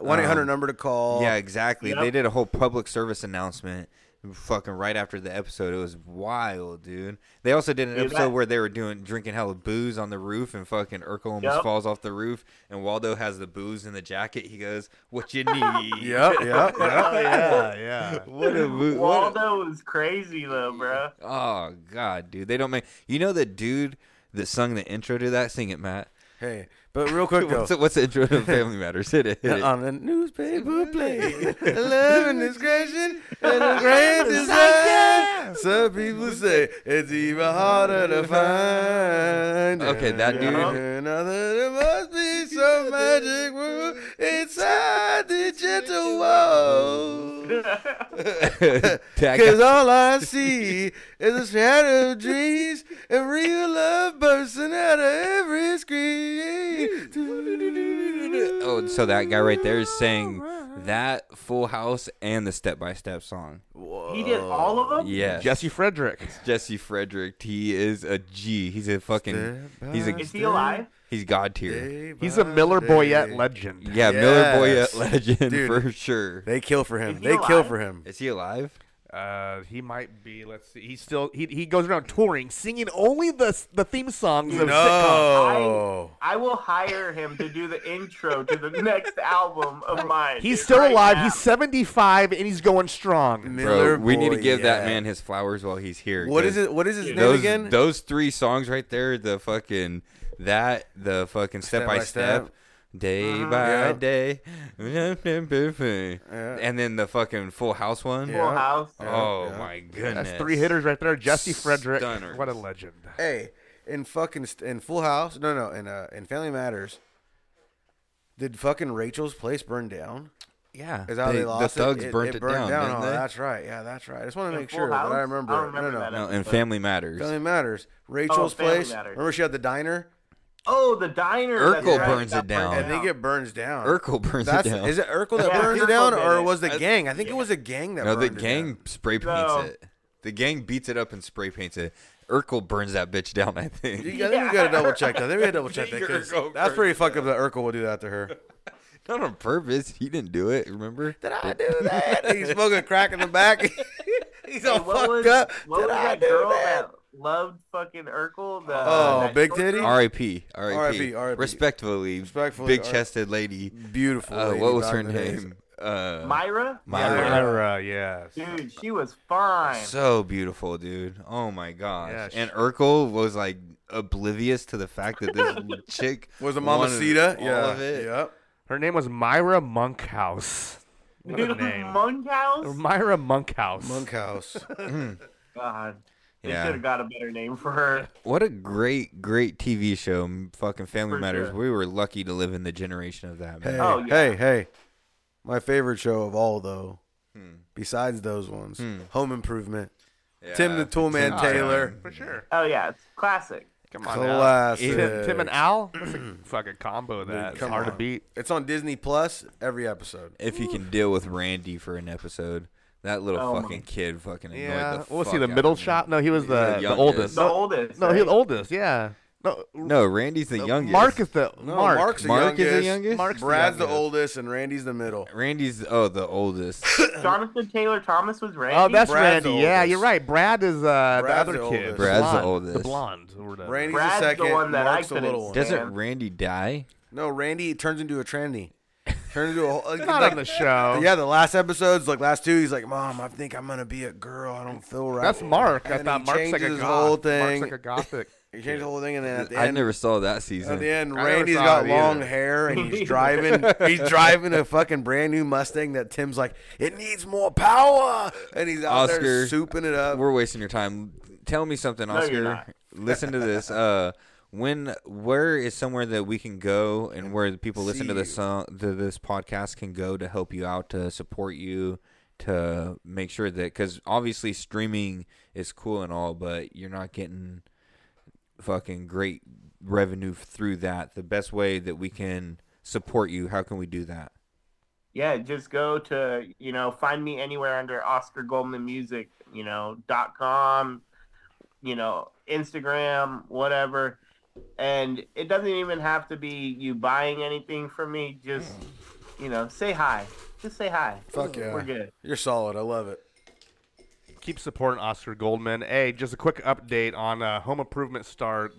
One eight hundred um, number to call. yeah exactly. They Yep. did a whole public service announcement fucking right after the episode. It was wild, dude. They also did an Dude, episode that- where they were doing drinking hella booze on the roof and fucking Urkel almost Yep. falls off the roof and Waldo has the booze in the jacket. He goes, "What you need?" (laughs) (laughs) Yep. Yep. Yep. yeah, yeah. What (laughs) a mo- what a- Waldo was crazy though, bro. Oh god, dude, they don't make. You know the dude that sung the intro to that? Sing it, Matt. hey, but real (laughs) quick though. What's the, what's the intro to Family Matters? Hit it. Hit it. on the newspaper plate, love and discretion and a (laughs) grand design. Some people say it's even harder to find. Okay, that dude- Another there must be some magic world inside the gentle walls. (laughs) Tag- Cause all I see is a shadow of dreams and real love bursting out of every screen. Oh, and so that guy right there is saying that Full House and the Step by Step song. He did all of them. Yes. Jesse Frederick. Jesse Frederick. He is a G. He's a fucking. Step He's by a. Is he alive? He's god tier. Day He's a by Miller day. Boyette legend. Yeah, Miller Yes. Boyette legend Dude. for sure. They kill for him. Is he They kill alive? for him. Is he alive? Uh, he might be. Let's see. He's still. He, he goes around touring, singing only the the theme songs of sitcoms. No. I will hire him to do the intro to the next album of mine. He's still Right alive. now. He's 75 and he's going strong. Miller Bro, we need to Boyette. give that man his flowers while he's here. What 'cause is it? What is his name Those again? those three songs right there. The fucking that. The fucking step, by step. Day by Uh-huh. Yeah. day, and then the fucking Full House one. Full House. Oh my goodness! That's three hitters right there. Jesse Frederick. Stunners. What a legend. Hey, in fucking st- in Full House, no, no, in uh, in Family Matters, did fucking Rachel's place burn down? Yeah, Is that how they- they the lost thugs it? burnt it, down. Oh, didn't they? that's right. Yeah, that's right. I just want to In make Full sure House? that I I remember. don't it. remember no, no. that No, and Family Matters. Family Matters. Rachel's Oh, Family place. Matters. Remember she had the diner, Oh, the diner. that's Urkel right. burns it down. I think it burns down. Urkel burns That's, it down. Is it Urkel that Yeah, burns Urkel it down, did or it. was the I- gang? I think it was a gang that. no, the burned it gang down. spray paints No. (laughs) it. The gang beats it up and spray paints it. Urkel burns that bitch down. I think. You, I think we gotta double check that. I think we gotta double check (laughs) that Urkel 'cause burns that's pretty fucked up that Urkel will do that to her. (laughs) Not on purpose. He didn't do it. Remember? Did I do that? (laughs) He's smoking crack in the back. (laughs) He's all What fucked was, up. What Did was I that do girl that? that? loved fucking Urkel? The, Oh, that Big short Titty? girl? R.I.P. R.I.P. R.I.P., R.I.P.. Respectfully, Respectfully, big chested lady. Beautiful. Uh, lady what was back her in the days. name? Uh, Myra. Myra. Myra, yes. Dude, she was fine. So beautiful, dude. Oh my gosh. Yeah, she- and Urkel was like oblivious to the fact that this l- chick Was a wanted mamacita? All yeah. of it. Yep. Her name was Myra Monkhouse. What a Dude, name. Monkhouse. Myra Monkhouse. (laughs) Monkhouse. Hmm. God, they Yeah. should have got a better name for her. What a great, great TV show. m- Fucking Family For Matters. sure. We were lucky to live in the generation of that. Hey, Man. Oh, yeah. hey, hey. My favorite show of all, though, Hmm. besides those ones, Home Improvement. Tim the Toolman Oh, Tim Taylor. Allen. For sure. Oh yeah, it's classic. Come on. now. Classic. Tim, Tim and Al? (clears throat) That's a fucking combo that. It's come hard to on. beat. It's on Disney Plus every episode. If you can deal with Randy for an episode, that little Oh, my- fucking kid fucking annoyed Yeah. the What was he, fuck the out middle of me. shot? No, he was the, the the oldest. youngest. The oldest. No, he's right? the oldest, yeah. No, No, Randy's the youngest. Mark is the. No, Mark. Mark's the Mark is the youngest. youngest? Mark's the Brad's the youngest. oldest, and Randy's the middle. Randy's oh the oldest. Jonathan Taylor Thomas was Randy. Oh, that's Brad's the Randy. Yeah, oldest. you're right. Brad is uh, the Brad's other the kid. oldest. The Brad's the blonde- oldest. blonde. or whatever. Randy's Brad's the the second. one that I Mark's the couldn't little one. stand. Doesn't Man. Randy die? No, Randy turns into a tranny. Turns into a whole. (laughs) Not on the show. Yeah, the last episodes, like last two, he's like, "Mom, I think I'm gonna be a girl. I don't feel right." That's Mark. And I then thought he Mark's like changes a his goth. whole thing. (laughs) Mark's like a gothic. he changed the whole thing, and then at the I end, never saw that at season. the end, I never Randy's saw got it long either. hair, and (laughs) he's driving. he's driving a fucking brand new Mustang that Tim's like, "It needs more power," and he's out there Oscar, souping it up. We're wasting your time. Tell me something, you're Oscar. not. (laughs) Listen to this. Uh, when where is somewhere that we can go and where the people listen to See this song to this podcast can go to help you out to support you to make sure that because obviously streaming is cool and all, but you're not getting fucking great revenue through that. The best way that we can support you, how can we do that? Yeah, just go to you know find me anywhere under Oscar Goldman Music, you know dot com, you know Instagram, whatever, and it doesn't even have to be you buying anything from me. Just you know say hi, just say hi. Fuck yeah. we're good. You're solid. I love it. Keep supporting Oscar Goldman. Hey, just a quick update on uh, Home Improvement star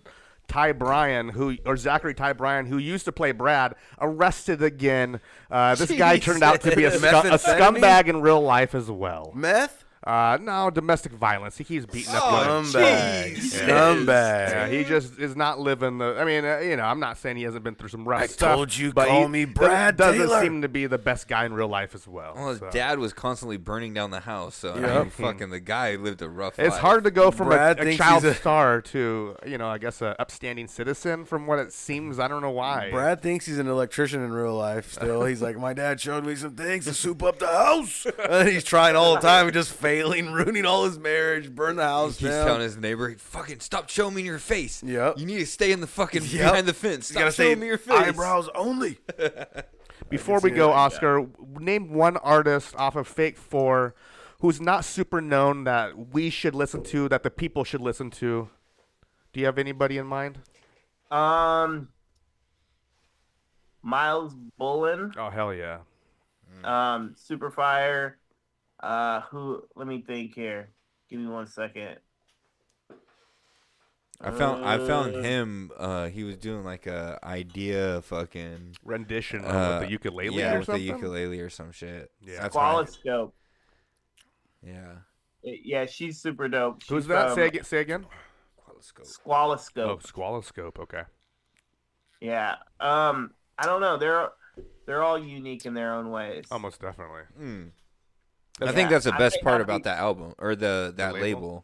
Ty Bryan, who or Zachary Ty Bryan, who used to play Brad, arrested again. Uh, this guy turned out to (laughs) be a, scu- a Methamphetamine? scumbag in real life as well. Meth. Uh, no, domestic violence. He keeps beating up women. Scumbag. Scumbag. Yeah, he just is not living the. I mean, uh, you know, I'm not saying he hasn't been through some rough I stuff. told you, but call he me does- Brad Doesn't Taylor. seem to be the best guy in real life as well. Oh, Well, his so. dad was constantly burning down the house, so I mean, fucking the guy lived a rough life. It's hard to go from a, Brad a thinks child he's a- star to, you know, I guess, a upstanding citizen. From what it seems, I don't know why. Brad thinks he's an electrician in real life. Still, he's like, my dad showed me some things to soup up the house, and he's trying all the time. He just failing, ruining all his marriage, burned the house He's down. telling his neighbor, "Fucking stop showing me your face. Yep. You need to stay in the fucking Yep. behind the fence. He's Stop showing me your face. Eyebrows only. Before we go, Oscar, w- name one artist off of Fake Four who's not super known that we should listen to, that the people should listen to. Do you have anybody in mind? Um, Miles Bullen, Oh hell yeah! Mm. um, Superfire. Uh, who? Let me think here. Give me one second. I found I found him. Uh, he was doing like a idea fucking Rendition of uh, the ukulele yeah, or with something. the ukulele or some shit. Yeah. that's right. Qualiscope. Yeah, Yeah, she's super dope. Who's She's that? from Say again. Say again. Qualiscope. Squaloscope. Oh, Squaloscope. Okay. Yeah. Um, I don't know. They're they're all unique in their own ways. Almost definitely. Mm. I That's- think that's the I best think part that'd about be- that album or the that label. label.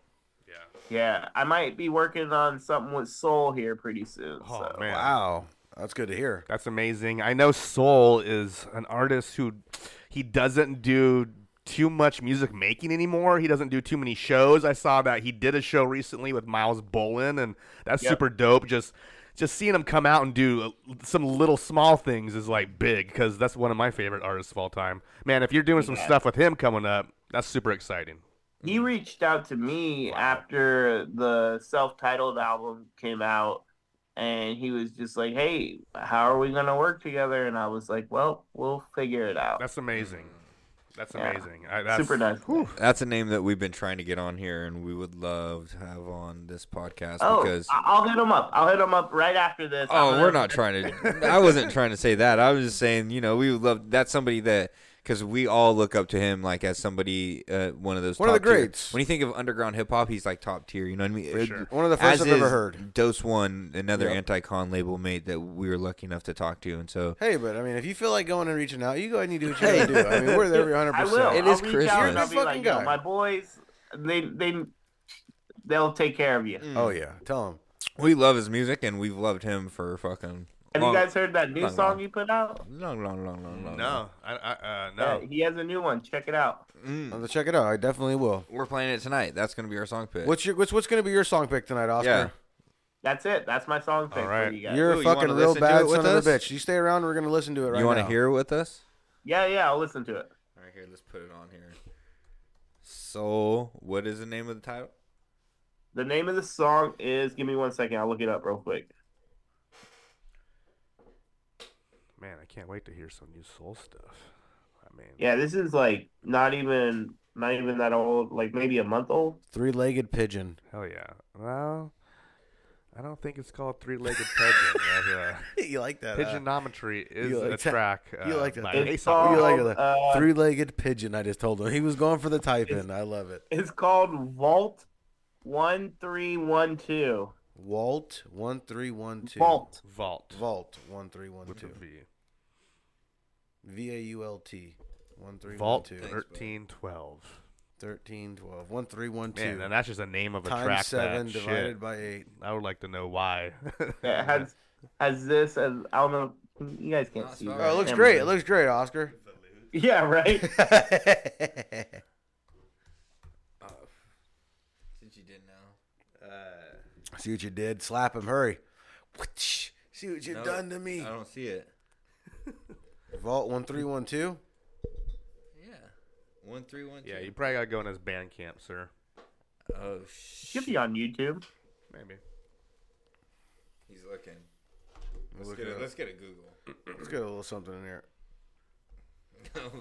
Yeah, I might be working on something with Soul here pretty soon. Oh so. man. Wow, that's good to hear. That's amazing. I know Soul is an artist who he doesn't do too much music making anymore. He doesn't do too many shows. I saw that he did a show recently with Miles Bolin and that's Yep. super dope. Just just seeing him come out and do uh, some little small things is like big cuz that's one of my favorite artists of all time. Man, if you're doing some Yeah. stuff with him coming up, that's super exciting. He Mm-hmm. reached out to me after the self-titled album came out, and he was just like, "Hey, how are we gonna work together?" And I was like, "Well, we'll figure it out." That's amazing. That's Yeah. amazing. I, that's Super nice. Whew. That's a name that we've been trying to get on here, and we would love to have on this podcast Oh, because. I- I'll hit him up. I'll hit him up right after this. I'm Oh, gonna- we're not trying to. I wasn't trying to say that. I was just saying, you know, we would love that's somebody that because we all look up to him like as somebody, uh, one of those One of the top tier- greats. When you think of underground hip hop, he's like top tier. You know what I mean? It- sure. One of the first as I've ever is heard. Dose One, another Yep. anti-con label mate that we were lucky enough to talk to, and so Hey, but I mean, if you feel like going and reaching out, you go ahead and you do what you gotta do. I mean, we're there every hundred (laughs) I percent. will. It I'll is reach Christmas. Out and I'll Good be like, fucking "Yo, guy. my boys, they they they'll take care of you. Mm. Oh yeah, tell him. we love his music, and we've loved him for fucking. Have long, you guys heard that new long, song long. he put out? Long, long, long, long, long. No. I, I, uh, no. Yeah, he has a new one. Check it out. Mm. I'll have to check it out. I definitely will. We're playing it tonight. That's gonna be our song pick. What's your what's what's gonna be your song pick tonight, yeah? Oscar? That's it. That's my song pick right. for you guys. You're Ooh, a you fucking wanna real listen to bad it with son of a us? bitch. You stay around. We're gonna listen to it right you want to hear it with us? yeah, yeah. I'll listen to it. All right, here, let's put it on here. Soul. What is the name of the title? The name of the song is. Give me one second. I'll look it up real quick. Man, I can't wait to hear some new soul stuff. I mean, Yeah, this is like not even not even that old. Like maybe a month old. Three-legged pigeon. hell yeah. Well, I don't think it's called three-legged (laughs) pigeon. but, uh, (laughs) you like that? huh? Pigeonometry is you like a that- track. (laughs) Uh, you like that- by It's It's Aesop. called, You like that? uh, Three-legged pigeon. I just told him he was going for the type in. I love it. it's called Vault One Three One Two. Walt one three one two. Vault. Vault. Vault one three one With a two. V. V a u l t one three one Vault two. 1312. 13, 12, 1, 3, 1, 2. Man, and that's just a name of a times track. 7 that, divided shit, by 8. I would like to (laughs) know why. (laughs) It has has this as I don't know. You guys can't see. spelled that. Oh, it looks Damn great. It looks great, Oscar. Yeah, right. I Oh. Since you didn't know. (laughs) Uh, See what you did. Slap him. Hurry. Whoosh. See what you've done to me. I don't see it. Vault 1312. Yeah. One three one. yeah, you probably got to go in his band camp, sir. Oh Should shit. be on YouTube. Maybe. He's looking. Let's Look get it a, up. Let's get a Google. Let's get a little something in (laughs) here. Oh,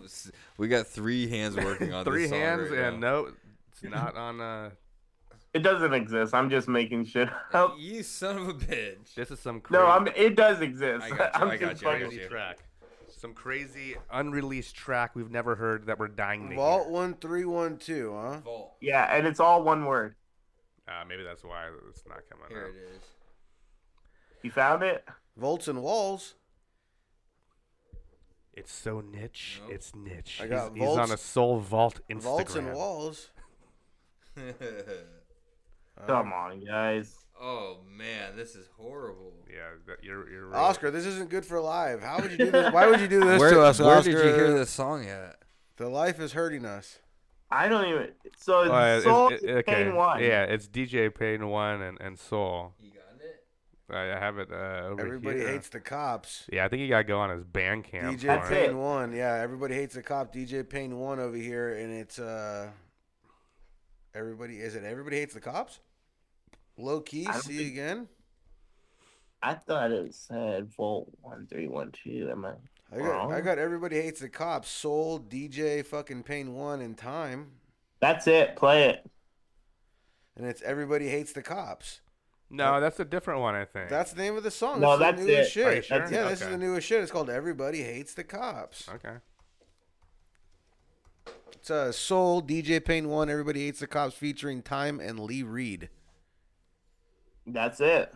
we got three hands (laughs) working on Three this song hands right and now. no, it's not (laughs) on. Uh, It doesn't exist. I'm just making shit up. You son of a bitch. this is some Oh. No, crazy- I'm. It does exist. I (laughs) got you, I'm I got just you, I fucking- got you. crazy track. Some crazy unreleased track we've never heard that we're dying to Vault hear. 1312, huh? Vault. Yeah, and it's all one word. Uh, maybe that's why it's not coming Here up. it is. You found it? Volts and walls. It's so niche. It's niche. I got he's, he's on Vaults- a Soul Vault Instagram. Vaults and walls. (laughs) Come on, guys. oh man, this is horrible. Yeah, that, you're, you're really- Oscar, this isn't good for live. How would you do this? Why would you do this where to us, where Oscar? did you hear this song at? The life is hurting us. I don't even. So Oh, yeah, it's- it's Soul it- Pain okay. One. Yeah, it's DJ Payne one and, and Soul. You got it? I I have it uh, over Everybody here. hates the cops. Yeah, I think you gotta go on his Bandcamp. DJ for it. Payne one, yeah. Everybody hates a cop. DJ Payne one over here, and it's uh, everybody is it? Everybody hates the cops. Low key. I don't See you think- again. I thought it said Volt one three one two. Am I? I got, I wrong? got everybody hates the cops. Soul DJ fucking Payne one and time, That's it. Play it. and it's everybody hates the cops. No, that's a different one. I think. That's the name of the song. This No, is that's the newest it. shit. Are you sure? That's it. yeah, this is Okay. the newest shit. It's called Everybody Hates the Cops. Okay. It's a uh, Soul DJ Payne one. Everybody hates the cops featuring Time and Lee Reed. That's it.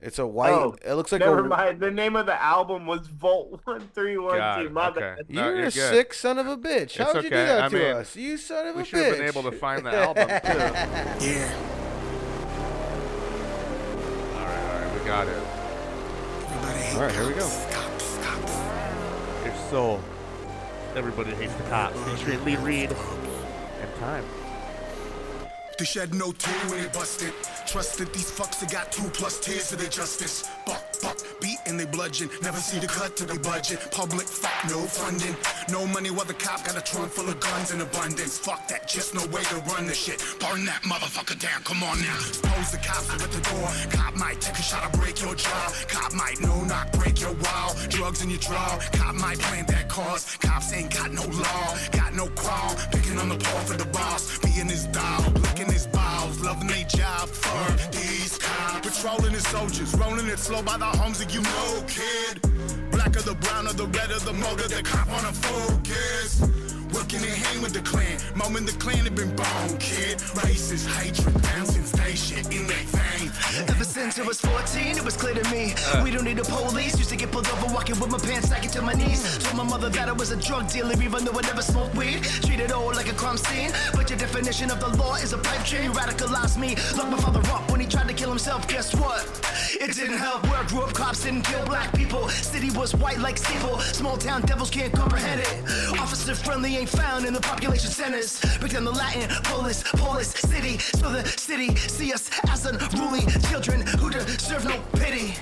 It's a white. Oh, it looks like Never a, mind. The name of the album was Volt (laughs) one three one two. God, My okay. bad. No, You're you're a good. sick son of a bitch. How It's would you do okay. that I to mean, us? You son of we a bitch. should have been able to find the (laughs) album, too. yeah. All right, all right, we got it. All right, here we go. Your soul. Everybody hates the cops. Featuring Lee Reed. And time. The shed no two when they busted. Trusted these fucks that got two plus tears of their justice. Buck, buck, beat and they bludgeon. Never see the cut to the budget. Public fuck, no funding. No money while the cop got a trunk full of guns in abundance. Fuck that, just no way to run the shit. Burn that motherfucker down, come on now. Suppose the cops are at the door. Cop might take a shot or break your jaw. Cop might no knock, break your wall. Drugs in your draw. Cop might plant that cause. Cops ain't got no law, got no crawl. Picking on the paw for the boss. Being his dog, licking his balls, loving they job for these cops. Patrolling his soldiers, rolling it slow by the homes that you know, kid. Black or the brown or the red or the motor, the cop on a focus. Working in hand with the clan, moment the clan had been born, kid. Racist hatred, bouncing station in their veins. Ever since I was 14, it was clear to me. Uh. We don't need the police. Used to get pulled over walking with my pants sagging to my knees. Told my mother that I was a drug dealer, even though I never smoked weed. Treated old like a crime scene. But your definition of the law is a pipe dream. You radicalized me. Locked my father up when he tried to kill himself. Guess what? It didn't help. Where I grew up, cops didn't kill black people. City was white like steeple. Small town devils can't comprehend it. Officer friendly ain't found in the population centers. Picked on the Latin, Polis, Polis, city. So the city see us as unruly children who deserve no pity.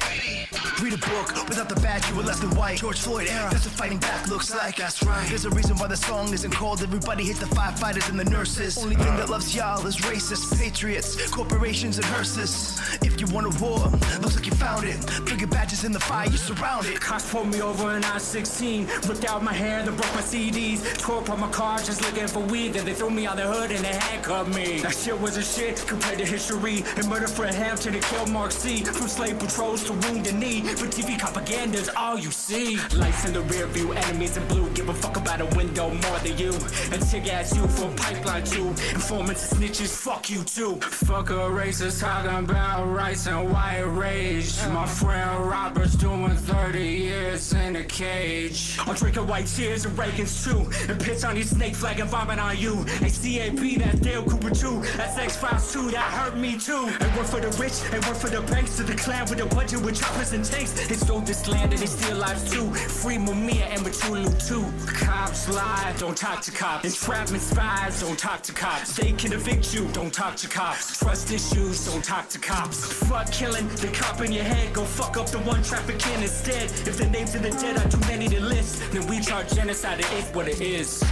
Read a book without the badge, you were less than white. George Floyd era, that's what fighting back looks like. That's right. There's a reason why the song isn't called Everybody Hates the Firefighters and the Nurses. Only thing that loves y'all is racist patriots, corporations, and hearses. If you want a war, looks like you found it. Bigger badges in the fire, you surround it. Cops pulled me over and I was 16. Ripped out my hair, they broke my CDs. Tore up on my car just looking for weed. Then they threw me on the hood and they handcuffed me. That shit was a shit compared to history. And murder for Hampton to kill Mark C. From slave patrols to wounded knee. For TV propaganda's all you see. Lights in the rear view, enemies in blue. Give a fuck about a window more than you. And tick ass you for a pipeline too. Informants and snitches, fuck you too. Fuck a racist talking about rights and white rage. My friend Robert's doing 30 years in a cage. I'm drinking white tears and Reagan's too. And piss on these snake flag and vomit on you. And CAP, that's Dale Cooper too. That's X Files too, that hurt me too. And work for the rich and work for the banks. To the clan with a budget with choppers and tanks. They stole this land and they steal lives too. Free Mumia and Matulu too. Cops lie, don't talk to cops. Entrapment spies, don't talk to cops. They can evict you, don't talk to cops. Trust issues, don't talk to cops. Fuck killing the cop in your head. Go fuck up the one trafficking instead. If the names of the dead are too many to list, then we charge genocide. It is what it is.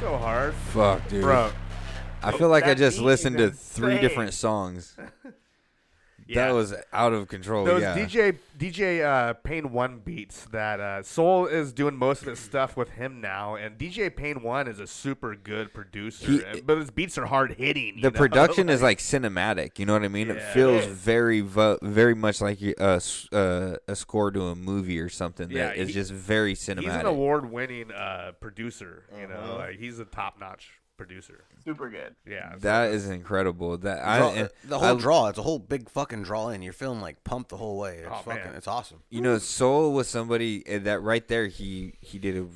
So hard. Fuck, dude. Bro. I feel like I That just beat listened to is three insane. different (laughs) songs. Yeah. That was out of control. Those yeah. DJ DJ uh, Payne One beats that uh, Soul is doing most of his stuff with him now, and DJ Payne One is a super good producer, He- and- but his beats are hard hitting. the production (laughs) is like cinematic. You know what I mean? Yeah, it it feels is. very, vo- very much like you- a s- uh, a score to a movie or something. that Yeah, is he- just very He's an cinematic. award winning uh, producer. You know, Uh-huh. like he's a top notch producer. Super good. Yeah. That is incredible. That I Draw- and the whole I- draw. It's a whole big fucking draw in. You're feeling like pumped the whole way. It's Oh, fucking. man. It's awesome. You know, Soul was somebody eh, that right there. He he did a.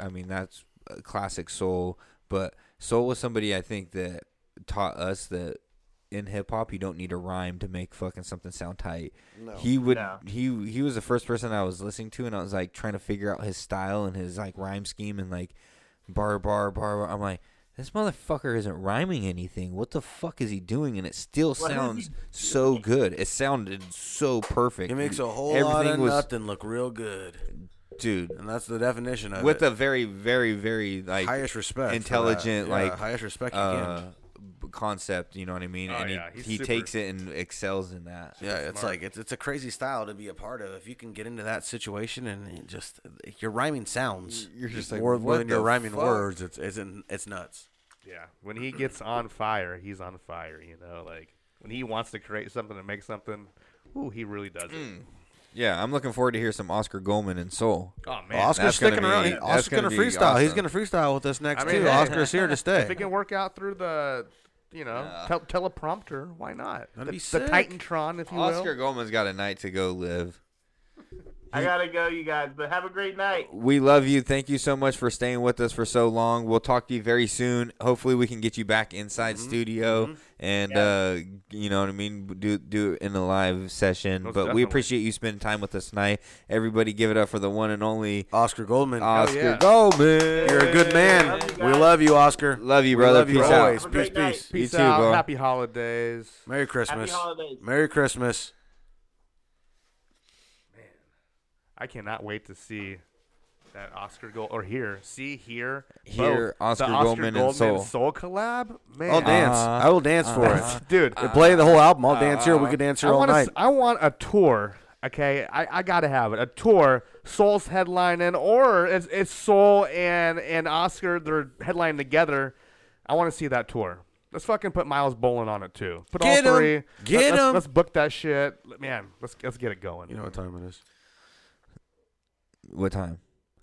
I mean, that's a classic Soul. But Soul was somebody I think that taught us that in hip hop you don't need a rhyme to make fucking something sound tight. No. He would. No. He he was the first person I was listening to, and I was like trying to figure out his style and his like rhyme scheme and like bar bar bar. bar. I'm like, this motherfucker isn't rhyming anything. What the fuck is he doing? And it still What is he sounds so good. It sounded so perfect. It makes a whole lot Everything of was, nothing look real good, dude. And that's the definition of with it. a very, very, very like Highest respect for that. intelligent, Yeah, like highest respect you uh, b- concept. You know what I mean? Oh, and he, yeah, he's he super- takes it and excels in that. yeah, it's like it's it's a crazy style to be a part of. If you can get into that situation and it just your rhyming sounds, You're just more like, more what than your the rhyming fuck? words. It's it's in- it's nuts. Yeah, when he gets on fire, he's on fire. You know, like when he wants to create something and make something, ooh, he really does it. Mm. Yeah, I'm looking forward to hear some Oscar Goldman and Soul. Oh, Well, Oscar's That's gonna sticking be- around. He- that's Oscar's gonna, be freestyle. He's awesome. gonna freestyle with us next I mean, (laughs) too. hey, Oscar's here to stay. If it can work out through the, you know, tel- teleprompter, why not? That'd the, be the sick. Titantron, if you will. Oscar Goldman's got a night to go live. I gotta go, you guys, but have a great night. We love you. Thank you so much for staying with us for so long. We'll talk to you very soon. Hopefully, we can get you back inside Mm-hmm. studio and uh, you know what I mean. Do do it in a live session. Most but definitely. we appreciate you spending time with us tonight. Everybody, give it up for the one and only Oscar Goldman. Oscar yeah. Goldman. You're a good man. we love you, Oscar. Love you, We brother. love you Peace always. out. Peace, peace. Peace out. Happy holidays. Merry Christmas. holidays. Merry Christmas. I cannot wait to see that Oscar Gold or here, see here, Here, both. Oscar the Goldman and Soul. collab. Man, I'll dance. I will dance for That's- it, Uh-huh. dude. We play the whole album. I'll dance here. We Uh, could dance here I all wanna night. s- I want a tour. Okay, I, I gotta have it. A tour, Soul's headlining, or it's, it's Soul and and Oscar they're headlining together. I want to see that tour. Let's fucking put Miles Bolin on it too. Put Get all 'em. three. Get Let- let's- 'em. Let's book that shit, man. Let's let's get it going. You know what time it is? What time?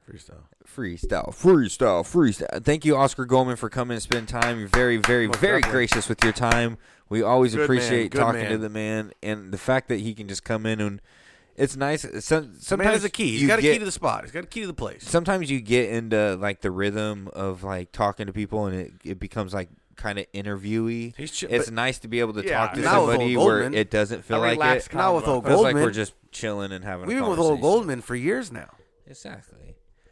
Freestyle. Freestyle, freestyle, freestyle. Thank you, Oscar Goldman, for coming and spend time. You're very, very, Most very definitely. gracious with your time. We always Good man, appreciate good talking man. to the man and the fact that he can just come in and it's nice. Some, The sometimes man has a key. He's you got a get- key to the spot. He's got a key to the place. Sometimes you get into like the rhythm of like talking to people and it, it becomes like kind of interviewee. He's chill- it's but- nice to be able to Yeah, talk to not with somebody old where Goldman. it doesn't A feel like relaxed it. Not with old Feels like Goldman. we're just chilling and having. We've a been with old Goldman for years now. Exactly.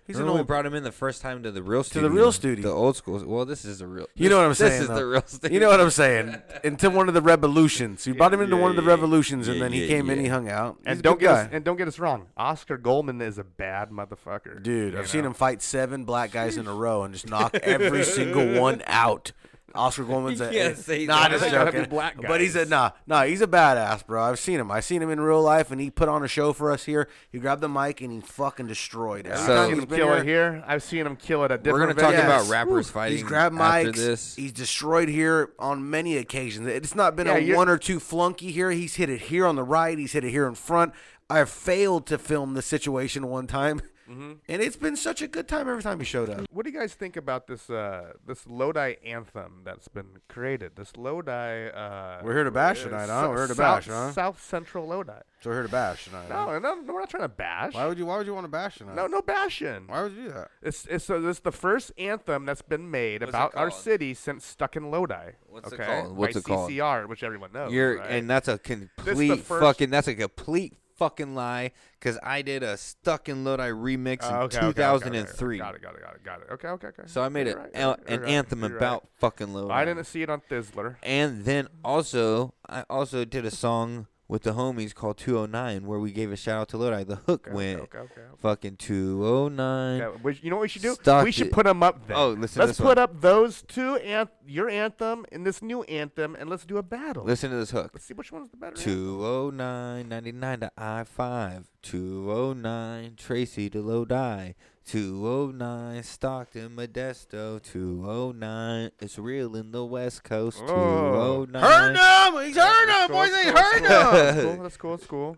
He's Remember an we old. brought him in the first time to the real To studio. the real studio. The old school. Well, this is the real. You know what I'm this saying? This is though. the real studio. You know what (laughs) I'm saying? Into one of the revolutions. You brought him into yeah, one of the yeah, revolutions, and yeah, then he yeah, came in. yeah. He hung out. He's And a don't good get us, guy. and don't get us wrong. Oscar Goldman is a bad motherfucker, Dude, you I've seen know? him fight seven black guys in a row and just (laughs) knock every single one out. Oscar Goldman's You a can't say nah, that. just They gotta joking. be black But he's a nah, nah. He's a badass, bro. I've seen him. I seen him in real life, and he put on a show for us here. He grabbed the mic and he fucking destroyed. I've Every time seen he's him been kill it here. I've seen him kill it at different. We're gonna talk venues. about rappers fighting. He's grabbed after mics. this. He's destroyed here on many occasions. It's not been Yeah, a you're- one or two flunky here. He's hit it here on the right. He's hit it here in front. I failed to film the situation one time, and it's been such a good time every time he showed up. What do you guys think about this uh, this Lodi anthem that's been created? This Lodi. Uh, We're here to bash uh, tonight, so- huh? We're here to South- bash, huh? South Central Lodi. So we're here to bash tonight. No, no, no, we're not trying to bash. Why would you? Why would you want to bash tonight? No, no bashing. Why would you do that? It's it's so this is the first anthem that's been made What's it about our called? city since Stuck in Lodi. What's it okay? called? What's By it called? CCR, which everyone knows. You're right? and that's a This complete the first- fucking. That's a complete fucking lie. Because I did a stuck in Lodi remix Oh, in okay, okay, okay, okay, 2003. Got it, got it, got it, got it. Okay, okay, okay. So I made You're a- right, an- you're an right, anthem you're right. about fucking Lodi. I didn't see it on Thizzler. And then also, I also did a song with the homies called 209 where we gave a shout out to Lodi. The hook went okay, okay, okay. fucking 209. Yeah, we, you know what we should do? Stuck we should it- put them up there. Oh, listen to let's this put one. up those two anth- your anthem and this new anthem, and let's do a battle. Listen to this hook. Let's see which one's the better. anthem. 209 99 to I 5. 209 Tracy to Lodi. 209 Stockton Modesto. 209 It's real in the West Coast. Oh. 209 Heard him. He's heard him, boys. They heard That's him. cool. That's cool. That's cool.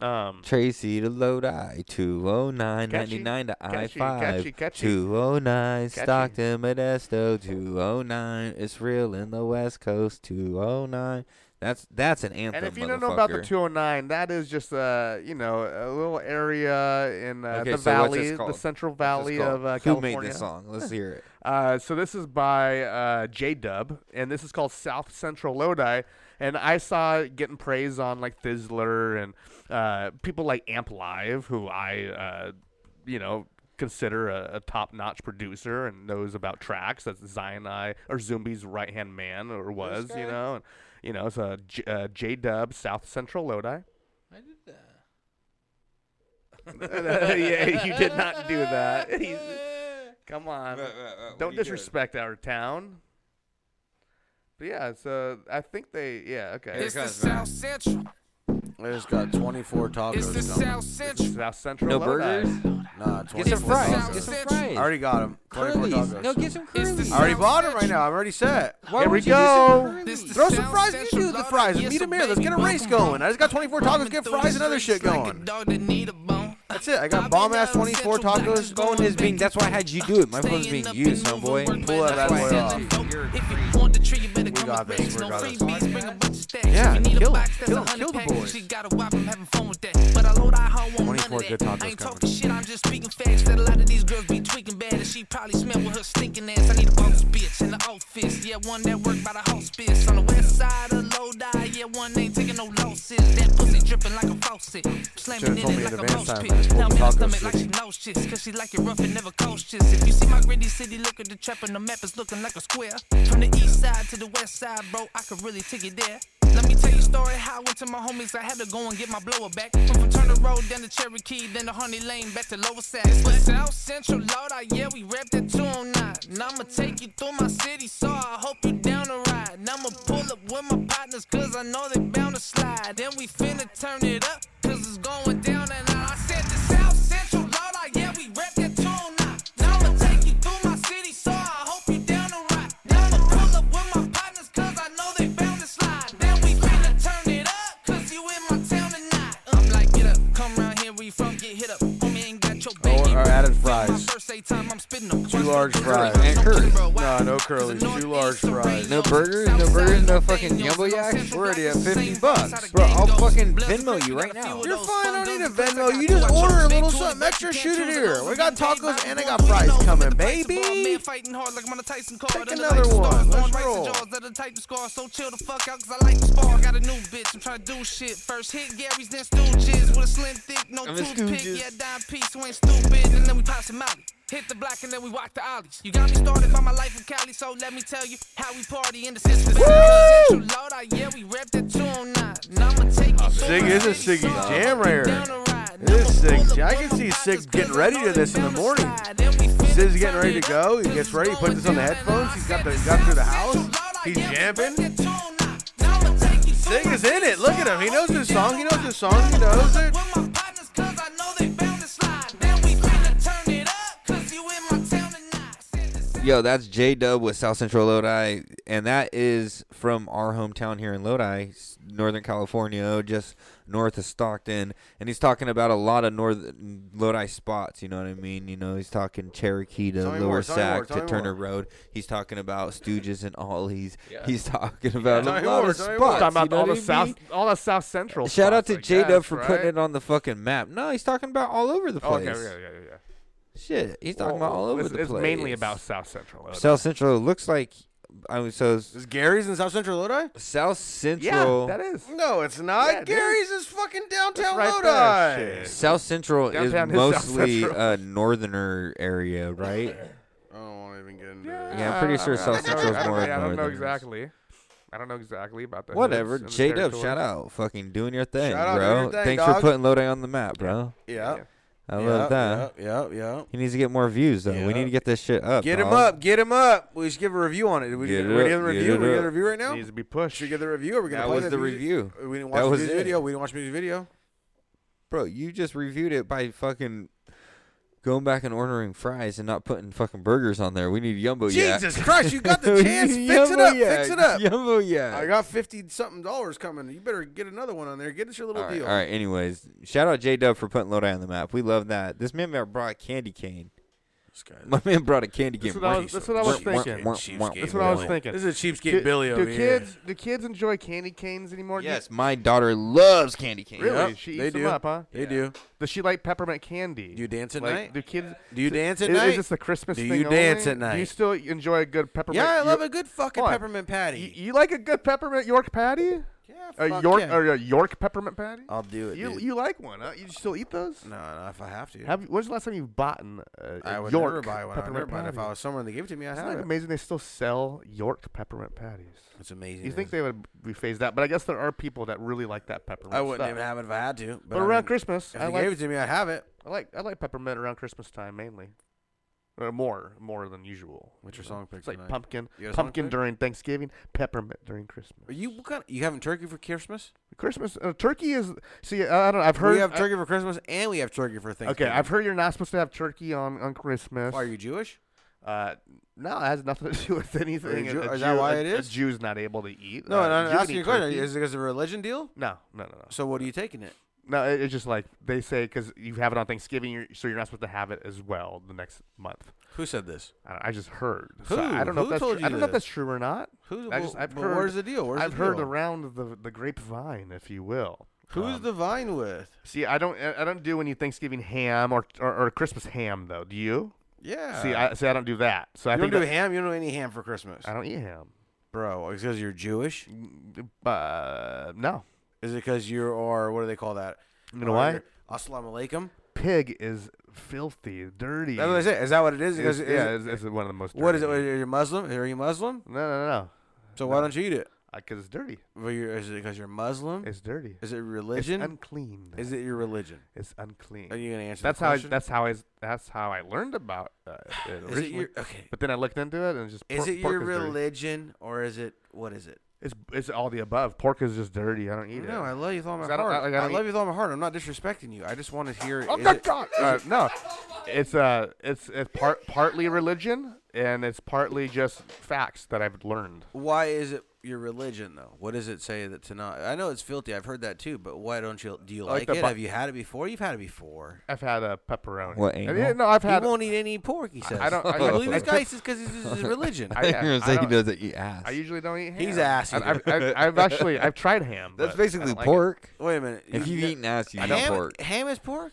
Um, Tracy to Lodi, 209, Catchy, 99 to catchy, I-5, catchy, catchy. 209, Catchy. Stockton, Modesto, 209, it's real in the West Coast, 209. That's that's an anthem, and if you don't know about the motherfucker. 209, that is just uh, you know a little area in uh, Okay, the so what's this valley, the called? Central What's this Valley called? of uh, Who California. made this song? Let's hear it. Uh, so this is by uh, J Dub, and this is called South Central Lodi. And I saw it getting praise on like Thizzler and uh, people like Amp Live, who I, uh, you know, consider a, a top-notch producer and knows about tracks. That's Zion or Zumbi's right-hand man or was, you guy? know, and you know, it's a J, uh, J Dub South Central Lodi. I did that. (laughs) yeah, you did not do that. (laughs) He's- come Right, on, right, right. What don't he did. disrespect our town. But yeah, so I think they, yeah, okay. It's the South Central. I just got 24 tacos. It's the done. South Central. South Central. No Lodi. burgers? Nah, 24 Get some fries. tacos. Get some I fries. already got them. 24 Curly's. tacos. No, get some It's the curly's. I already South bought them right now. I'm already set. Why Here would we you get some go. curly's? This the Throw some South fries. You do the fries. Lodi. Meet Yes, him here. Let's baby, get a race going. I just got 24 tacos. Get fries and other shit going. That's it. I got bomb ass 24 tacos. phone is being. That's why I had you do it. My phone's being used, homeboy. Pull that bad boy off. We got this. We got this. Yeah, kill him. Kill, kill the boys. 24 good tacos coming. Shit, I'm just speaking facts that a lot of these girls be tweaking bad, and she probably smell with her stinking ass. I need a boss bitch in the office, yeah, one that work by the hospice on the west side of Lodi, yeah, one ain't taking no losses. That pussy dripping like a faucet, slamming Should've in told it me in like a advance roast time pit. for this Now whole I'm in her taco stomach like city. she nauseous, cause she like it rough and never cautious. If you see my gritty city, look at the trap and the map is looking like a square. From the east side to the west side, bro, I could really take it there. Let me tell you a story how I went to my homies. I had to go and get my blower back. Went From Turner Road down to Cherokee, then to Honey Lane, back to Lower Sack. But South Central Lodi, yeah, we rep that 209. Now I'ma take you through my city, so I hope you down to ride. And I'ma pull up with my partners, cause I know they bound to slide. Then we finna turn it up, cause it's going down and out. I said the South Central Lodi, yeah, we rep that 209. Now I'ma take you through my city, so I hope you down to ride. Now I'ma pull up with my partners, cause I know they bound to slide. Then we finna turn it up, cause you in my town tonight. I'm like, get up, come round here where you from, get hit up. Homie ain't got your Oh, bacon. our added fries. Two large fries. And curly. No, no curlies. Two large fries. No burgers, no burgers, no fucking yumbo yaks. We're already at 50 bucks. Bro, I'll fucking Venmo you right now. You're fine. I don't need a Venmo. You just order a little something extra. Shoot it here. We got tacos and I got fries coming, baby. Fighting hard like I'm on a Tyson card. Take another one. Let's roll. Jaws that are tight to score, so chill the fuck out, cause I like to spar. Got a new bitch, I'm trying to do shit. First hit Gary's, then Stooges. With a slim thick, no I'm a toothpick. Stooges. Yeah, dime piece, who ain't stupid. And then we pop some Molly. Hit the block and then we walk the alleys. You got me started by my life in Cali, so let me tell you how we party in the system. Central Lodi, yeah, we rep that 209. Now I'ma take you through Sig, my this is city, so Siggy's I jam hope right you down here. to This is Sig. I can see Sig getting ready to this in the morning. Sig's getting ready to go. He gets ready. He puts this on the headphones. He's got the he got through the house. He's jamming. Sig is in it. Look at him. He knows his song. He knows his song. He knows it. Yo, that's J Dub with South Central Lodi, and that is from our hometown here in Lodi, s- Northern California, just north of Stockton. And he's talking about a lot of north Lodi spots. You know what I mean? You know, he's talking Cherokee to Tell me Lower more, tell me more, Sac tell to me more. Turner Road. He's talking about Stooges and Ollies. Yeah. He's talking about Tell a me lot more, of tell me spots. more. Talking about you know all what the I South- mean? all the South Central Shout out spots, to I J Dub guess, for right? putting it on the fucking map. No, he's talking about all over the Oh, place. okay, yeah, yeah, yeah. Shit, he's talking Well, about all over it's- the it's place. mainly about South Central Lodi. South Central it looks like I mean, so is Gary's in South Central Lodi? South Central. is. No, it's not. Yeah, it is. Gary's is fucking downtown right there. Lodi. South Central is Downtown is South mostly Central. a northerner area, right? (laughs) I don't want to even get into Yeah, I'm pretty sure Uh, I don't South Central know- I is don't more know- I don't know northern. exactly. I don't know exactly about the hoods Whatever, and the J Dub, territories. shout out, fucking doing your thing, Shout out, bro. doing your thing, Thanks dog. for putting Lodi on the map, bro. Yeah. I love that. Yeah, yeah, yeah. He needs to get more views though. We need to get this shit up. Get him dog. up. Get him up. We should give a review on it. Did we Get get, it we up, get a get review. it we get up. a review right now. Needs to be pushed. Should get the review. Are we gonna That play was that the music? review. We didn't That watch the was music it. video. We didn't watch the music video. Bro, you just reviewed it by fucking going back and ordering fries and not putting fucking burgers on there. We need Yumbo Yak. Jesus Christ! You got (laughs) the We chance. need Fix it Yumbo up. Fix Yak. it up. Yumbo Yak. I got fifty something dollars coming. You better get another one on there. Get us your little All right, deal. all right, anyways, shout out J Dub for putting Lodi on the map. We love that. This man brought a candy cane. My man brought a candy cane. That's what I was, that's what I was thinking. That's what I was thinking. This is a cheapskate Do- Billy Do over here. kids do kids enjoy candy canes anymore? Do you- (laughs) Yes, my daughter loves candy cane. Really? she eats them up, huh? They do. Does she like peppermint candy? Do you dance at like, night? Do kids? Do you is- dance at is, night? Is this the Christmas Do thing? you dance only? at Do you night? still enjoy a good peppermint? Yeah, I love Yo- a good fucking Hold on. peppermint patty. You, you like a good peppermint York patty? Yeah, a fuck York yeah. or a York peppermint patty? I'll do it. You dude. you like one? Huh? You still eat those? No, no, if I have to. Have you, when's the last time you bought an uh, I would York never buy one. I would never peppermint buy it. If patty? I was someone that gave it to me, I'd Isn't have that it. amazing? They still sell York peppermint patties. It's amazing. You think isn't they would rephrase that? But I guess there are people that really like that peppermint. I wouldn't stuff. even have it if I had to. But, But, I around mean, Christmas, if I they like, gave it to me, I'd have it. I like I like peppermint around Christmas time mainly, or more more than usual. What's you your know? song pick It's like tonight? pumpkin, You got a song pumpkin pick? during Thanksgiving, peppermint during Christmas. Are you what kind you having turkey for Christmas? Christmas uh, turkey is see I I don't know I've heard we have I- turkey for Christmas and we have turkey for okay Thanksgiving. I've heard you're not supposed to have turkey on on Christmas. Are you Jewish? Uh, no, it has nothing (laughs) to do with anything. Jew- A is that why a- it is? A Jew's not able to eat. No, uh, no, Jew no. can Asking eat you a question. turkey. Is it 'cause of a religion deal? No, no, no, no. So what are you taking it? No, it, it's just like they say because you have it on Thanksgiving, you're, so you're not supposed to have it as well the next month. Who said this? I, I just heard. Who? So I don't know Who if that's told tru- you I don't know if this? that's true or not. Who- I just, well, I've but heard, where's the deal? Where's the I've heard deal? around the the grapevine, if you will. Who's Um, the vine with? See, I don't I I don't do any Thanksgiving ham or or, or Christmas ham though. Do you? Yeah. See, I see I don't do that. So I you think don't do that- ham. You don't do any ham for Christmas. I don't eat ham. Bro, oh, it's because you're Jewish. Uh, no. Is it because you are what do they call that? You know why? Assalamu alaikum. Pig is filthy, dirty. That's what I say. Is that what it is? It's- Because yeah, it's, it's one of the most. What is dirty it? Are you Muslim? Are you Muslim? No, no, no. So why don't you eat it? Because it's dirty. Well, you're, is it because you're Muslim? It's dirty. Is it religion? unclean. Is it your religion? It's unclean. Are you gonna answer? That's the how I, question? that's how I that's how I learned about uh, (sighs) it Is it originally. your- okay. But then I looked into it and it's just Is pork- it your pork dirty. religion or is it what is it? It's it's all the above. Pork is just dirty. I don't eat it. No, I love you with all my So I don't- heart. I, I- like, I don't love eat- you with all my heart. I'm not disrespecting you. I just want to hear. I'm is not it- talk- is uh, it- no, it's uh, it's it's part partly religion and it's partly just facts that (laughs) I've learned. Why is it your religion though? What does it say that to not? I know it's filthy. I've heard that too. But why don't you? Do you I like like, the it? bu- Have you had it before? You've had it before. I've had a pepperoni. What, And, anal? yeah, no, I've had. he won't eat any pork. He says. I don't. I, I, believe this I- guy says because it's his religion. I, yeah, was I like he don't- doesn't eat ass. I usually don't eat ham. He's ass I- eater. I've, I've, I've actually I've tried ham. That's but I don't basically like it. pork. Wait a minute. If you've eaten ass, you eat ham, pork. ham is pork.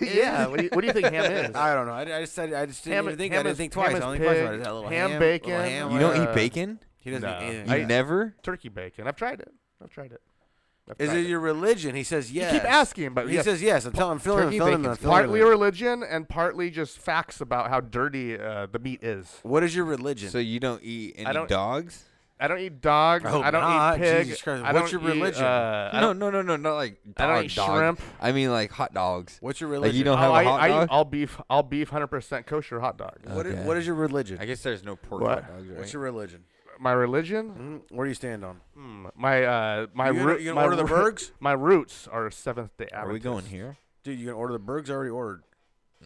yeah. What do, you, what do you think (laughs) ham is? I don't know. I, I just said I just didn't Ham- even think. I ham didn't is- think ham twice. is I only thought pig, about it. That little ham, ham, bacon. little ham, You don't little- eat bacon? He doesn't No. eat anything. You never? turkey bacon. I've tried it. I've tried it. I've Is tried it your religion? He says yes. asking, but he yes. says yes. I'm telling. I'm feeling. I'm Turkey feeling. him, I'm bacon's feeling partly him. religion and partly just facts about how dirty uh, the meat is. What is your religion? So you don't eat any don't- dogs? I don't eat dogs. I I, hope don't not. eat pig. Oh, Jesus Christ, I what's don't your eat, religion? uh, I No, don't- no, no, no, not like dog, I don't eat dog. shrimp. I mean like hot dogs. What's your Like religion? you don't have Oh, a I, hot I dog? eat all beef. All beef, hundred percent kosher hot dog. What is, Okay. what is your religion? I guess there's no pork What? hot dogs, right? What's your religion? My religion, Mhm. Where do you stand on? Hmm, my uh, my You gonna- root- you gonna my order the root- burgers? (laughs) My roots are Seventh Day Are Adventist. we going here? Dude, you gonna order the burgers already ordered?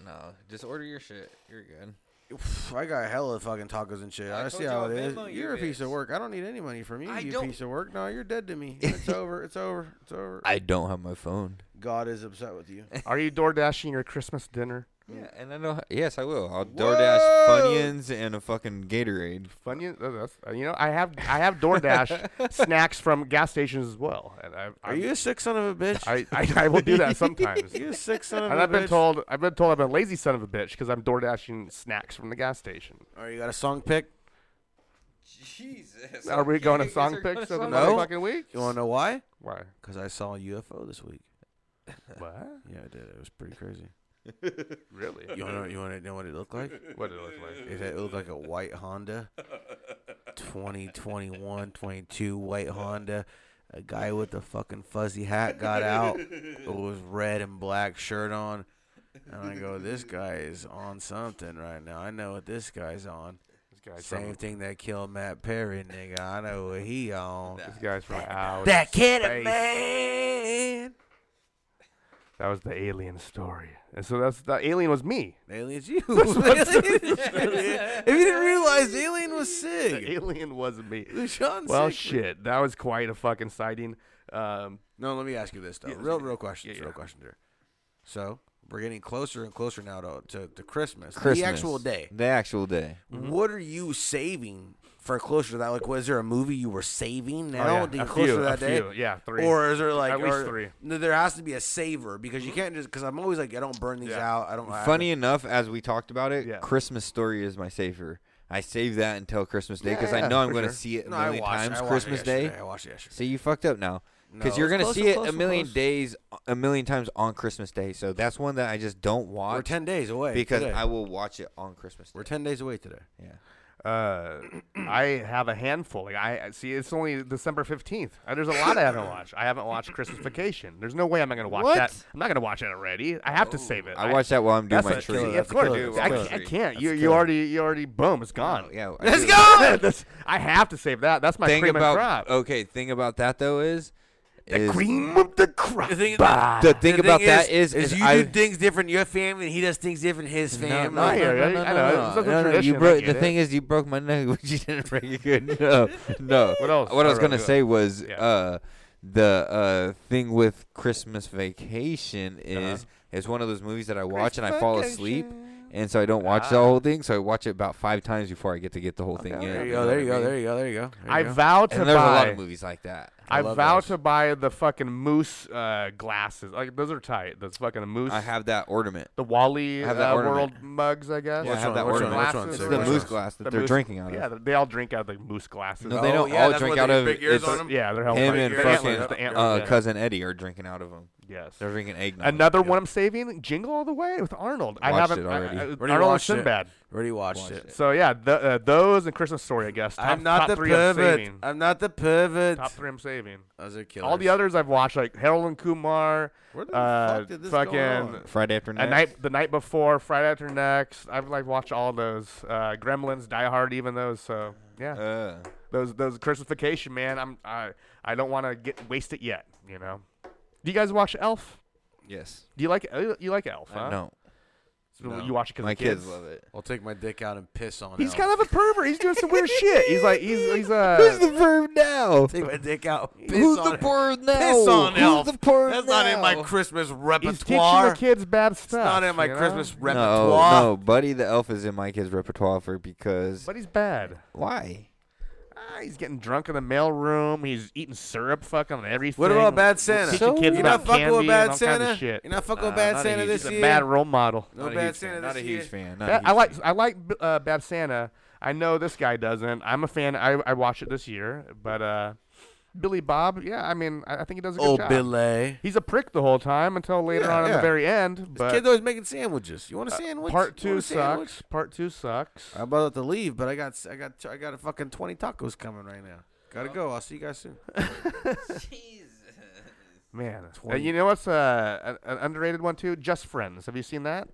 No, just order your shit. You're good. Oof, I got hella fucking tacos and shit. I I, told see you how I'll it is. Venmo you You're a piece bitch. of work. I don't need any money from you. I you don't- piece of work. No, you're dead to (laughs) me. It's over. It's over. It's over. I don't have my phone. God is upset with you. (laughs) Are you DoorDashing your Christmas dinner? (laughs) Yeah, and I know. Yes, I will. I'll DoorDash Funyuns and a fucking Gatorade. Funyuns. oh, that's- uh, You know, I have I have (laughs) DoorDash snacks from gas stations as well. And I, I, Are you a sick son of a bitch? I, I, I will do that sometimes. (laughs) you a sick son of And a I've been bitch? told I've been told I'm a lazy son of a bitch because I'm door dashing snacks from the gas station. All right, you got a song pick? Jesus. Are we going to song picks of the No. motherfucking week? You want to know why? Why? Because I saw a UFO this week. (laughs) What? Yeah, I did. It was pretty crazy. (laughs) Really? You want to you want to know what it looked like? What did it look like? It, it looked like a white (laughs) Honda. 2021, 22 white Honda. A guy with a fucking fuzzy hat got (laughs) out. It was red and black shirt on. And I go, this guy is on something right now. I know what this guy's on. This guy's Same from, thing that killed Matt Perry, nigga. I know what he on. This guy's from out. That kid, space. man. That was the alien story. And so that's the alien was me. Alien's (laughs) you. if you didn't realize, Alien was The sick. alien was me. Sean Well, sick. shit. That was quite a fucking sighting. Um, No, let me ask you this though. Yeah, real, real questions. yeah, yeah. Real questions here. So we're getting closer and closer now to to, to Christmas, Christmas. Mm-hmm. the actual day. The actual day. What are you saving for closer to that? Like, was there a movie you were saving Oh, now? yeah, to a get closer few, to that a day? few, yeah, three. Or is there like At least or- three. Mm-hmm. no, There has to be a saver because you can't just because I'm always like I don't burn these Yeah. out. I don't. I- Funny enough, as we talked about it, Yeah. Christmas Story is my savior. I save that until Christmas Day Yeah, because yeah, I know I'm for going to sure. see it a No, I million watched- I times watched it Christmas Day. yesterday. I watched it yesterday. So you fucked up now No, because you're it's going to close, see it's it close, a it's million close. days, a million times on Christmas Day. So that's one that I just don't watch. We're 10 days away because today. I will watch it on Christmas. Day. We're ten days away today. Yeah. Uh, I have a handful. Like I I- see, it's only December fifteenth. Uh, There's a lot I haven't watched. I haven't watched Christmas Vacation. There's no way I'm not gonna watch What? Oh, that. I'm not gonna watch it already. I have to save it. I watch that while I'm doing that's my a- tree. see, That's Of course, killer. I, That's can't- I killer. can't. You, That's you killer. already you already boom. It's gone. Oh, yeah, I let's do. (laughs) (laughs) go. I have to save that. That's my thing cream and about crop. okay. Thing about that though is the cream of the crop. The thing, Bah. (laughs) The thing about that is- is, is you I- do things different in your family, and he does things different in his family. No, no, no, no, no, no, no, no, no, you broke- the thing is, you broke my neck, (laughs) but you didn't break it good. No, no. What else? What I was Alright, gonna yeah. say was uh, the uh, thing with Christmas Vacation is it's one of those movies that I watch and I fall asleep, and so I don't watch the Ah. whole thing. So I watch it about five times before I get to get the whole thing in. there you you go, know there what you go, I mean? there you go, there you go. I vow to and buy. there's a lot of movies like that. I, vow to buy the fucking moose uh, glasses. Like those are tight. Those fucking moose. I have that ornament. The Wally I have that uh, ornament. World mugs, I guess. Yeah, I Which have one? that Which ornament. one? Which one? Glasses Say or which whatever. moose glass that they're moose- drinking out of. Oh, Yeah, they all drink out of the moose glasses. Oh, No, they don't all drink out of it's- Yeah, they're him and fucking the antlers, uh, yeah. cousin Eddie are drinking out of them. Yes, they're drinking eggnog. Another one I'm saving, Jingle All the Way with Arnold. I Watched haven't it already. I, I, Already Arnold and watched it. Sinbad. Already watched Watched it. So yeah, the, uh, those and Christmas Story, I guess. Top, I'm not top the three I'm pivot. saving. I'm not the pivot. Top three I'm saving. Those are All the others I've watched, like Harold and Kumar. Where the uh, fuck did this go fucking on? Friday After A Next? night, the night before, Friday after next. I've like watched all those uh, Gremlins, Die Hard, even those. So yeah, Uh. those those Christmas Vacation, man. I'm I I don't want to get waste it yet. You know. Do you guys watch Elf? Yes. Do you like uh, you like Elf? I huh? don't. So You watch it because My the kids. kids love it. I'll take my dick out and piss on. He's Elf. kind of a pervert. He's doing (laughs) some weird shit. He's like he's he's (laughs) uh. Who's the verb now? Take my dick out. Piss Who's on the it. bird now? Piss on Who's Elf. the bird That's not in my now? Christmas He's teaching the repertoire. kids bad stuff. not in my you know? Christmas No, No, no, Buddy the Elf is in my kids' repertoire for because But he's bad. Why? Ah, he's getting drunk in the mailroom. He's eating syrup, fucking on everything. What about Bad Santa? Teaching kids you about not fucking candy with and Bad all kinds Santa? of shit. You not fucking with Nah, Bad not a Santa huge- this he's year? a bad role model. No Bad Santa this year. That- I like I like uh, Bad Santa. I know this guy doesn't. I'm a fan. I I watch it this year, but uh, Billy Bob. Yeah, I mean, I, I think he does a good Oh, job. Billy. He's a prick the whole time until later Yeah, on at yeah. the very end. This But kid always making sandwiches. You want a Uh, sandwich? part You want two a sandwich? sucks. Part two sucks. I'm about to leave, but I got I got I got a fucking twenty tacos coming right now. Gotta go. I'll see you guys (laughs) soon. Man, uh, 20. you know what's uh, an, an underrated one too? Just Friends. Have you seen that?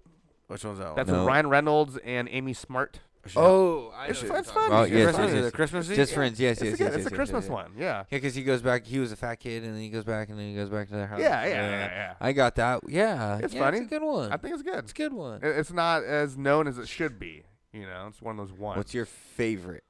Which one's that? one? That's No. with Ryan Reynolds and Amy Smart. Oh, I it's, know what fun- you're it's talking fun. about. It's Oh, yes, fun. yes, yes. Just friends. Yes, It's a yes, good- yes. It's a yes, Christmas yes, yes. one. Yeah. Yeah, because he goes back. He was a fat kid, and then he goes back, and then he goes back to their house. Yeah, yeah, yeah, yeah. I got that. Yeah, It's yeah, funny. It's a good one. I think it's good. It's a good one. It- It's not as known as it should be. You know, it's one of those ones. What's your favorite?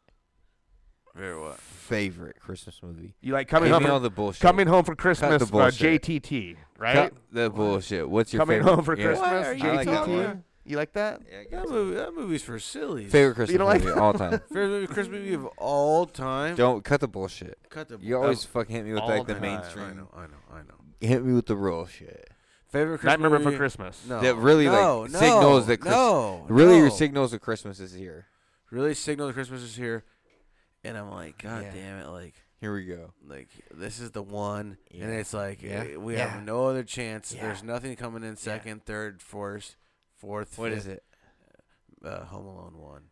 Very what? Favorite Christmas movie? You like coming Give home me for- all the bullshit. Coming Home for Cut the Christmas, uh, bullshit. JTT, right? Cut the bullshit. What's your coming favorite? home for Yeah. Christmas? JTT. I like that one. You like that? That, movie, that movie's for sillies. Favorite Christmas you don't like movie that? all time. (laughs) Favorite movie, Christmas movie of all time. Don't cut the bullshit. Cut the You bull- always that- fucking hit me with all like the time. mainstream. I know, I know, I know. Hit me with the real shit. Favorite Christmas Nightmare Before movie? Christmas. No, That really no, like no, signals that Christ- no, really no. signals that Christmas is here. really signals Christmas is here, and I'm like, God damn it, like here we go, like this is the one, and it's like Yeah. eh, we Yeah. have no other chance. Yeah. There's nothing coming in second, third, fourth, fourth. What What is is it? Uh, Home Alone one.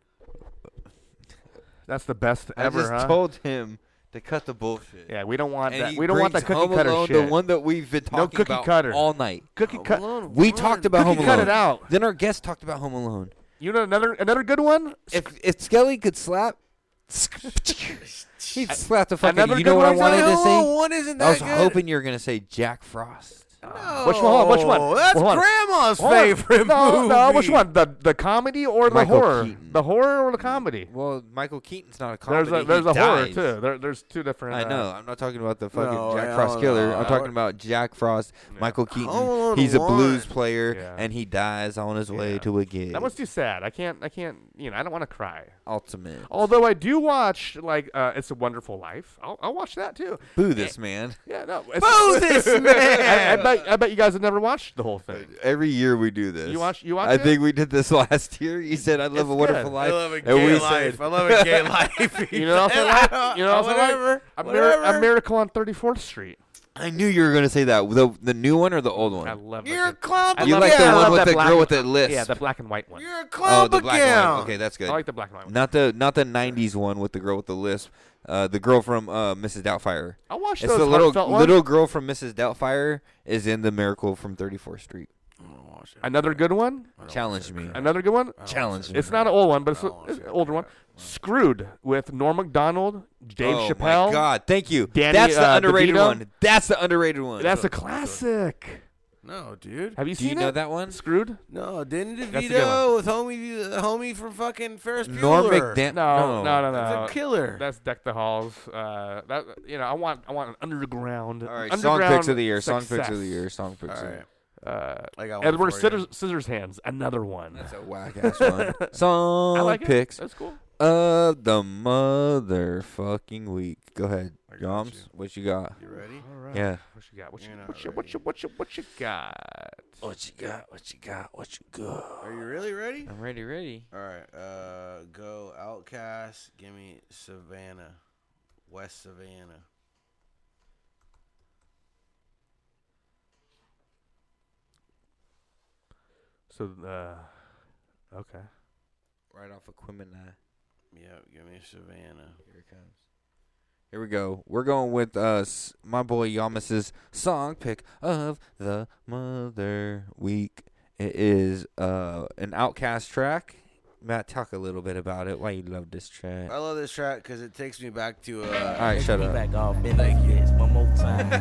That's the best I ever, just huh? told him to cut the bullshit. Yeah, we don't want And that. he We don't want that brings cookie Home cutter Alone, shit. The one that we've been talking no cookie about cutter. all night. Cookie cutter. We talked about cookie Home Alone. Cut it out. Then our guest talked about Home Alone. You know another another good one. If if Skelly could (laughs) slap, (laughs) he'd slap the fucking. Another you know good what I one. wanted to Home say? Alone one isn't I that was good. hoping you were gonna say Jack Frost. Which one? Hold on, Which one? Oh, that's Hold on. Grandma's Hold on. favorite no, No, which movie. one? The the comedy or the Michael horror? Keaton. The horror or the comedy? Well, Michael Keaton's not a comedy. He There's a there's a dies. horror too. There, there's two different. I uh, know. I'm not talking about the fucking No, Jack I Frost don't killer. know. I'm talking about Jack Frost, Michael Keaton. Alone He's a one. blues player, and he dies on his way to a gig. That one's too sad. I can't. I can't. You know, I don't want to cry. Ultimate. Although I do watch like uh, It's a Wonderful Life. I'll, I'll watch that too. Boo this man. (laughs) Yeah, no. Boo this man! I, I bet bet I bet you guys have never watched the whole thing. Uh, Every year we do this. You watch- you watch I it? think we did this (laughs) last year. You said, "I love It's a wonderful good. life." I love a and gay we life. Said, I love a (laughs) gay (laughs) life. You know what (laughs) I like? You know what I like? whatever. A, mir- whatever. a miracle on 34th Street. I knew you were going to say that. The the new one or the old one? I love You're a it. clown. You like the one with the girl with the lisp? Yeah, the black and white one. You're a Oh, clown. the black and gown. white. Okay, that's good. I like the black and white one. Not the not the '90s one with the girl with the lisp. Uh, the girl from uh, Mrs. Doubtfire. I watched It's those the little heartfelt ones. little girl from Mrs. Doubtfire is in the Miracle from 34th Street. Another good one. Challenge me. Another good one. Challenge me. It's not an old one, but it's, Oh, a- it's an older one. Screwed with Norm Macdonald, Dave Oh my Chappelle. God, thank you. Danny, That's the uh, underrated DeVito. one. That's the underrated one. That's a classic. No, dude. Have you Do you seen know it? that one? Screwed. No, Danny That's a good one. DeVito with homie, the homie from fucking Ferris Bueller. Norm McDan- No, no, No. no, no. That's a killer. That's deck the halls. Uh, that you know, I want, I want an underground. All right, song underground picks of the year. Song success. picks of the year. Song picks. All of the right. year. Uh, I got one Edward for you. Scissors, Scissors Hands, another one. That's a whack (laughs) ass one. Song I like it. picks. That's cool. Of the motherfucking week. Go ahead, Joms. What you got? You ready? All right. Yeah. What you got? What you, what you, what you, what you, what you got? What you got? What you got? What you got? Are you really ready? I'm ready, ready. All right. Uh, go Outcast. Give me Savannah, West Savannah. So, uh, okay. Right off of Quimini. Yep. Give me Savannah. Here it comes. Here we go. We're going with uh s- my boy Yamas's song pick of the mother week. It is uh an outcast track. Matt, talk a little bit about it. Why you love this track? I love this track because it takes me back to. Uh, All right, shut up. Back off benefits one more (laughs) time.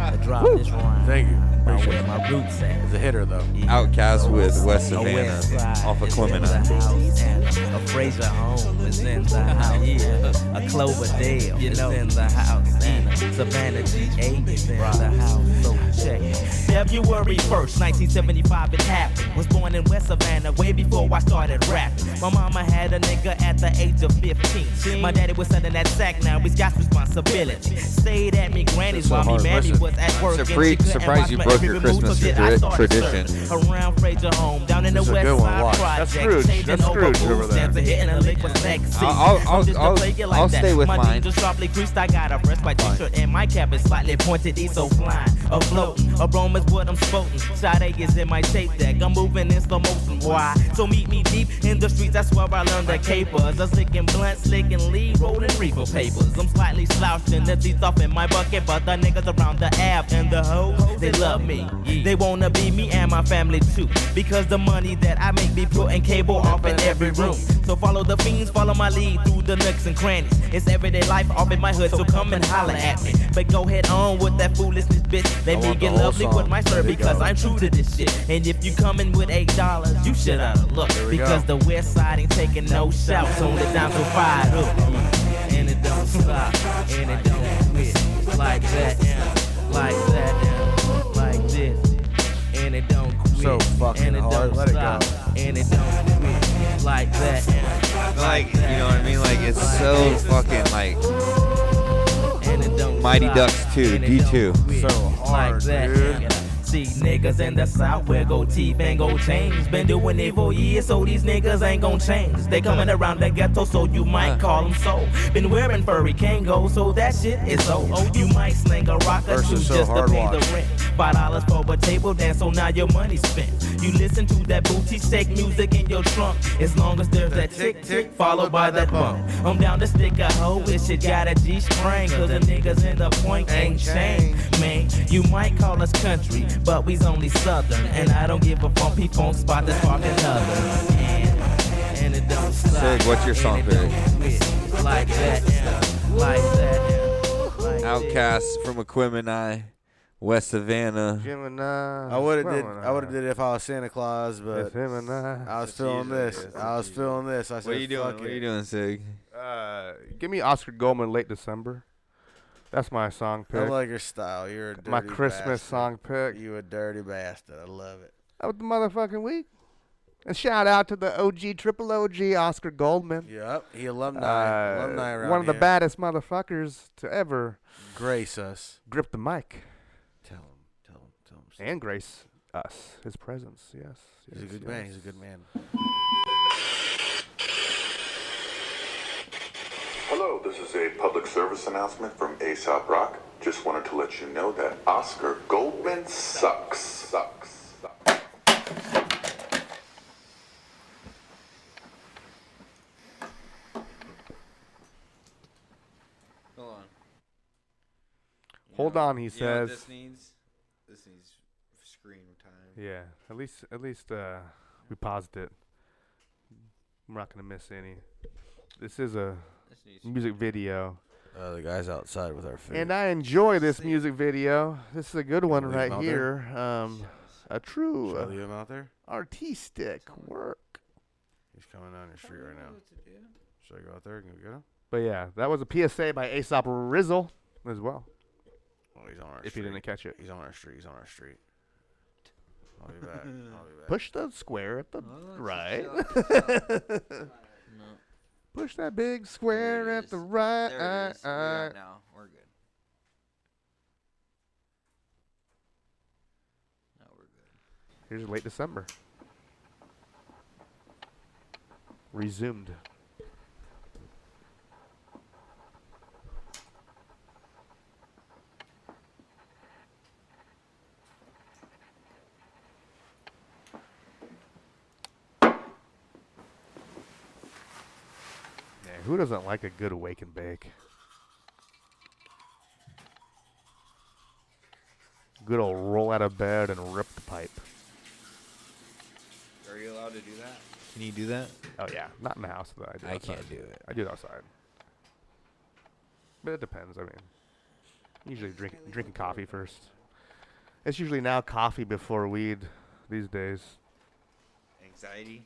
I drop this rhyme. Thank you. About where my roots at. It's a hitter though. Outcast with West A Savannah west side off of is in the Quimini. house. A Fraser home is in (laughs) the house. Yeah. A Cloverdale is in the house. And a Savannah G8 is in the house. So check. February 1st, 1975, it happened. Was born in West Savannah way before I started rapping. My mama had a nigga at the age of 15. My daddy was selling that sack, now he's got responsibility. Stayed at me granny's so while me hard. mammy Listen, was at I'm work. and surprised- she couldn't surprised watch you my broke every your move Christmas until I tradi- started tradition. serving Around Fraser home, down in the This is a west good one. side Watch. project. That's Scrooge. Chasing That's over Scrooge booze, over there. dancing, hitting a lick with sexy. I'll- I'll- I'm just a I'll- player like I'll that. stay with my mine. jeans are sharply creased. I got a fresh white t-shirt and my cap is slightly pointed. E so flying, afloating. Aroma's what I'm spoken. Side A is in my tape deck. I'm moving in slow motion. Why? So meet me deep in the streets. That's where I learned the capers. I'm slicking blunt, slicking lead, rolling reefer papers. I'm slightly slouching. The teeth off in my bucket, but the niggas around the ab and the hoes they love me. They wanna be me and my family too. Because the money that I make be putting cable off in every room. So follow the fiends, follow my lead through the nooks and crannies. It's everyday life off in my hood, so come and holler at me. But go head on with that foolishness, bitch. Let me want the get whole lovely song. with my There sir you because go. I'm true to this shit. And if you coming with eight dollars, you should out of luck. we Because go. the west side ain't taking no shouts on the down to five up. And it don't stop, and it don't quit. Like that, yeah. like that, yeah. like this. And it don't quit. So fucking and it hard. Don't Let it stop. And it don't quit. Like that, yeah. Like, you know what I mean? Like, it's so fucking like and it don't Mighty stop. Ducks 2, And it don't D2. quit. So like that, yeah. See niggas in the south where gold teeth ain't gon' change. Been doing it for years, so these niggas ain't gon' change. They coming around the ghetto, so you might call them so. Been wearing furry kangol, so that shit is so. Oh, you might sling a rock or Verse two is so just to hard pay watch. the rent. Five dollars for a table dance, so now your money's spent. You listen to that booty shake music in your trunk. As long as there's that tick tick followed by that bump. I'm down to stick a hoe if shit got a G string. Cause the niggas in the point ain't changed. Man, you might call us country, but we's only southern. And I don't give a bumpy phone spot that's fucking other. And, and it don't stop. Sig, what's your song pick? It's Like that, yeah. like that, yeah. Outcast from Aquemini, West Savannah. Gemini. I would have did. I would have did it if I was Santa Claus, but uh, I was feeling this. I was feeling this. I said, What you doing? "Fuck What it." you doing, Sig? Uh, give me Oscar Goldman, Late December. That's my song pick. I like your style. You're a dirty My Christmas bastard. song pick. You a dirty bastard. I love it. That was the motherfucking week. And shout out to the OG, triple OG, Oscar Goldman. Yep, he alumni. Uh, alumni around one of the here. baddest motherfuckers to ever Grace us. grip the mic. Tell him. Tell him. Tell him. and grace us his presence. Yes, He's a yes, good man. yes. He's a good man. Hello, this is a public service announcement from Aesop Rock. Just wanted to let you know that Oscar Goldman sucks. Sucks. Hold on. Hold on, he You know what says. this needs? This needs screen time. Yeah, at least at least uh, we paused it. I'm not gonna miss any. This is a music video, Uh, the guy's outside with our food. and I enjoy this music video. This is a good one leave right him out there? here. Um, a true uh, Should I leave him out there? artistic work. He's coming down your street right now. Should I go out there and go get him? But yeah, that was a PSA by Aesop Rizzle as well. Oh, he's on our If you street. didn't catch it, he's on our street. He's on our street. I'll be back. I'll (laughs) be back. Push the square at the right. (laughs) Push that big square at the right. There it is. We're uh, out now. We're good. Here's late December. Resumed. Yeah, who doesn't like a good wake and bake? Good old roll out of bed and rip the pipe. Are you allowed to do that? Can you do that? Oh yeah, not in the house though. I, do I outside. can't do it. I do it outside, but it depends. I mean, usually drink drinking coffee first. It's usually now coffee before weed these days. Anxiety.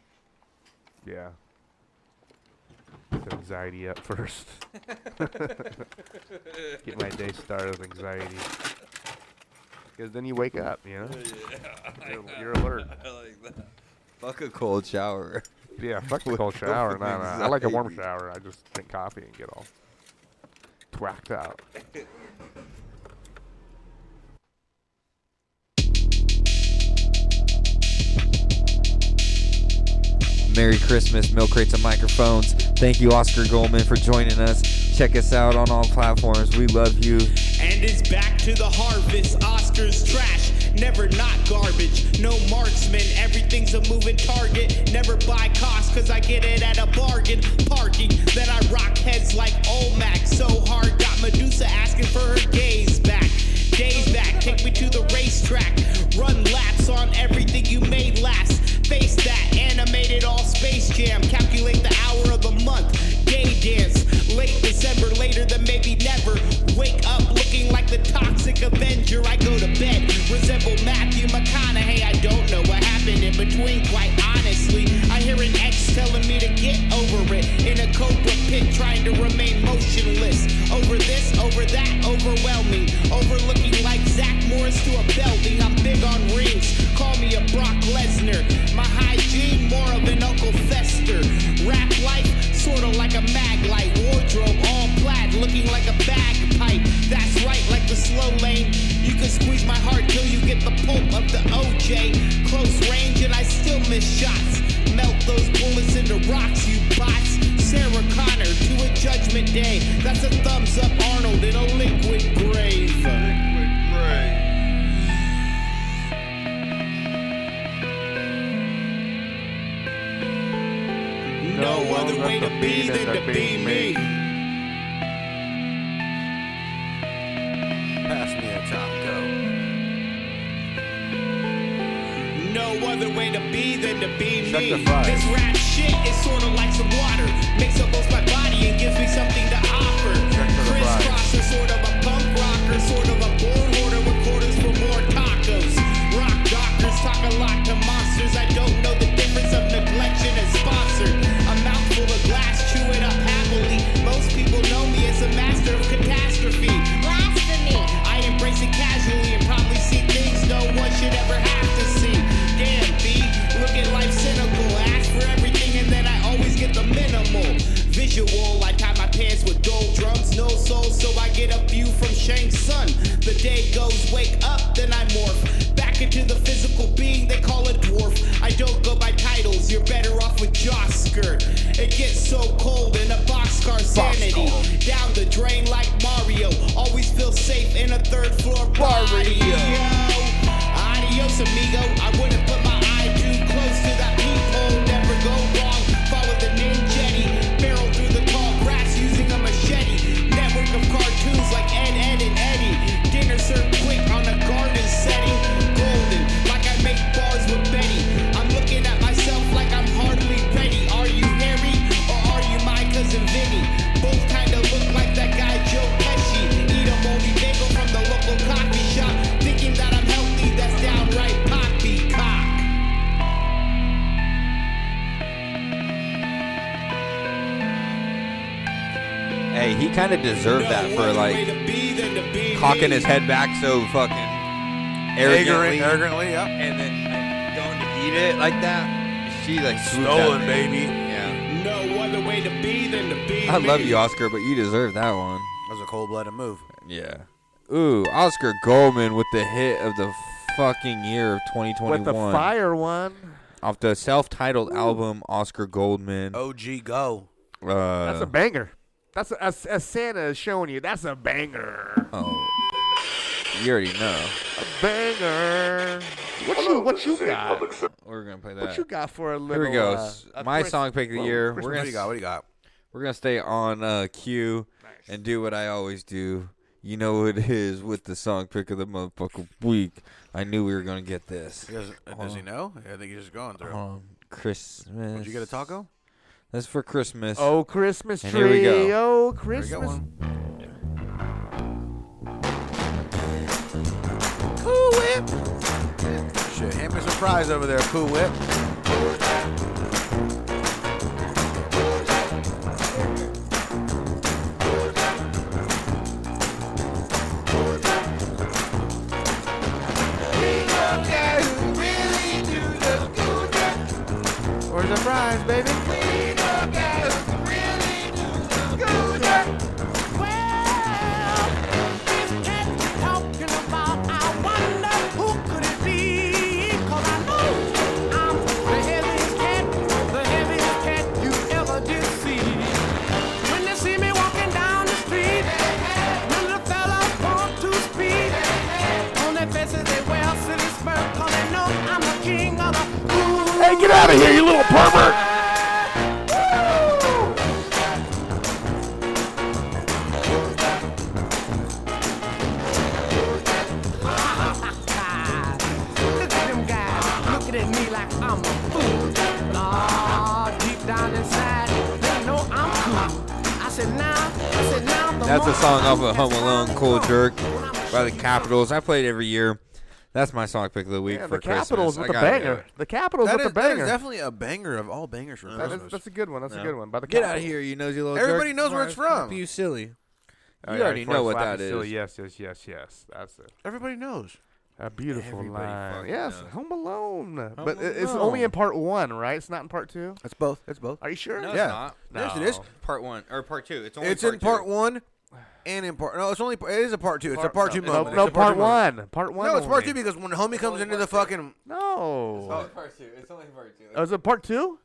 Yeah, Get the anxiety up first. Get my day started with anxiety, because then you wake up. You know, (laughs) you're, you're alert. Fuck a cold shower. Yeah, (laughs) fuck (laughs) the cold shower. No, no. I like a warm shower. I just drink coffee and get all twacked out. Merry Christmas, Milk Crates and Microphones. Thank you, Oscar Goldman, for joining us. Check us out on all platforms. We love you. And it's back to the harvest. Oscars trash, never not garbage. No marksman, everything's a moving target. Never buy cost, cause I get it at a bargain. Parking, then I rock heads like Olmac. So hard, got Medusa asking for her gaze back. Days back, take me to the racetrack. Run laps on everything you made last. Face that, animated all space jam. Calculate the hour of the month. Day dance, late December, later than maybe never. Wake up looking like the toxic avenger. I go to bed, resemble Matthew McConaughey. I don't know what happened in between, quite honestly. I hear an ex telling me to get over it. In a cobra pit, trying to remain motionless. Over this, over that, overwhelming. Overlooking like Zach Morris to a building. I'm big on rings. Call me a Brock Lesnar. My hygiene, more of an Uncle Fester. Rap life, sorta like a mag light. Wardrobe all plaid, looking like a bagpipe. That's right, like the slow lane. You can squeeze my heart till you get the pulp of the OJ. Close range, and I still miss shots. Melt those bullets into rocks, you bots. Sarah Connor to a judgment day. That's a thumbs up, Arnold, in a liquid grave. Liquid grave. No other way to be than to be me. Pass me a taco. No other way to be than to be Check me. the fries. This rap shit is sorta like some water. Mix up both my body and gives me something to offer. Crisscross is sort of a punk rocker, sort of a born order with quarters for more tacos. Rock doctors talk a lot to monsters. I don't know the difference of neglection and sponsored. A mouthful of glass, chew it up happily. Most people know me as a master of catastrophe. Blasphemy! I embrace it casually and probably see things no one should ever have to see. Damn, B, look at life cynical. Ask for everything and then I always get the minimal. Visual, I tie my pants with gold drums, no soul, so I get a view from Shank's son. The day goes, wake up, then I morph. Back the physical being they call a dwarf. I don't go by titles, you're better off with Josker. It gets so cold in a boxcar sanity. Down the drain like Mario. Always feel safe in a third floor barrio. Adios, amigo. I wouldn't put my eye too close to that peephole. Never go wrong. Follow the ninjetti. Barrel through the tall grass using a machete. Network of cartoons like Ed, Ed, and Eddie. Dinner served quick on a garden setting. Golden, like I make bars with Betty. I'm looking at myself like I'm hardly ready. Are you Harry or are you my cousin Vinny? Both kinda look like that guy Joe Pesci. Eat a moldy bagel from the local coffee shop. Thinking that I'm healthy, that's downright poppycock. Hey, he kind of deserved that for like cocking his head back so fucking arrogantly, Arrogant- arrogantly, yeah. and then like, going to eat it like that. She like swooped at Stolen, me. baby. Yeah, No other way to be than to be. I love me. you, Oscar, but you deserve that one. That was a cold-blooded move. Yeah. Ooh, Oscar Goldman with the hit of the fucking year of 2021. With the fire one. Off the self-titled album, Oscar Goldman. OG Go. Uh, Oh. That's a banger. That's a, as, as Santa is showing you. That's a banger. Oh, you already know. Banger. What you what you got? We're gonna play that. What you got for a little? Here we go. uh, S- a My Chris- song pick of the well, year. Christmas- We're gonna What do you got? We're gonna stay on uh, cue and do what I always do. You know what it is with the song pick of the motherfucking week. I knew we were gonna get this. He doesn't- Uh-huh. does he know? I think he's just going through. On Christmas. Did you get a taco? That's for Christmas. Oh Christmas And tree. here we go. There we Oh go, Christmas. one. Cool whip. Shit, hand me some fries over there, Cool Whip. Where's the fries, baby? Hey, get out of here, you little pervert! Look at them guys looking at me like I'm a fool. Nah, deep down inside, they know I'm cool. I said, now, I said, now, the That's a more song I off of Home Alone, Cool Jerk by the Capitals. I played every year. That's my song pick of the week Yeah, for the Capitals Christmas. I with the gotta do banger. it. The Capitals That with is- the that is banger. definitely a banger of all bangers for That is, Christmas. that's a good one. That's a No. good one. By the Get Capitals. out of here, you nosy little Everybody jerk. knows where it's from. You silly. Oh, you yeah, already for know what Flappy that is. Silly, Yes, yes, yes, yes. That's it. Everybody knows. A beautiful Everybody line. fucking Yes, knows. (laughs) Home Alone. but Home it- it's only Alone. in part one, right? It's not in part two. It's both. It's both. Are you sure? No, Yeah. it's not. Yes, it is. No. Part one or part two. It's only It's part in two. part one and in part. No, it's only. It is a part two. It's a Part- part no, two no, moment. no, It's a part part two moment. one. Part one No, it's part two only. because when homie comes into the fucking. No. part two. It's only part two. Oh, is it (laughs) part two?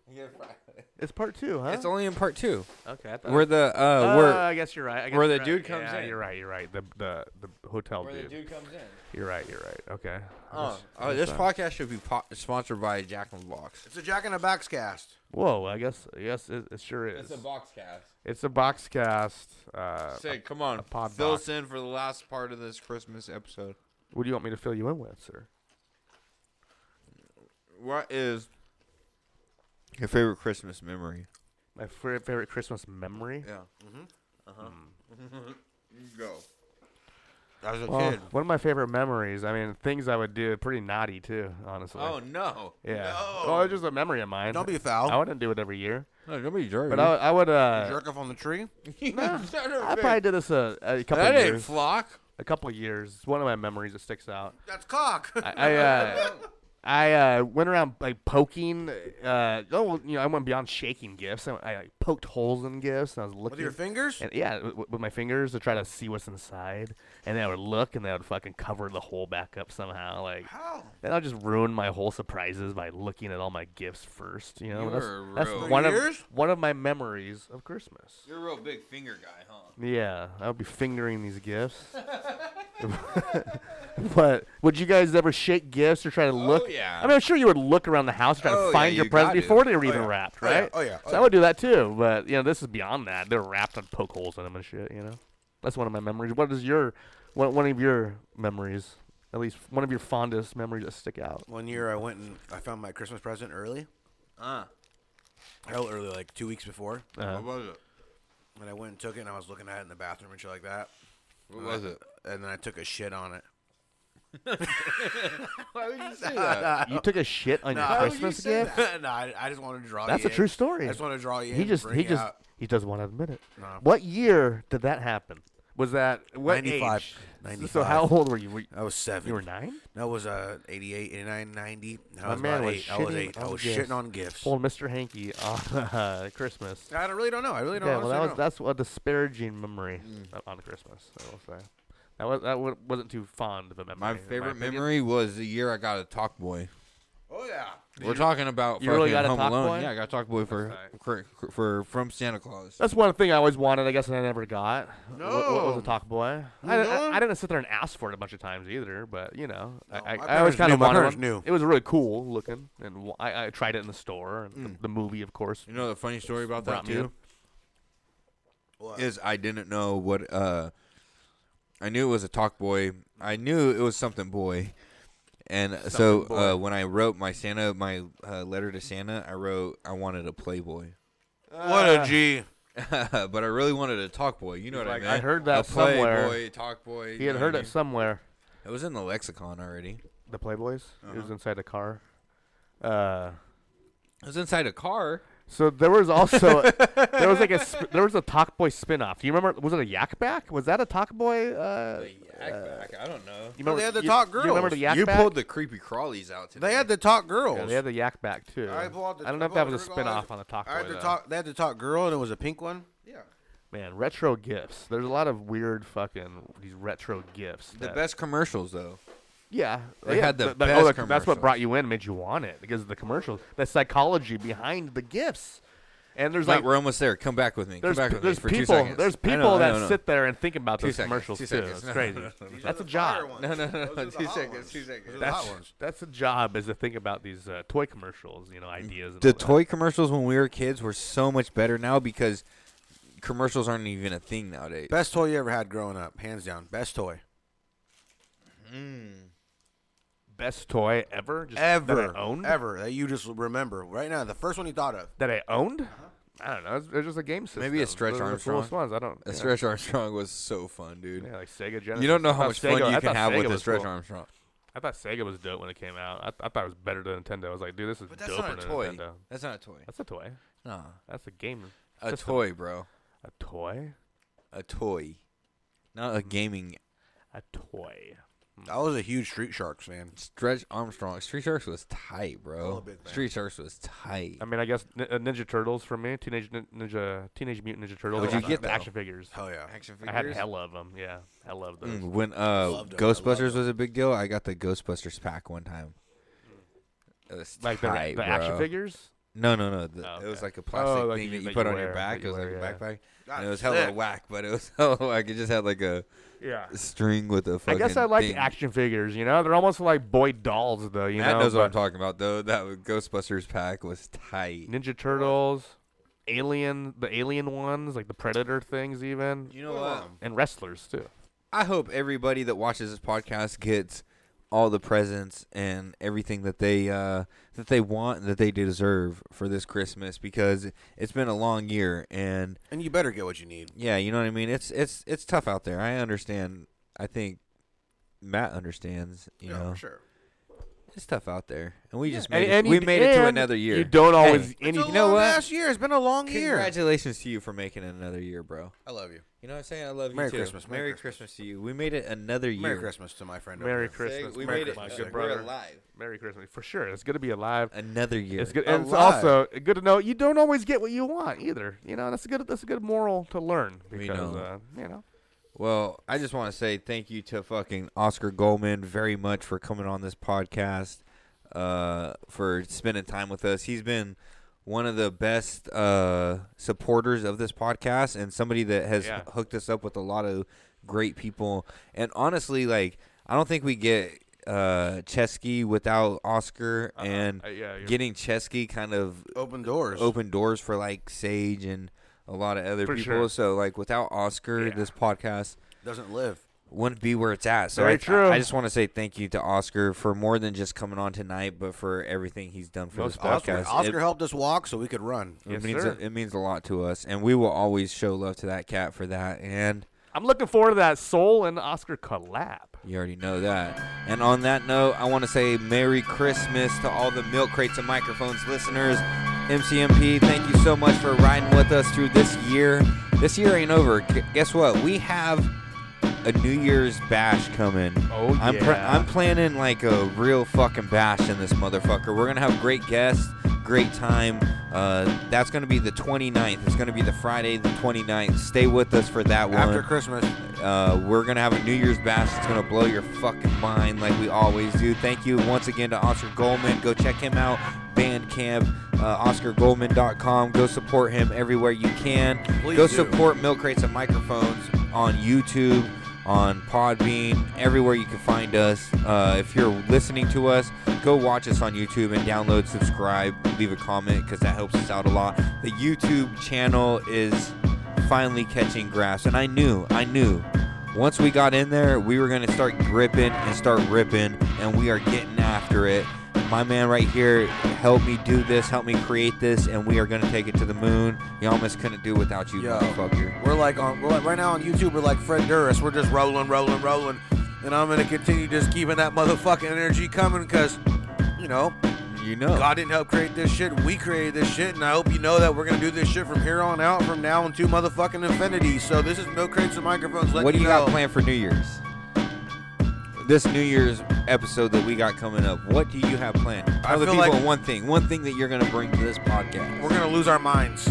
It's part two, huh? It's only in part two. Okay, I thought- Where the uh, Uh, where I guess you're right. I guess where you're the right. dude comes Yeah, in. You're right. You're right. The the the hotel Where the dude. dude comes in. You're right. You're right. Okay. I Oh, guess- I oh, guess this I- podcast should be po- sponsored by Jack in the Box. It's a Jack in the Box cast. Whoa. I guess. I guess it, it sure is. It's a box cast. It's a box cast. Uh, Say, a- come on, A pod fill box. us in for the last part of this Christmas episode. What do you want me to fill you in with, sir? What is your favorite Christmas memory? My fa- favorite Christmas memory. Yeah. Mm-hmm. Uh-huh. (laughs) Mm. go. As a Well, kid. one of my favorite memories. I mean, things I would do. Pretty naughty too, honestly. Oh no. Yeah. Oh, it's just a memory of mine. Don't be foul. I wouldn't do it every year. No, don't be jerky. But I, I would. Uh, Jerk off on the (laughs) tree. I probably did this a, a couple That of ain't (laughs) years. (laughs) flock. A couple of years. It's one of my memories that sticks out. That's cock. I I, uh, I uh, went around like poking. Uh, oh, well, you know, I went beyond shaking gifts. I, I like, poked holes in gifts, and I was looking your fingers? And, yeah, w- w- with my fingers to try to see what's inside. And then I would look, and they would fucking cover the hole back up somehow. Like, How? then I'll just ruin my whole surprises by looking at all my gifts first. You know, You that's, were that's real- one Years? of one of my memories of Christmas. You're a real big finger guy, huh? Yeah, I would be fingering (laughs) these gifts. (laughs) but would you guys ever shake gifts or try to look? Oh, yeah. I mean, I'm sure you would look around the house trying Oh, to yeah, find your you presents gotta. before they were Oh, even yeah. wrapped, Oh, yeah. right? Oh, yeah. Oh, so I would do that too. But you know, this is beyond that. They're wrapped and poke holes in them and shit. You know, that's one of my memories. What is your one, one of your memories? At least one of your fondest memories that stick out. One year I went and I found my Christmas present early. Uh. Ah. Hell early, like two weeks before. Uh-huh. What was it? And I went and took it and I was looking at it in the bathroom and shit like that. What And was I- it? And then I took a shit on it. (laughs) Why would you say (laughs) that? You took a shit on your Nah, Christmas gift? (laughs) no, I, I just wanted to draw That's you a true in. story. I just wanted to draw you He in. just bring he you just out. he doesn't want to admit it. No. What year did that happen? Was that what 95. age? 95. So how old were you? Were you- I was seven. You were nine. That was uh, 88, 89, 90. I My was man about was eight. I was shitting eight. I on was gifts. shitting on gifts. Old Mister Hanky on (laughs) uh, Christmas. I don't- really don't know. I really don't. Yeah, well, that honestly don't was know. Mm. that's a disparaging memory o- on Christmas. I will say that was that wa- wasn't too fond of a memory. My in favorite opinion. memory was the year I got a talk boy. Oh yeah. We're talking about You really fucking got a Home Talk Alone. Boy? Yeah, I got a talk boy for, for, for from Santa Claus. That's one thing I always wanted. I guess and I never got. Wh- What, was No. a talk boy? You I, know I, him? I didn't sit there and ask for it a bunch of times either. But you know, I, I, my I always parents kind knew. of My wanted parents one. knew. It was really cool looking, and w- I, I tried it in the store. And the, Mm. the movie, of course. You know the funny story about brought that me in. too is I didn't know what uh I knew it was a talk boy. I knew it was something boy. And so Something Uh, when I wrote my Santa my uh, letter to Santa, I wrote I wanted a Playboy. What a G. (laughs) but I really wanted a talk boy. You know what Like, I I mean? heard that a somewhere. Playboy, talk boy. He you had know heard what I it mean? somewhere. It was in the lexicon already. The Playboys. It was Uh-huh. inside the car. Uh, It was inside a car. so there was also there was like a sp- there was a Talk Boy spinoff. Do you remember? Was it a Yak Back? Was that a Talk Boy? Uh, Yak back. I don't know. you remember- you- You remember the Yak You Back? pulled the creepy crawlies out today. They had the talk girls. Yeah, they had the Yak Back too. I pulled the- I don't know I if that pulled was a the girl. spinoff on the Talk I had Boy. the though. talk. They had the talk girl, and it was a pink one. Man, retro gifts. There's a lot of weird fucking these retro gifts. The that- best commercials though. Yeah, They yeah, had the best but- but- the- That's what commercials. brought you in, made you want it because of the commercials, the psychology behind the gifts. And there's Mike, like we're almost there. Come back with me. Come There's, back with there's me for two people. seconds. there's I know, people I that know, I know. sit there and think about Two those seconds, commercials two too. seconds. (laughs) It's No, no, crazy. no, no, no, no. That's a These job. are the fire No, no, ones. no, Those are no. the Two hot seconds. ones. Two Those are seconds. the That's hot ones. that's a job is to think about these uh, toy commercials. You know, ideas. And the all toy commercials when we were kids were so much better now because commercials aren't even a thing nowadays. Best toy you ever had growing up, hands down. Best toy. Mm. that. best toy ever. Just ever that I owned. ever that you just remember right now. The first one you thought of. Uh-huh. That I owned. I don't know. It's, it's just a game system. Maybe a Stretch Those are the coolest Armstrong. ones. I don't. A yeah. Stretch Armstrong was so fun, dude. Yeah, like Sega Genesis. You don't know I how thought much Sega- fun I you can thought have Sega with a was Stretch cool. (laughs) Armstrong. I thought Sega was dope when it came out. I, I thought it was better than Nintendo. I was like, dude, this is But that's dope not a than toy. Nintendo. That's not a toy. That's a toy. Nah. That's a game. A system. toy, bro. A toy. A toy. Not a gaming. A toy. I was a huge Street Sharks fan. Stretch Armstrong. Street Sharks was tight, bro. a big fan. Street Sharks was tight. I mean, I guess Ni- uh, Ninja Turtles for me, Teenage Nin- Ninja, Teenage Mutant Ninja Turtles. Would I you got get the that? action figures? Hell yeah. Action I had figures? hell of them. Yeah, I love those. Mm, When uh, Loved 'em. Ghostbusters was a big deal, I got the Ghostbusters pack one time. It was Like the- tight, the action bro. figures? No, no, no. the- Oh, It was okay. like a plastic Oh, like thing you- that that you put you on wear, your back. that It you was like wear, a yeah. backpack. That's and it was hella sick. whack, but it was (laughs) hella whack. It just had like a Yeah. string with a I fucking. guess I like thing. action figures. You know, they're almost like boy dolls, though. You Matt know, knows what I'm but talking about, though. That was- Ghostbusters pack was tight. Ninja Turtles, Alien, the Alien ones, like the Predator things, even. You know what? And wrestlers too. I hope everybody that watches this podcast gets all the presents and everything that they uh, that they want and that they deserve for this Christmas because it's been a long year and And you better get what you need. yeah, you know what I mean. It's it's it's tough out there. I understand. I think Matt understands. You Yeah, know, for sure. It's tough out there, and we just made And- it, and you we d- made it to and another year. you don't always- Hey, and you- you know long what? ass year. It's been a long year. Congratulations to you for making it another year, bro. I love you. You know what I'm saying? I love you Merry too. Christmas. Merry, Christmas. to you. We made it another year. Merry Christmas to my friend over Merry there. Christmas. We Merry made it, Christmas, my good good brother. brother. alive. Merry Christmas for sure. It's good to be alive another year. It's good, and it's Alive. also good to know you don't always get what you want either. You know that's a good that's a good moral to learn because We know. Uh, you know Well, oh, I just want to say thank you to fucking Oscar Goldman very much for coming on this podcast, uh, for spending time with us. He's been one of the best uh, supporters of this podcast and somebody that has Yeah. hooked us up with a lot of great people. And honestly, like I don't think we get uh, Chesky without Oscar and Uh, yeah, you're- getting Chesky kind of open doors, open doors for like Sage and a lot of other For people. sure. So like without Oscar, this podcast Doesn't live. wouldn't be where it's at. So Very I, true. I, just want to say thank you to Oscar for more than just coming on tonight, but for everything he's done for this Oscar, podcast. Oscar it, helped us walk so we could run. it means a, it means a lot to us, and we will always show love to that cat for that. And I'm looking forward to that Soul and Oscar collab. you already know that. And on that note, I want to say Merry Christmas to all the Milk Crates and Microphones listeners. MCMP, thank you so much for riding with us through this year. This year ain't over. Gu- guess what? We have a New Year's bash coming. Oh, I'm yeah. I'm planning like a real fucking bash in this motherfucker. We're going to have great guests, great time. Uh, that's going to be the 29th. It's going to be the Friday, the 29th. Stay with us for that one. After Christmas. Uh, we're gonna have a New Year's bash. It's gonna blow your fucking mind, like we always do. Thank you once again to Oscar Goldman. Go check him out. Bandcamp, uh, OscarGoldman.com. Go support him everywhere you can. Please Go do. support Milk Crates and Microphones on YouTube, on Podbean, everywhere you can find us. Uh, if you're listening to us, go watch us on YouTube and download, subscribe, leave a comment because that helps us out a lot. The YouTube channel is finally catching grass, and I knew, I knew. Once we got in there, we were gonna start gripping and start ripping, and we are getting after it. My man right here helped me do this, helped me create this, and we are gonna take it to the moon. You almost couldn't do without you, Yo. motherfucker. We're like on we're like right now on YouTube. We're like Fred Durst. We're just rolling, rolling, rolling, and I'm gonna continue just keeping that motherfucking energy coming because, you know, you know, God didn't help create this shit. We created this shit, and I hope you know that we're gonna do this shit from here on out, from now into motherfucking infinity. So this is no crates and microphones. Let what do you know. got planned for New Year's? This New Year's episode that we got coming up, what do you have planned? I Tell the feel people like- one thing, one thing that you're gonna bring to this podcast. We're gonna lose our minds.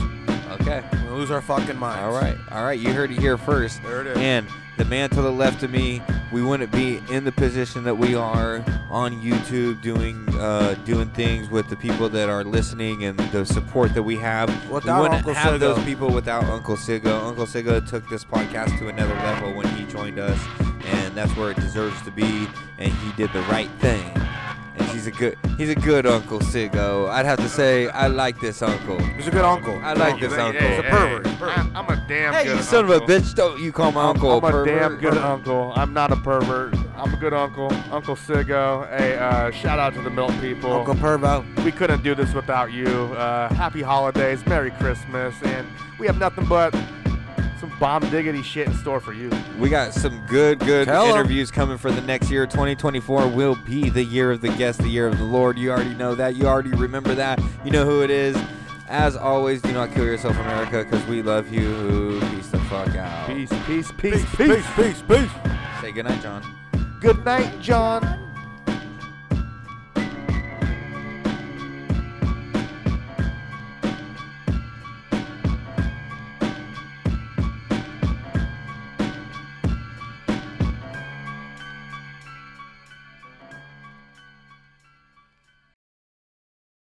Okay. We're gonna lose our fucking minds. All right, all right. You heard it here first. There it is. And the man to the left of me, we wouldn't be in the position that we are on YouTube doing uh, doing things with the people that are listening and the support that we have. Without we wouldn't Uncle have Siggo. those people without Uncle Sigo. Uncle Sigo took this podcast to another level when he joined us, and that's where it deserves to be. And he did the right thing. And he's a good he's a good Uncle Sigo. I'd have to say I like this uncle. He's a good uncle. I Oh, like this uncle. I, am a damn Hey, good you son uncle. of a bitch! Don't you call my I'm- uncle I'm a pervert. (laughs) damn good uncle. I'm not a pervert. I'm a good uncle. Uncle Sigo. Hey, uh, shout out to the milk people. Uncle Pervo. We couldn't do this without you. Uh, happy holidays. Merry Christmas. And we have nothing but some bomb diggity shit in store for you. We got some good, good Tell 'em. interviews coming for the next year. 2024 will be the year of the guest, the year of the Lord. You already know that. You already remember that. You know who it is. As always, do not kill yourself, America, because we love you. Peace the fuck out. Peace, peace, peace, peace, peace, peace. Say goodnight, John. Good night, John.